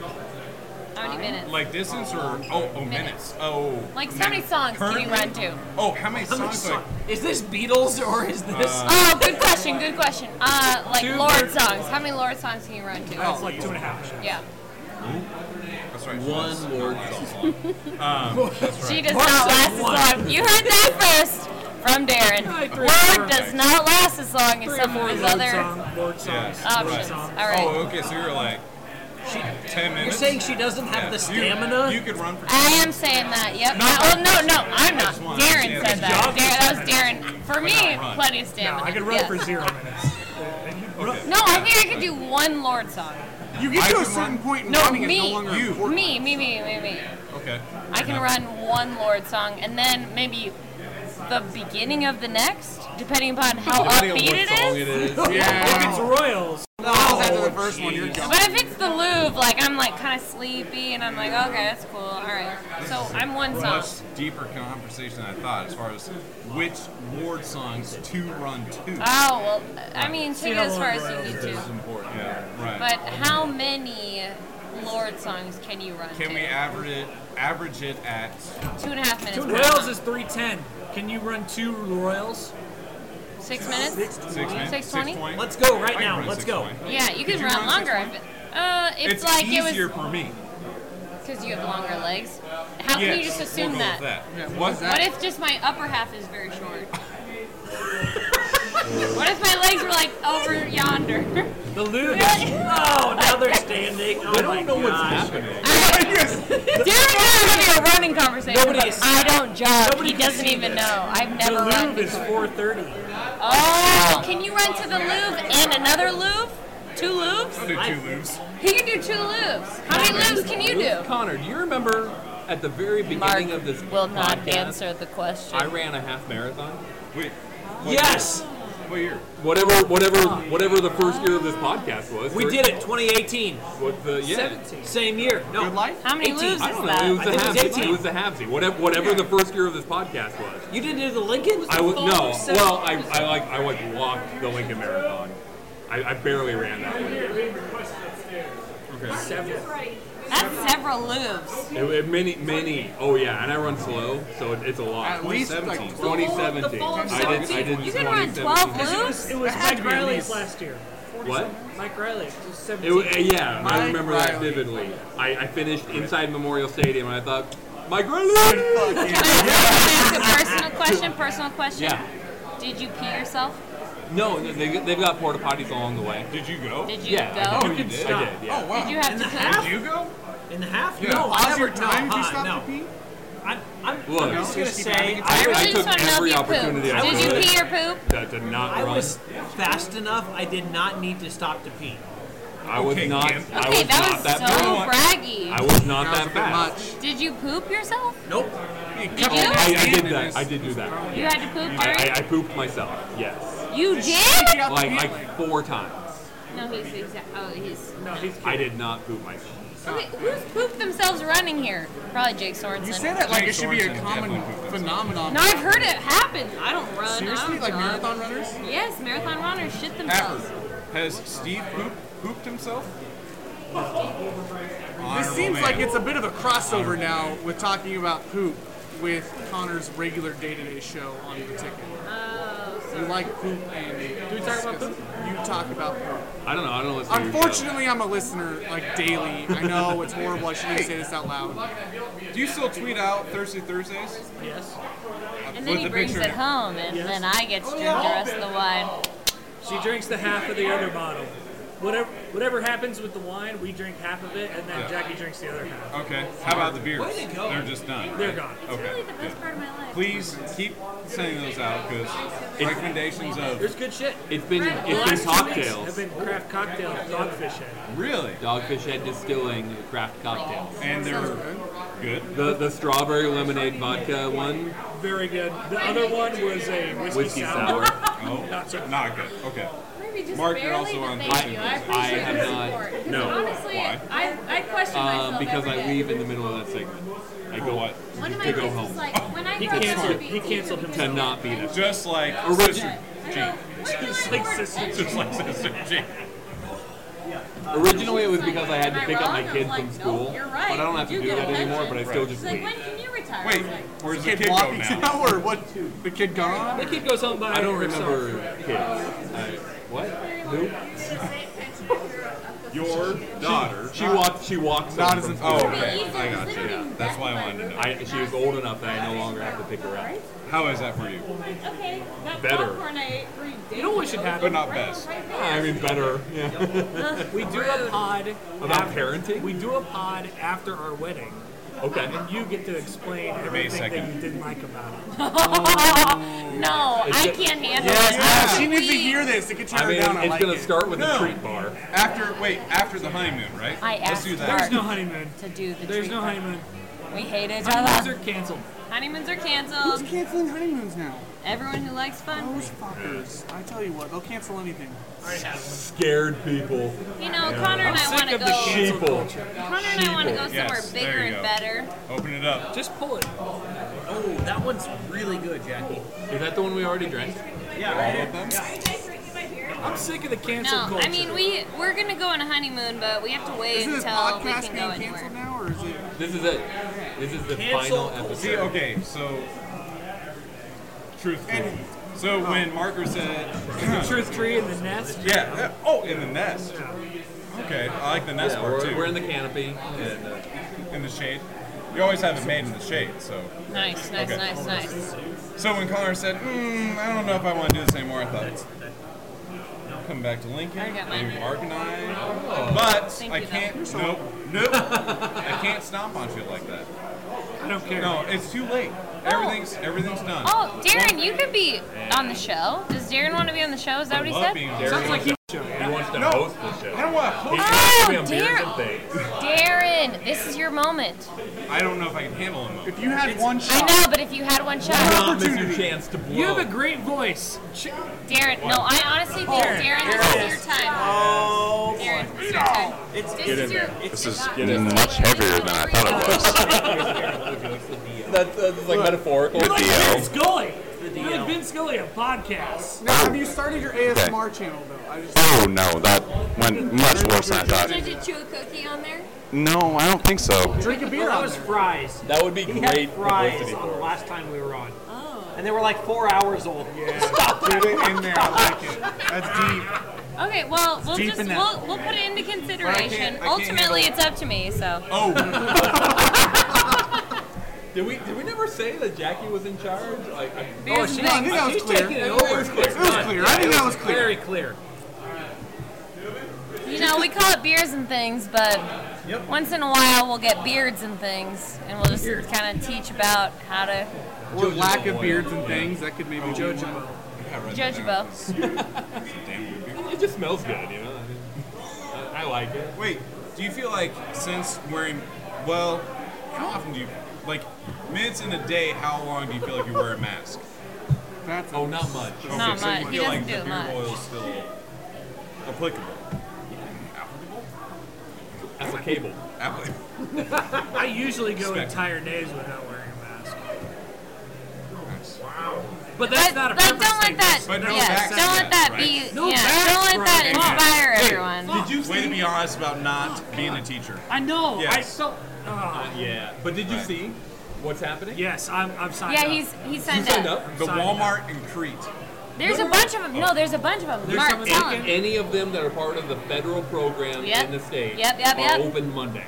How many minutes?
Like distance or oh oh minutes. Oh.
Like how many songs can you run to?
Oh, how many songs? Like,
Is this Beatles or is this?
Uh,
Oh, good question. Good question. Uh, like
Two
Lord
thirty.
songs. How many Lord songs can you run to?
That's like two and a half.
Yeah.
that's right.
One Lord song.
Um, that's
She
right.
does not last as long. You heard that first from Darren. Lord does not last as long as some of his other.
song, Lord song.
Yeah, right.
Options. All right.
Oh, okay. So you're like ten minutes.
saying she doesn't have the
so you-
stamina?
You, could run for.
I am saying that. Yep. oh no, no, I'm not.
one.
Darren
Yeah,
said
that's
that.
job
Darren, that was Darren. For me,
run.
plenty of stamina.
I could run
yes.
for zero minutes.
Okay.
No, I think I could do one Lord song.
You get to
I
a
can
certain
run-
point in
No,
running it's no
me,
longer important.
me, me, me, me, me.
Okay.
I can run one Lord song, and then maybe the beginning of the next, depending upon how
Depending on
upbeat
what
it
song
is.
it is.
If it's Royals, Oh,
No, after the first one, you're gone.
But if it's the Louvre, like I'm like kind of sleepy, and I'm like, okay, that's cool. All right. So I'm one song.
Much deeper conversation than I thought as far as which Lord songs to run to.
Oh well, I mean, take it as far as you need
This is
to.
important. Yeah, right.
But how many Lord songs can you run?
Can we average it? Average it at
Two and a half minutes.
Two and a half.
Royals is 310. Can you run two Royals?
Six minutes.
Six minutes.
Six twenty.
Let's go
I
right
can
now.
run
Let's
six
go.
point.
Yeah, you can
Could
run
run
longer.
six
If it, uh, it's,
it's
like
easier
it was
for me.
because you have longer legs. How can you
Yes,
just assume
we'll go with that. Yeah, what
What,
was that?
if just my upper half is very short? what if my legs were like over yonder?
The Louvre. Oh, now they're standing. Oh I don't know what's happening.
Darren and I are having a running conversation.
Nobody
but
is-
I don't jump.
nobody
he
can
doesn't
see
even
this.
know. I've
The
never run.
Louvre is 430.
Oh, can you run to the Louvre and another Louvre? Two Louvres?
I'll do two loops.
He can do two Louvres. How many Louvres can you do?
Connor, do you remember at the very beginning of this
Will not
podcast,
answer the question.
I ran a half marathon. Wait.
Yes.
What year? Whatever, whatever, whatever the first year of this podcast was.
We did it 2018.
What the yeah?
Same year. No. Good life?
How many
18.
Louvres
I
is
don't
that?
know. It was
I
the
think it was
halfsy.
18.
It was the halfsy. Whatever, whatever the first year of this podcast was.
You didn't do the Lincoln?
I was no. Well, I, I like I like walked the Lincoln Marathon. I, I barely ran that one. Okay.
That's several Louvres.
It, it- many many. Oh yeah, and I run slow, so it, it's a lot.
At least, like,
2017.
The whole- the fall
2017.
of
I did. I
17.
did.
You can run
2017.
12 loops?
It was
That had
Mike
to be at
Riley's
least-
last year.
What?
Mike Riley. It was
It, wa-
17.
uh, yeah, I remember that vividly. I, I finished inside Memorial Stadium, and I thought, my grandson.
It's a personal question, personal question.
Yeah.
Did you pee yourself?
No, they, they've got porta potties along the way. Did you go?
Did you
yeah, I did.
go? You
I
can
did.
stop.
yeah.
Oh, wow. Did you have
In the
to pee?
half?
Did
you go? In the half?
Yeah.
No, I
How's
never.
your time?
no,
You
huh,
stopped
no. I'm, I'm,
Look,
I'm just gonna say,
I, I took
wanna know if
every
you pooped.
opportunity I
Did
could.
you pee or poop?
That did not
I
run.
was fast enough. I did not need to stop to pee.
I was
Okay,
not.
Kim.
I
Okay,
was
that
not
was
that
so
fast.
braggy.
I was not that fast.
Did you poop yourself?
Nope.
Did you?
I, I did that. I did do that.
You had to poop
I,
during?
I, I pooped myself. Yes.
You did?
Like like four times.
No, he's, he's oh, he's.
No, he's.
I did not poop myself.
Okay, who's pooped themselves running here? Probably Jake Sorensen.
You say that like it should be a common phenomenon.
No, I've heard it happen. I don't run. I
Seriously,
don't
like
jog.
marathon runners?
Yes, marathon runners shit themselves.
Has Steve poop, pooped himself?
This seems like it's a bit of a crossover now with talking about poop with Connor's regular day-to-day show on the ticket. Oh, you like poop and do we talk about poop? You talk about poop.
I don't know. I don't listen.
Unfortunately, I'm a listener like daily. I know it's horrible. I shouldn't say this out loud.
Do you still tweet out Thursday Thursdays?
Yes.
And then he brings it home, and
Yes.
then I get to drink the rest of the wine.
She drinks the half of the other bottle. Whatever, whatever happens with the wine, we drink half of it, and then
Yeah.
Jackie drinks the other half.
Okay. How about the beers?
Way to go.
They're just done.
They're
right?
gone.
Okay.
the best part of my life.
Please keep sending those out because recommendations
There's
of
good shit.
It's been
Craft-
it's been
the last two weeks
cocktails.
Have been craft cocktail dogfish head.
really
Dogfish Head Distilling craft cocktails.
and they're good.
The the strawberry lemonade vodka one.
Very good. The other one was a whiskey,
Whiskey sour.
Oh,
Not so-
not good. Okay.
Maybe just
Mark, you're
barely,
also
but
on
thank
I-
you.
I
I appreciate
have
your
not-
support. 'Cause
no.
Honestly,
Why?
I, I question
Uh,
myself
Um, because
every
I
day.
leave in the middle of that segment. I go what?
One of my
to go
friends is
home.
like, when I
He
grow up, I wanna
canceled.
be
He canceled
To
himself.
not be there.
Just like
Or
Sister
Richard.
Jean.
Just like Sister
Just like Sister Jean.
Originally, it was because I had to pick up my kids from school,
you're right.
but I don't have to
You
do
get
that anymore. But I still
She's
just
like,
leave.
when can you retire?
Wait,
I was like,
where's
Kid walking now, or what? The kid gone?
The kid goes home by
I don't
herself.
remember kids. I, what? Who?
Your daughter.
She walked. She walks.
Not
home
as
from
an-
school.
Oh, okay. I got you. Yeah. That's why I wanted to know.
I, she was old enough that I no longer have to pick her up.
How is that for you?
Okay, that
Better.
popcorn I ate three days
You know what should
ago,
But
happen?
not best.
right there.
I mean, better. Yeah.
We do a pod
About
after-
parenting?
We do a pod after our wedding,
okay.
and you get to explain everything that
second.
you didn't like about it.
Oh.
no, I can't handle it.
Yeah, she needs to hear this to get you
I mean,
down. I
it's
like
gonna
it.
start with
No.
a treat bar.
After wait, after the honeymoon, right?
I asked
Let's do that.
Mark
There's no honeymoon.
to do the
There's
treat
no
part.
honeymoon.
We hate each
Honeymoons
other.
are canceled.
Honeymoons are canceled.
Who's canceling honeymoons now?
Everyone who likes fun.
Fuckers. I tell you what, they'll cancel anything.
Scared people.
You know, Connor and I
sick
want to
of the
go.
sheeple.
Connor and I want to go
Sheeple.
somewhere
Yes, there
bigger
you
and
go.
better.
Open it up.
Just pull it. Oh, that one's really good, Jackie.
Is that the one we already drank?
Yeah,
right
right
here.
I'm sick of the cancel
No,
culture.
I mean we we're gonna go on a honeymoon, but we have to wait
Isn't this
until we
podcast
can go
being
anywhere.
Now, or is it?
This is it. This is the
Cancel
final
culture.
episode.
See,
okay, so truth.
And-
So when Marker said
Truth tree in the nest.
Yeah. yeah. Oh, in the nest. Okay, I like the nest
Yeah,
part
we're-
too.
we're in the canopy
and uh, in the shade. You always have it made in the shade, so.
Nice, nice,
Okay.
nice, nice.
So when Connor said, mm, I don't know if I want to do this anymore, I thought, come back to Lincoln,
I got mine.
maybe Mark and I.
Oh.
But
Thank
I
you, though.
can't,
You're so-
nope, nope, I can't stomp on shit like that.
I don't care.
No, it's too late. Everything's everything's done.
Oh, Darren, you could be on the show. Does Darren want to be on the show? Is that what he said?
Sounds like he, wants to host the show. I don't want to host.
Oh,
He's gonna be on beers
Daryl.
and things.
Darren, this is your moment.
I don't know if I can handle him.
If you had one
I know, but if you had one shot,
Your chance to blow.
You have a great voice. Ch-
Darren. No, I honestly think
Darren.
Darren,
Darren.
this is your time.
Oh,
Darren, this is your time. This is your.
This is getting much heavier than I thought it was.
that's, like metaphorical.
The
Vin
DL.
Scully. You're like Vin Scully of podcasts.
Now, have you started your ASMR channel though? I just
Oh no, that went much worse than I thought.
Did you chew a cookie on there?
No, I don't think so.
drink a beer.
That was fries.
That would be
he
great
Had fries
publicity
on
for
the
us.
last time we were on.
Oh.
And they were like four hours old. Yeah.
Get it in there. I like it. That's deep.
Okay, well, we'll
deep
just
in that-
we'll, we'll put it into consideration.
I can't
Ultimately,
handle-
it's up to me. So.
Oh.
Did we did we never say that Jackie was in charge? Like, I, oh,
Beers and things. I think that was clear.
taking
Oh, It
It
was clear. It
over.
was clear. I think that was clear.
Very clear.
You know, we call it beers and things, but once in a while we'll get beards and things, and we'll just kind of teach about how to
Or lack of beards and things that could maybe judge
judge both.
It just smells good, you know. I, mean, I, I like it.
Wait, do you feel like since wearing, well, how often do you, like, minutes in a day, how long do you feel like you wear a mask?
oh, not much.
Not
so
much.
you
He
feel
doesn't
like
do
the
it
beer
much.
oil is still applicable.
That's a cable.
Applicable.
I usually go
Spectrum.
entire days without wearing a mask.
Wow.
But that's not a
But
purpose
don't let
thing.
that. yes, don't let that be. yeah, don't let that inspire everyone.
Did you way to be honest about not being a teacher?
I know. I
Yes. Uh,
so. Oh.
Yeah. But did you see what's happening?
Yes, I'm. I'm signed
yeah,
up.
he's he signed,
signed
up.
up?
The
Signed up.
Walmart in Crete.
There's a bunch of them. No, there's a bunch of them. Mark, tell him.
Any, any of them that are part of the federal program
Yep.
in the state
Yep, yep,
are
yep.
open Monday.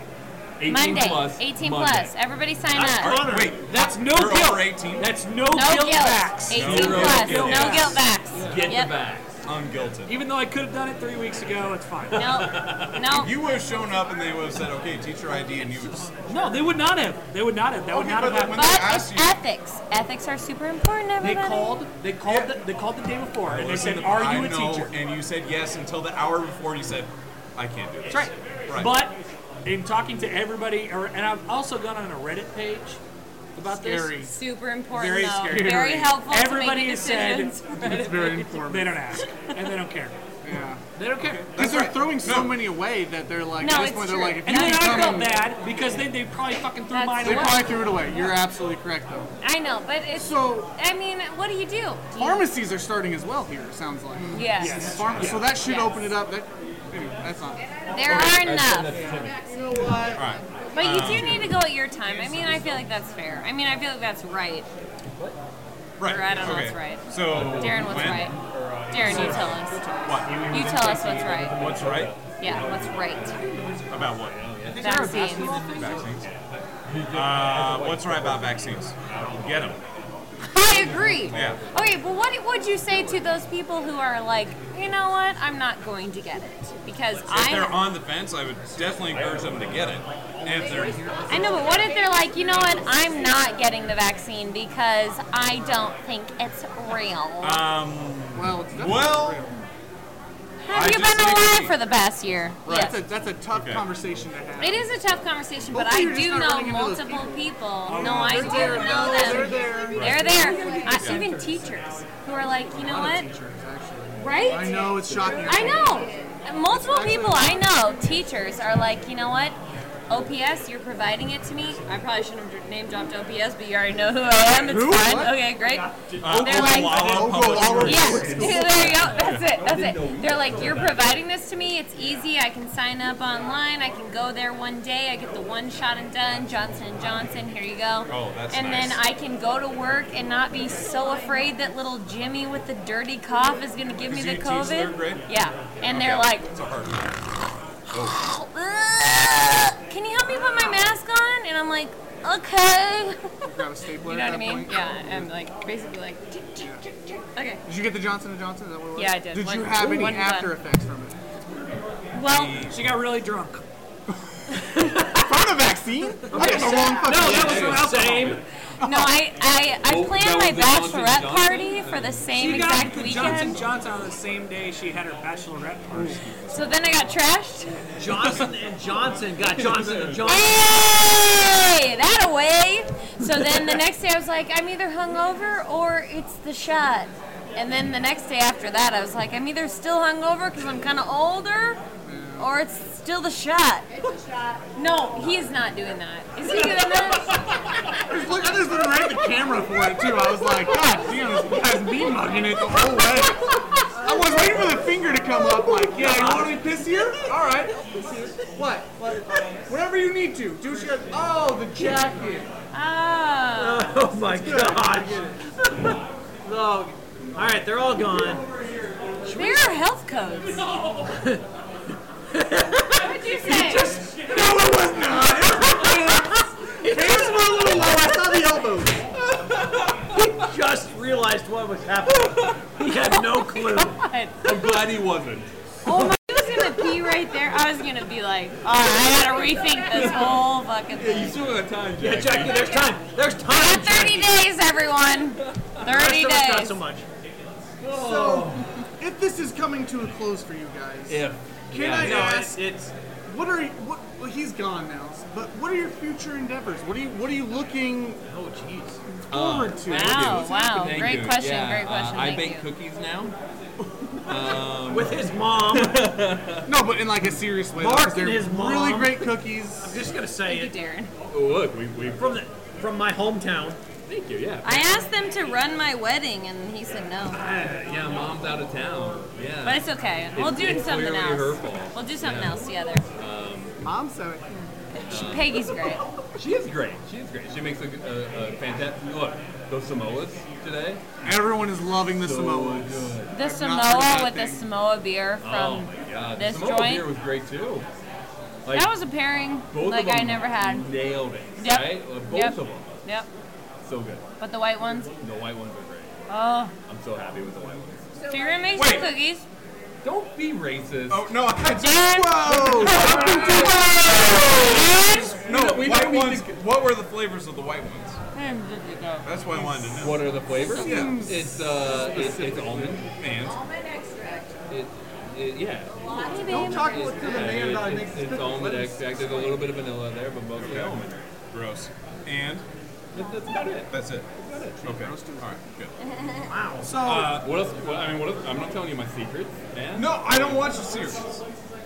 18
Monday,
plus.
18
Monday.
plus. Everybody sign
That's
up.
Connor. Wait,
That's no
They're
guilt.
over 18.
That's no,
No
guilt,
guilt.
backs.
18 plus. No guilt backs.
Get
Yep.
the bags.
Unguilted.
Even though I could have done it three weeks ago, it's fine.
No,
If you would have shown up and they would have said, okay, teacher ID, and you would have
no, they would not have. They would not have. That would
Okay,
not
but
have happened.
when they
But it's ethics. Ethics are super important,
They
everybody.
called. They called. The, they called the day before, and they said, "Are you
I
a
know,
teacher?"
And you said yes until the hour before and you said, I can't do this.
That's right.
Right.
But in talking to everybody, or, and I've also gone on a Reddit page about
Scary.
this.
Super important.
Very
though.
scary.
Very helpful.
Everybody
to
has said
making decisions.
They don't ask, and they don't care.
Yeah.
They don't care.
Because they're throwing so many away that they're like,
No,
at this
it's
point, they're
true.
like, if
And
you
then
keep
I felt
coming-
bad because then they probably fucking threw
That's
mine
They
away.
probably threw it away. You're absolutely correct, though.
I know, but it's.
So-
I mean, what do you do? Do you-
Pharmacies are starting as well here, it sounds like.
Yes. Yes.
Pharma- So that should
Yes.
open it up. That, anyway, that's not.
There are enough. Um,
You know what? All
right. Um,
But you do need to go at your time. I mean, I feel like that's fair. I mean, I feel like that's right.
Right.
Or I don't know what's
okay.
right.
So
Darren, what's
when-
right? Darren, you tell us. You tell us what's right.
What's right?
Yeah, what's right.
About what?
Vaccines.
Vaccines. Uh, what's right about vaccines? Get them.
I agree.
Yeah.
Okay, but what would you say to those people who are like, you know what, I'm not going to get it because
If they're
I.
on the fence, I would definitely encourage them to get it. And if they're
I know, but what if they're like, you know what, I'm not getting the vaccine because
Uh,
I don't think it's real.
um,
well,
well,
Have you been alive for the past year?
Right.
Yes.
That's, a, that's a tough conversation to have.
It is a tough conversaation, but
Hopefully
I
you're just
do
not
know
running into those
multiple people.
Oh,
No, I
they're
do
there.
know
No,
them.
they're
there.
Right.
They're there. I,
Yeah.
even teachers who are like, you know what? Right?
I know it's shocking.
I know. Multiple people I know, teachers, are like, you know what? OPS, you're providing it to me. I probably shouldn't have name dropped OPS, but you already know who I am. It's
Who?
fine.
What?
Okay, great.
Uh,
They're like,
Ogallala Public Schools.
yes, there you go. That's it. That's
Didn't know
it. They're like, you're providing this to me. It's easy. I can sign up online. I can go there one day. I get the one shot and done. Johnson and Johnson. Here you go.
Oh, that's
And then
nice.
I can go to work and not be so afraid that little Jimmy with the dirty cough is going to give me
Because
the
you teach third
COVID.
grade?
Yeah. And they're like,
It's a hard one.
can you help me put my mask on? And I'm like, okay.
Grab a stapler.
You
at
know what I
that
mean?
point.
Yeah, I'm like basically like, tick, tick, tick, tick. okay.
Did you get the Johnson and Johnson? Is that what it was?
Yeah, I did.
Did
One-
you have any
one done.
after effects from it?
Well,
she got really drunk.
From a vaccine? I got the wrong fucking.
No, that was from alcohol.
Same.
No, I I, I
Oh,
planned
that
my
was the Johnson
bachelorette
Johnson?
party for the same
she
exact
got the Johnson
weekend.
Johnson on the same day she had her bachelorette party.
So then I got trashed.
Johnson and Johnson got Johnson and Johnson.
Hey, that away. So then the next day I was like, I'm either hungover or it's the shot. And then the next day after that I was like, I'm either still hungover because I'm kind of older, or it's still the shot. It's the shot. No, he is not doing that. Is he doing that?
Look, I just looked right at the camera for it too. I was like, God damn, this guy's me mugging it the whole way. I was waiting for the finger to come up. Like, yeah, you want me pissier? All right. What? What? Whatever you need to. Do shit. Oh, the jacket.
Ah.
Oh my gosh. No.
Oh.
All right, they're all gone.
There are health codes. What'd you say?
Hands were a little low. I saw the elbows. He just realized what was happening. He had no clue.
I'm glad he wasn't.
Oh my! I was gonna pee right there. I was gonna be like, all right, I gotta rethink this whole fucking thing.
You still got time,
Yeah,
Jackie.
Jackie, there's time. There's time.
Thirty days, everyone. Thirty
The rest of us Not
days.
so much.
So, if this is coming to a close for you guys,
If.
can
Yeah,
I
no,
ask?
It's
what are what? Well, he's gone now. But what are your future endeavors? What are you What are you looking?
Oh, jeez.
Forward to.
Wow,
What's
wow.
happening?
Great
Uh, you.
question,
Yeah,
great question,
Uh, I
thank
bake
you.
cookies now. Um,
With his
mom.
no, but in like a serious way.
Mark
because
and
they're
his mom.
Really great cookies.
I'm just gonna say
Thank you, Darren.
Oh,
it. Look, we, we from the from my hometown.
Thank you. Yeah.
I asked them to run my wedding, and he said no.
Uh, yeah, mom's out of town. Yeah.
But it's okay. We'll do
it's
something
clearly
else.
Her fault.
We'll do something
Yeah.
else together.
Um,
Mom said it.
She- Peggy's great.
She is great. She is great. She makes a, a, a fantastic look. Those Samoas today.
Everyone is loving the Samoas.
The
I've not
Samoa
heard
with the
that thing.
Samoa beer
oh
from
my god.
this
Samoa
joint.
beer was great too. Like,
That was a pairing
both
like
of them
I never had.
Nailed it.
Yep.
Right? Like, both
Yep.
of them.
Yep.
So good.
But the white ones.
The white ones are great.
Oh.
I'm so happy with the white ones.
So you're gonna make
Wait.
some cookies.
Don't be racist.
Oh no!
Darren.
No, white ones. What were the flavors of the white ones? That's what I wanted to know.
What are the flavors?
Yeah.
It's uh, it's, it's almond.
And
Almond extract.
It, it, yeah.
Latte
Don't
baby.
talk to the
Yeah,
man that I
it-
make
it's, it's almond extract. There's a little bit of vanilla there, but mostly
Okay.
almond.
Gross. And
That, that's about it.
that's it. Okay. All right. Good.
Wow. So
Uh,
what else? What, I mean, what else, I'm not telling you my secrets, man.
No, I don't watch the series.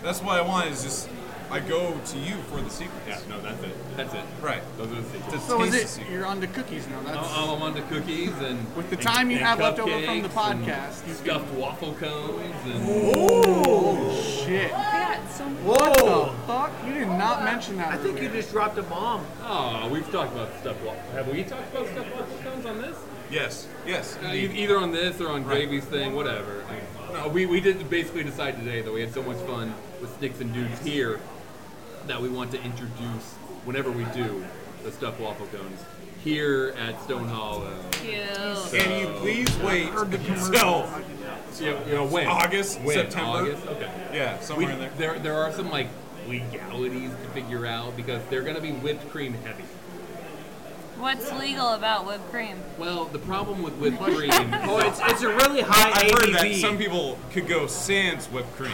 That's what I want. Is just I go to you for the secrets.
Yeah, no, that's it. That's it.
Right.
Those are the secrets.
To
So
taste the
is it?
secret.
You're on to cookies now. That's
All Uh, I'm onto cookies and
With the
and-
time you
Oh, and
have left over from the
cupcakes and
podcast, you
stuffed waffle cones and
Oh shit!
I got so
What the fuck? You did not mention that.
I think you just dropped a bomb.
Oh, we've talked about stuffed waffle. Have we talked about stuffed waffle cones on this?
Yes. Yes.
Uh,
indeed.
e- either on this or on
Right.
Gravy's thing, whatever. Uh, we we did basically decide today that we had so much fun with Sticks and Dudes here that we want to introduce whenever we do the stuffed waffle cones here at uh, Stone Hollow.
Can you please wait until
You know, you know, when?
August,
When?
September?
August? Okay.
Yeah, somewhere
We-
in there.
There, there are some like legalities to figure out because they're gonna be whipped cream heavy.
What's legal about whipped cream?
Well, the problem with whipped cream.
Oh, it's- it's a really high
I've heard that
ABV.
some people could go sans whipped cream.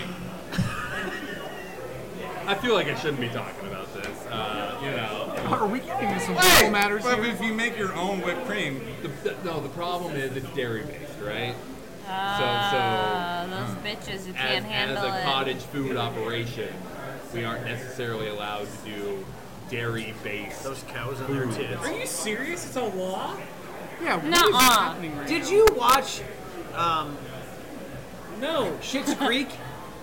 I feel like I shouldn't be talking about this. Uh, you know.
Are we getting into some
Hey,
legal matters
but
here?
if you make your own whipped cream, the, the- no, the problem is it's dairy based, right?
Ah, those
Hmm.
bitches who
uh, as,
can't handle
as a
it.
cottage food operation, we aren't necessarily allowed to do dairy based. Those
cows
on their tits.
Are you serious? It's a law?
Yeah.
Did you watch? Um,
no,
Shit's Creek,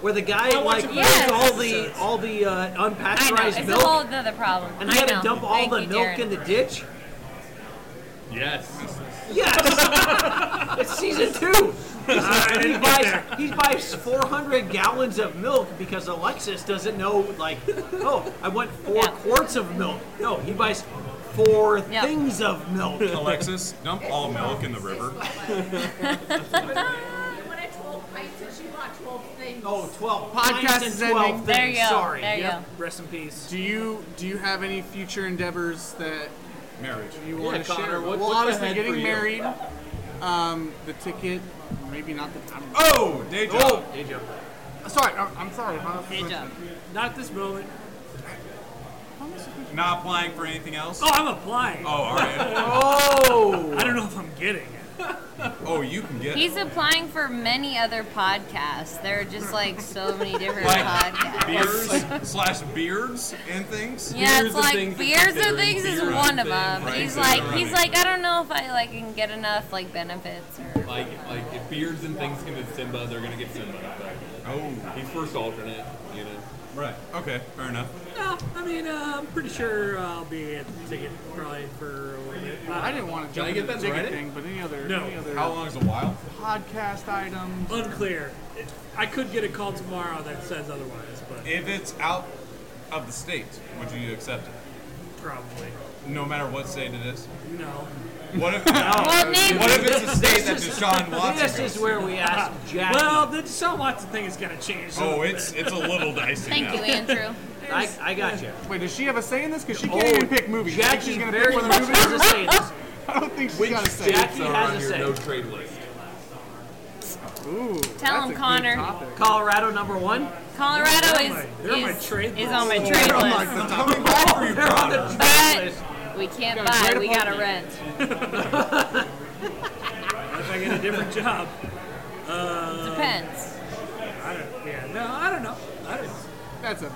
where the guy
I watch
like
it
used
for
all
episodes.
the all the uh,
I know,
unpasteurized
it's a whole
milk,
other problem.
and
I
he had
know.
to dump all
Thank
the
you,
milk
Darren.
in the ditch.
Yes.
Yes, it's season two. And he buys he buys 400 gallons of milk because Alexis doesn't know like, oh, I want four quarts of milk. No, he buys four things of milk.
Alexis, dump all milk in the river.
When I 12 pints and she bought 12 things.
Oh, 12
Podcast is ending.
Sorry.
Yep. Rest in peace. Do you do you have any future endeavors that
marriage
you
Yeah,
want to
Connor,
share?
what-
well,
what's
obviously
ahead for
getting
you?
married. Um, the ticket, maybe not the. I'm,
Oh, day job.
Oh, sorry, I'm, I'm sorry. I'm
Day job. Not at this moment.
Not applying for anything else?
Oh, I'm applying.
Oh, all right.
oh.
I don't know if I'm getting it.
Oh, you can get
He's applying for many other podcasts. There are just like so many different
Like,
podcasts.
beers slash beards and things.
Yeah, it's like beers and things is one of them. He's like, he's like, I don't know if I like can get enough like benefits or.
Like, like if beards and things come to Simba, they're gonna get Simba.
Oh,
he's first alternate, you know.
Right. Okay. Fair enough.
No, I mean, uh, I'm pretty sure I'll be at the ticket probably for a little bit.
I didn't want to jump into the ticket thing, but any other
No.
any other
How long is a while?
Podcast items.
Unclear. It, I could get a call tomorrow that says otherwise, but
If it's out of the state, would you accept it?
probably
No matter what state it is.
no.
What if? what if it's a state that Deshaun Watson? goes to?
Well, the Deshaun Watson thing is gonna change.
Oh, it's it's a little dicey. now.
Andrew.
I, I got you.
Wait, does she have a say in this? Because she
Oh,
can't even pick movies. You think
Jackie
she's gonna
very
pick whether
much
movies
has a say in this.
I don't think she's
Which
got a say.
states are on your no
Ooh,
trade list?
Tell him, Connor.
Colorado number one.
Colorado
They're
is
on my-
they're on my
is,
trade
is
list.
on my
Oh,
trade
they're on
list.
my- I'm coming back for you,
They're on
Connor.
But we can't
Got a
buy.
great
We gotta rent.
apartment. if I get a different job. Uh,
Depends.
I don't. Yeah. No, I don't know. I don't.
That's a.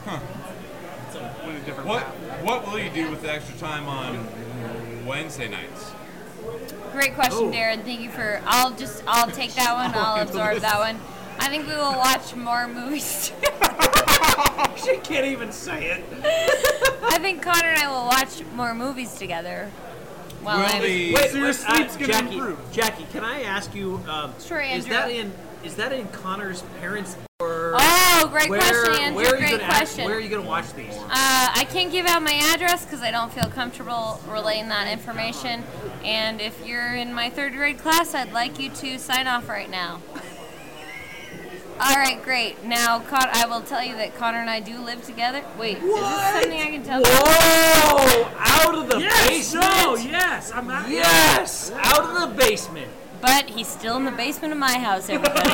What what will you do with the extra time on Wednesday nights?
Great question, Darren. Thank you for. I'll just. I'll take that one. I'll absorb that one. I think we will watch more movies.
she can't even say it.
I think Connor and I will watch more movies together. While I'm
wait, wait, uh, Jackie, Jackie, can I ask you? Um,
Sure,
is
Andrew.
that in is that in Connor's parents? Or
Oh, great
where,
question, Andrew,
Where are you
great
gonna ask-
question.
where are you going to watch these?
Uh, I can't give out my address because I don't feel comfortable relaying that information. And if you're in my third grade class, I'd like you to sign off right now. All right, great. Now, Con- I will tell you that Connor and I do live together. Wait, is this something I can tell?
Whoa! Out of the
Yes,
basement.
no,
yes, I'm not.
Yes, out of the basement.
But he's still in the basement of my house, everybody.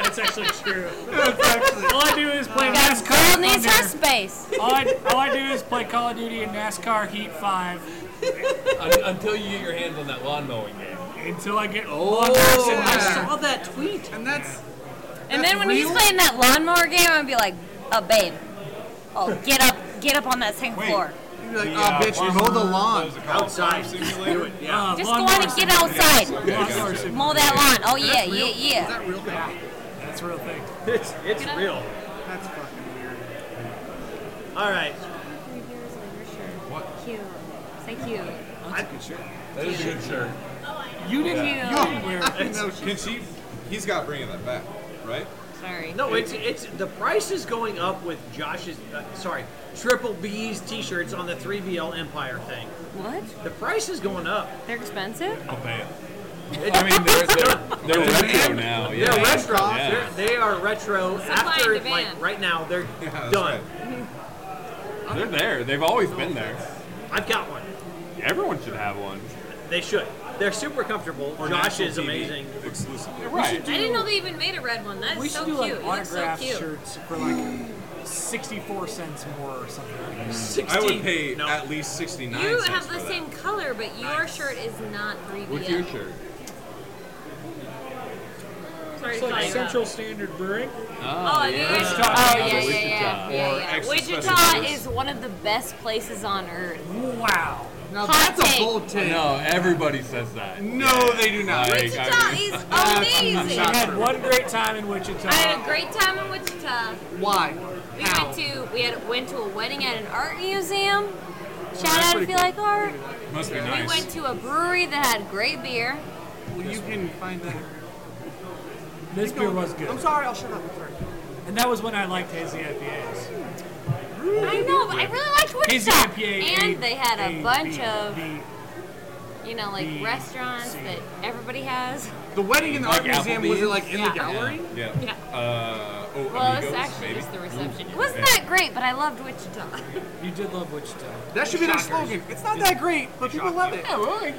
That's actually true. All I do is play
That's
NASCAR.
Girl needs her
under-
space.
all, I, all I do is play Call of Duty and NASCAR Heat 5
Un- until you get your hands on that lawn mowing game.
until I get
Oh,
longer.
I
saw that tweet.
And that's.
And then when
That's
he's
real?
playing that lawnmower game, I'd be like, "Oh, babe, oh, get up, get up on that same floor.
You'd be like, oh, bitch, you mowed the lawn.
Outside.
Do it,
yeah.
Just go on and get outside, mow that lawn. Oh yeah,
That's real?
yeah, yeah."
Is that real thing?
That's a real thing.
It's it's
Get up.
real.
That's fucking weird.
All right.
What? Cute. Say cute.
That's a good shirt. That is a good shirt.
You didn't-
Cute. you didn't wear it.
Can she? He's got bringing that back, right?
Sorry.
No, it's it's the price is going up with Josh's. Uh, sorry, Triple B's T-shirts on the 3BL Empire thing.
What?
The price is going up.
They're expensive.
I'll pay it.
I mean, they're,
they're retro now, yeah.
They're retro.
Yeah.
They're, they are retro.
Supply and
After
demand.
like right now, they're
that's
done.
They're there. They've always been there.
I've got one.
Everyone should have one.
They should. They're super comfortable.
Or
Josh
national
is
TV
amazing.
Exclusively.
I didn't know they even made a red one. That
we
is so
should do like
cute. It looks so
autograph
cute.
shirts for like 64 cents more or something. Like that.
I would pay at least 69
You
cents
have
for
the
that.
same color, but your shirt is not 3D.
What's your shirt?
Sorry
It's
to call
like
you out.
Central Standard Brewing.
Oh, yeah. Oh, yeah, yeah, yeah, yeah, yeah, yeah. Wichita is one of the best places on earth.
Wow.
Now
No, everybody says that.
No, they do not.
Like,
Wichita
I mean-
Uh,
is amazing.
I had one great time in Wichita.
I had a great time in Wichita.
Why?
We went to we had went to a wedding at an art museum. Shout
that's
out to
pretty
Feel Like Art.
Must be
We
nice.
went to a brewery that had great beer.
Well, you can find that.
This beer was good.
I'm sorry, I'll shut up. I'm sorry.
And that was when I liked hazy IPAs.
I know, but Oh, I really liked
Hazy
Wichita.
IPA,
And they had a
A,
bunch
B,
of
B.
you know like
B,
restaurants that everybody has.
The wedding in the art
Like
museum was it
Applebee's?
like in
Yeah.
the gallery?
Yeah.
Yeah.
Uh, oh,
Well, it's
Amigos,
actually
maybe?
just the reception.
Ooh,
It wasn't
yeah.
that great, but I loved Wichita.
You did love Wichita.
That should be their slogan. It's not that great, but people love it.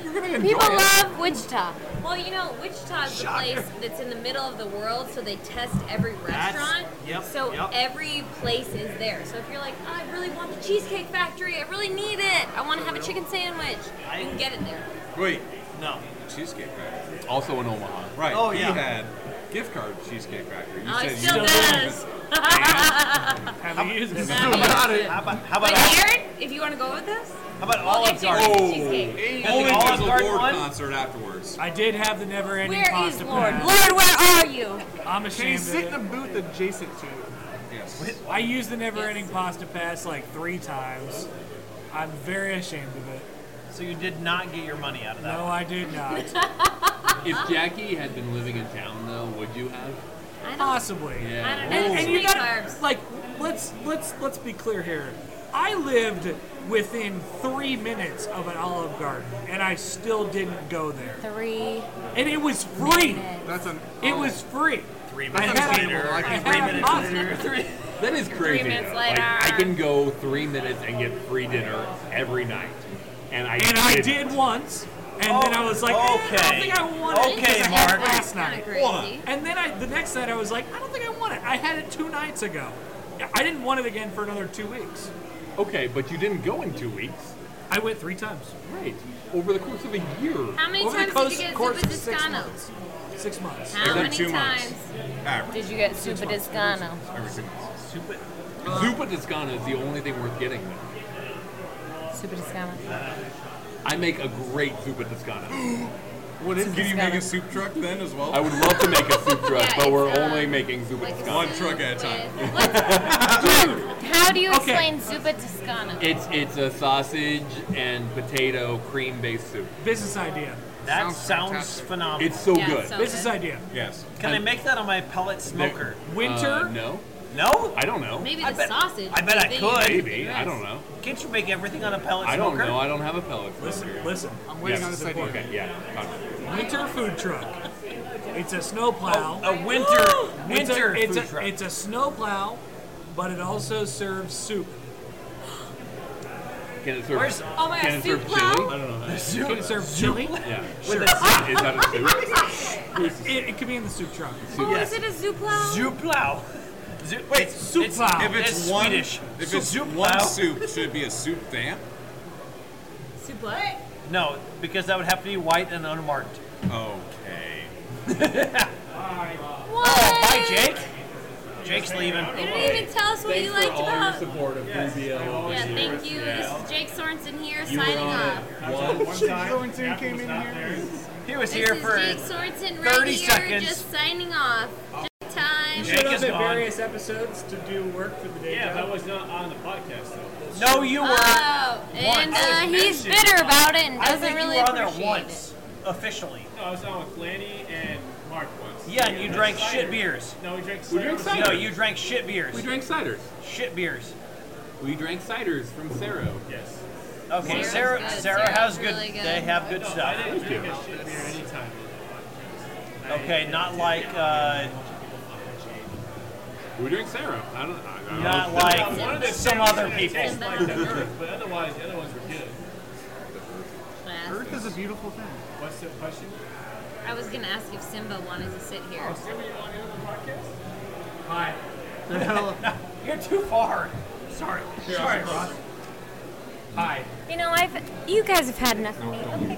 you're gonna enjoy
People
it.
love Wichita. Well, you know, Wichita is the
Shocker.
place that's in the middle of the world, so they test every
That's-
restaurant.
yep,
so
yep.
every place is there. So if you're like, "Oh, I really want the Cheesecake Factory, I really need it, I want to have a chicken sandwich, you can get it there.
Wait.
No.
Cheesecake Factory.
Also in Omaha.
Right.
Oh,
he
yeah.
had gift card Cheesecake Factory. You
Oh,
said
it
you
still does.
Have you used it?
How about it?
How about, how
But
about, how
Aaron, if you want to go with us,
about
We'll
Olive
get you a
Garden?
Oh,
cheesecake.
Hey,
Only
Olive
was the
Garden
Lord
one?
concert afterwards.
I did have the never ending
Where
pasta
is Lord?
pad.
Lord, where are you?
I'm
Can you
ashamed of
sit in
it.
a booth adjacent to?
Yes.
I used the never ending pasta pass like three times. I'm very ashamed of it.
So you did not get your money out of that.
No, I did not.
If Jackie had been living in town, though, would you have?
Possibly.
Yeah. I don't know.
And, and you
Sweet
got to like let's let's let's be clear here. I lived within three minutes of an Olive Garden, and I still didn't go there.
Three.
And it was free.
That's an.
It was
oh.
free.
Three
I
minutes
had-
later,
I had
three
a
minutes
pasta.
later.
That is crazy.
minutes
though. Like,
later.
I can go three minutes and get free dinner every night, and I
And I did once, and then I was like, eh, I don't think I want it
Okay,
because I had it last
Mark. That's
night.
kinda crazy.
And then I, the next night I was like, I don't think I want it. I had it two nights ago. I didn't want it again for another two weeks.
Okay, but you didn't go in two weeks.
I went three times.
Right. Over the course of a year.
How many
Over the
times did
course-
you get
course
Zuba
of six
Discano?
Six months.
How many times
Average.
did you get Zuba Discano?
Every two months. Super. Oh, Zupa Discana is the only thing worth getting. though.
Zuba Discano.
I make a great Zupa Discana.
What
is Can you make a soup truck then as well?
I would love to make a soup truck,
Yeah,
but we're
it's, uh,
only making Zupa
like a
Discana.
One
truck at a time.
How do you explain Zuba Discano?
It's it's a sausage and potato cream based soup.
Business idea.
That sounds, phenomenal.
It's so Yeah, it good. sounds
Business good. idea.
Yes.
Can I make that on my pellet smoker?
Uh, no.
No?
I don't know.
Maybe
I
the
bet-
sausage.
I bet I
Maybe.
could.
Maybe. I don't know.
Can't you make everything on a pellet
I don't
smoker?
know. I don't have a pellet smoker.
Listen, listen. I'm
waiting on this idea.
Okay, yeah.
Winter food truck. It's a snowplow.
A- a winter-
It's a-
winter
it's a,
food truck.
It's a snowplow, but it also serves soup.
Can it serve?
Where's-
Oh my
can
God,
it serve
soup
chili?
plow?
I don't know.
The soup- Can it serve chili?
Yeah.
Sure.
Is that a soup?
It, it could be in the soup truck.
Oh, is it a Zuplow?
Zuplow. Zu- wait,
Zuplow.
If it's,
It's
one,
Swedish.
if it's
Soup
one
plow.
soup, should it be a soup vamp?
Soup what?
No, because that would have to be white and unmarked.
Okay.
What?
Bye, Jake. Jake's leaving.
You didn't even tell us what you liked about.
support of yes.
Yeah, thank you. This is Jake Sorensen here signing off.
came in here.
He was
This
here
is
for
Jake Sorensen
30
right here,
seconds.
just signing off. Just time.
You showed up at various episodes to do work for the day. Yeah, that was not on the podcast though.
No, you were.
Oh, and
Once.
uh,
I was
he's
mentioned.
bitter about it and
I
doesn't
think
really
you were on there
appreciate it.
once, officially.
No, I was on with Lanny and Mark once.
Yeah, and you drank shit beers.
No, we drank
We drank cider.
No, you drank shit beers.
We drank ciders.
shit beers.
We drank ciders from Cerro. Yes.
Okay,
Sarah's
Sarah.
good.
Sarah,
Sarah's
has good,
really good.
They have good stuff.
I didn't drink a shit beer anytime.
Okay, not like. Uh,
We drank Cerro. I don't. I don't
Not
know.
like- Some other people.
Tastes like the earth, but otherwise the other ones were good.
Earth is a beautiful thing.
What's the question?
I was gonna ask if Simba wanted to sit here.
Oh, Simba, you want to do the podcast?
Hi.
You're too far. Sorry.
Here, I'll
Sorry,
sit
Ross. Hi.
You know, I've you guys have had enough of me. Okay.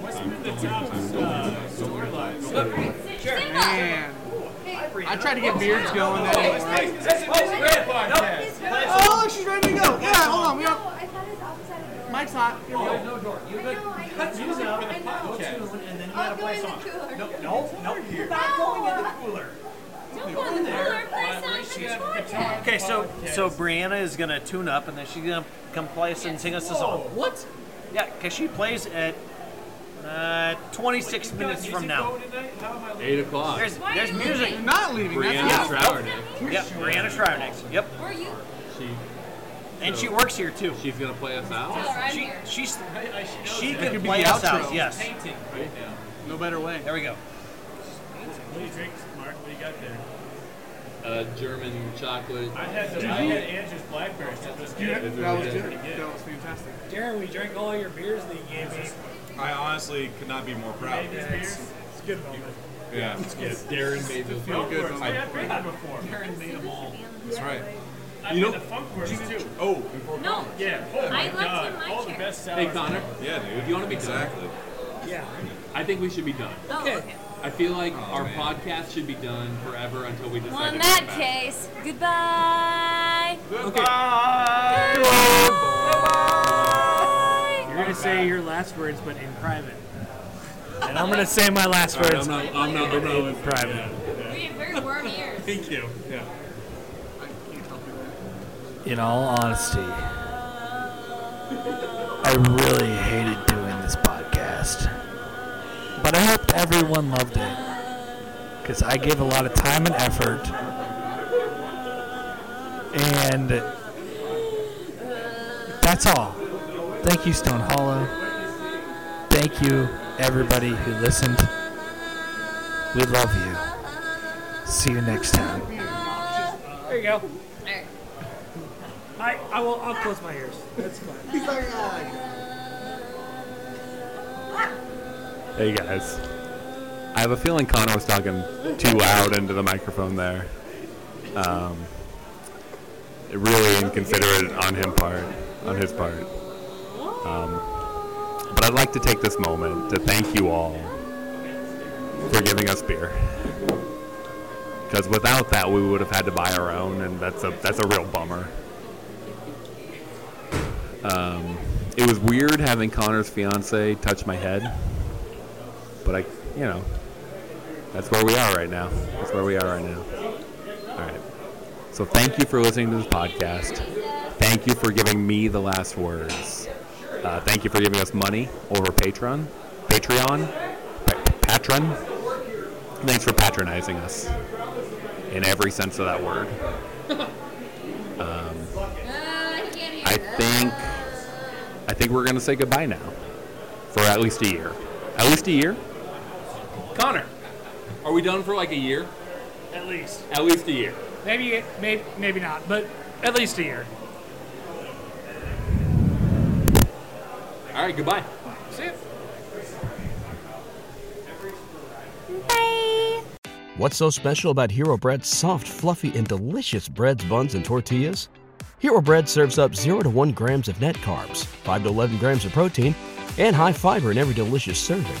uh, Man. I tried to get beards going. That ain't right. Oh, look, she's ready to go. Yeah, hold on. We are. Mike's not. Here we go.
No door. You could cut you out. Go tune, and then you gotta play song. No, no, no. You're not going in the cooler. Don't go in there.
Okay, so so Brianna is gonna tune up, and then she's gonna come play us and sing us a song. What? Yeah, cause she plays at uh, 26 minutes from now.
Eight o'clock.
There's, there's music.
You're not leaving.
Brianna
That's
Trauernick.
Yep, Brianna Trauernick. Yep.
Were you?
She.
And she works here too.
She's gonna play us out.
She, she's, she
that. That
can
could be
play
the
us
outro.
out, yes.
Painting right now.
No better way.
There we go.
What do you drink, Mark? What do you got there?
Uh, German chocolate.
I had the, I had Andrew's blackberry stuff. That's
Dude,
good.
that was
That's
good.
pretty good.
That was fantastic.
Darren, we drank all your beers that you gave me.
I honestly could not be more proud.
Made these beers. It's a good moment.
Yeah,
It's
good.
Darren made those.
Feel Oh, good.
I had drank them before. Darren made them all.
That's right.
I
You
made
know-
the Funkworks too.
Oh, before
No.
Yeah. Oh my
I left
God.
him my
all
chair.
the best
Hey
salads.
Connor.
Yeah, dude.
Do you want to be
Exactly.
done?
Yeah.
I think we should be done.
Oh, okay.
I feel like our podcast should be done forever until we decide.
Well,
to
in that
come back.
case, goodbye.
Uh,
You're gonna say your last words, but in private. And I'm gonna say my last
All right,
words.
I'm not- I'm not- I'm not
in private.
We have very warm ears.
Thank you. Yeah.
In all honesty, I really hated doing this podcast. But I hoped everyone loved it. Because I gave a lot of time and effort. And that's all. Thank you, Stone Hollow. Thank you, everybody who listened. We love you. See you next time.
There you go. I, I will. I'll close my ears. That's fine. "Ah."
Hey guys. I have a feeling Connor was talking too loud into the microphone there. Um, really inconsiderate on him part, on his part. Um, but I'd like to take this moment to thank you all for giving us beer. Because without that, we would have had to buy our own, and that's a that's a real bummer. Um, it was weird having Connor's fiance touch my head, but I, you know, that's where we are right now. That's where we are right now. All right. So thank you for listening to this podcast. Thank you for giving me the last words. Uh, thank you for giving us money over Patreon, Patreon, Pa- Patron. Thanks for patronizing us in every sense of that word.
Uh,
Um, I think I think we're gonna say goodbye now for at least a year. At least a year.
Connor, are we done for like a year?
At least.
At least a year.
Maybe, maybe, maybe not, but at least a year.
All right. Goodbye.
See ya.
What's so special about Hero Bread's soft, fluffy, and delicious breads, buns, and tortillas? Hero Bread serves up 0 to 1 grams of net carbs, 5 to 11 grams of protein, and high fiber in every delicious serving.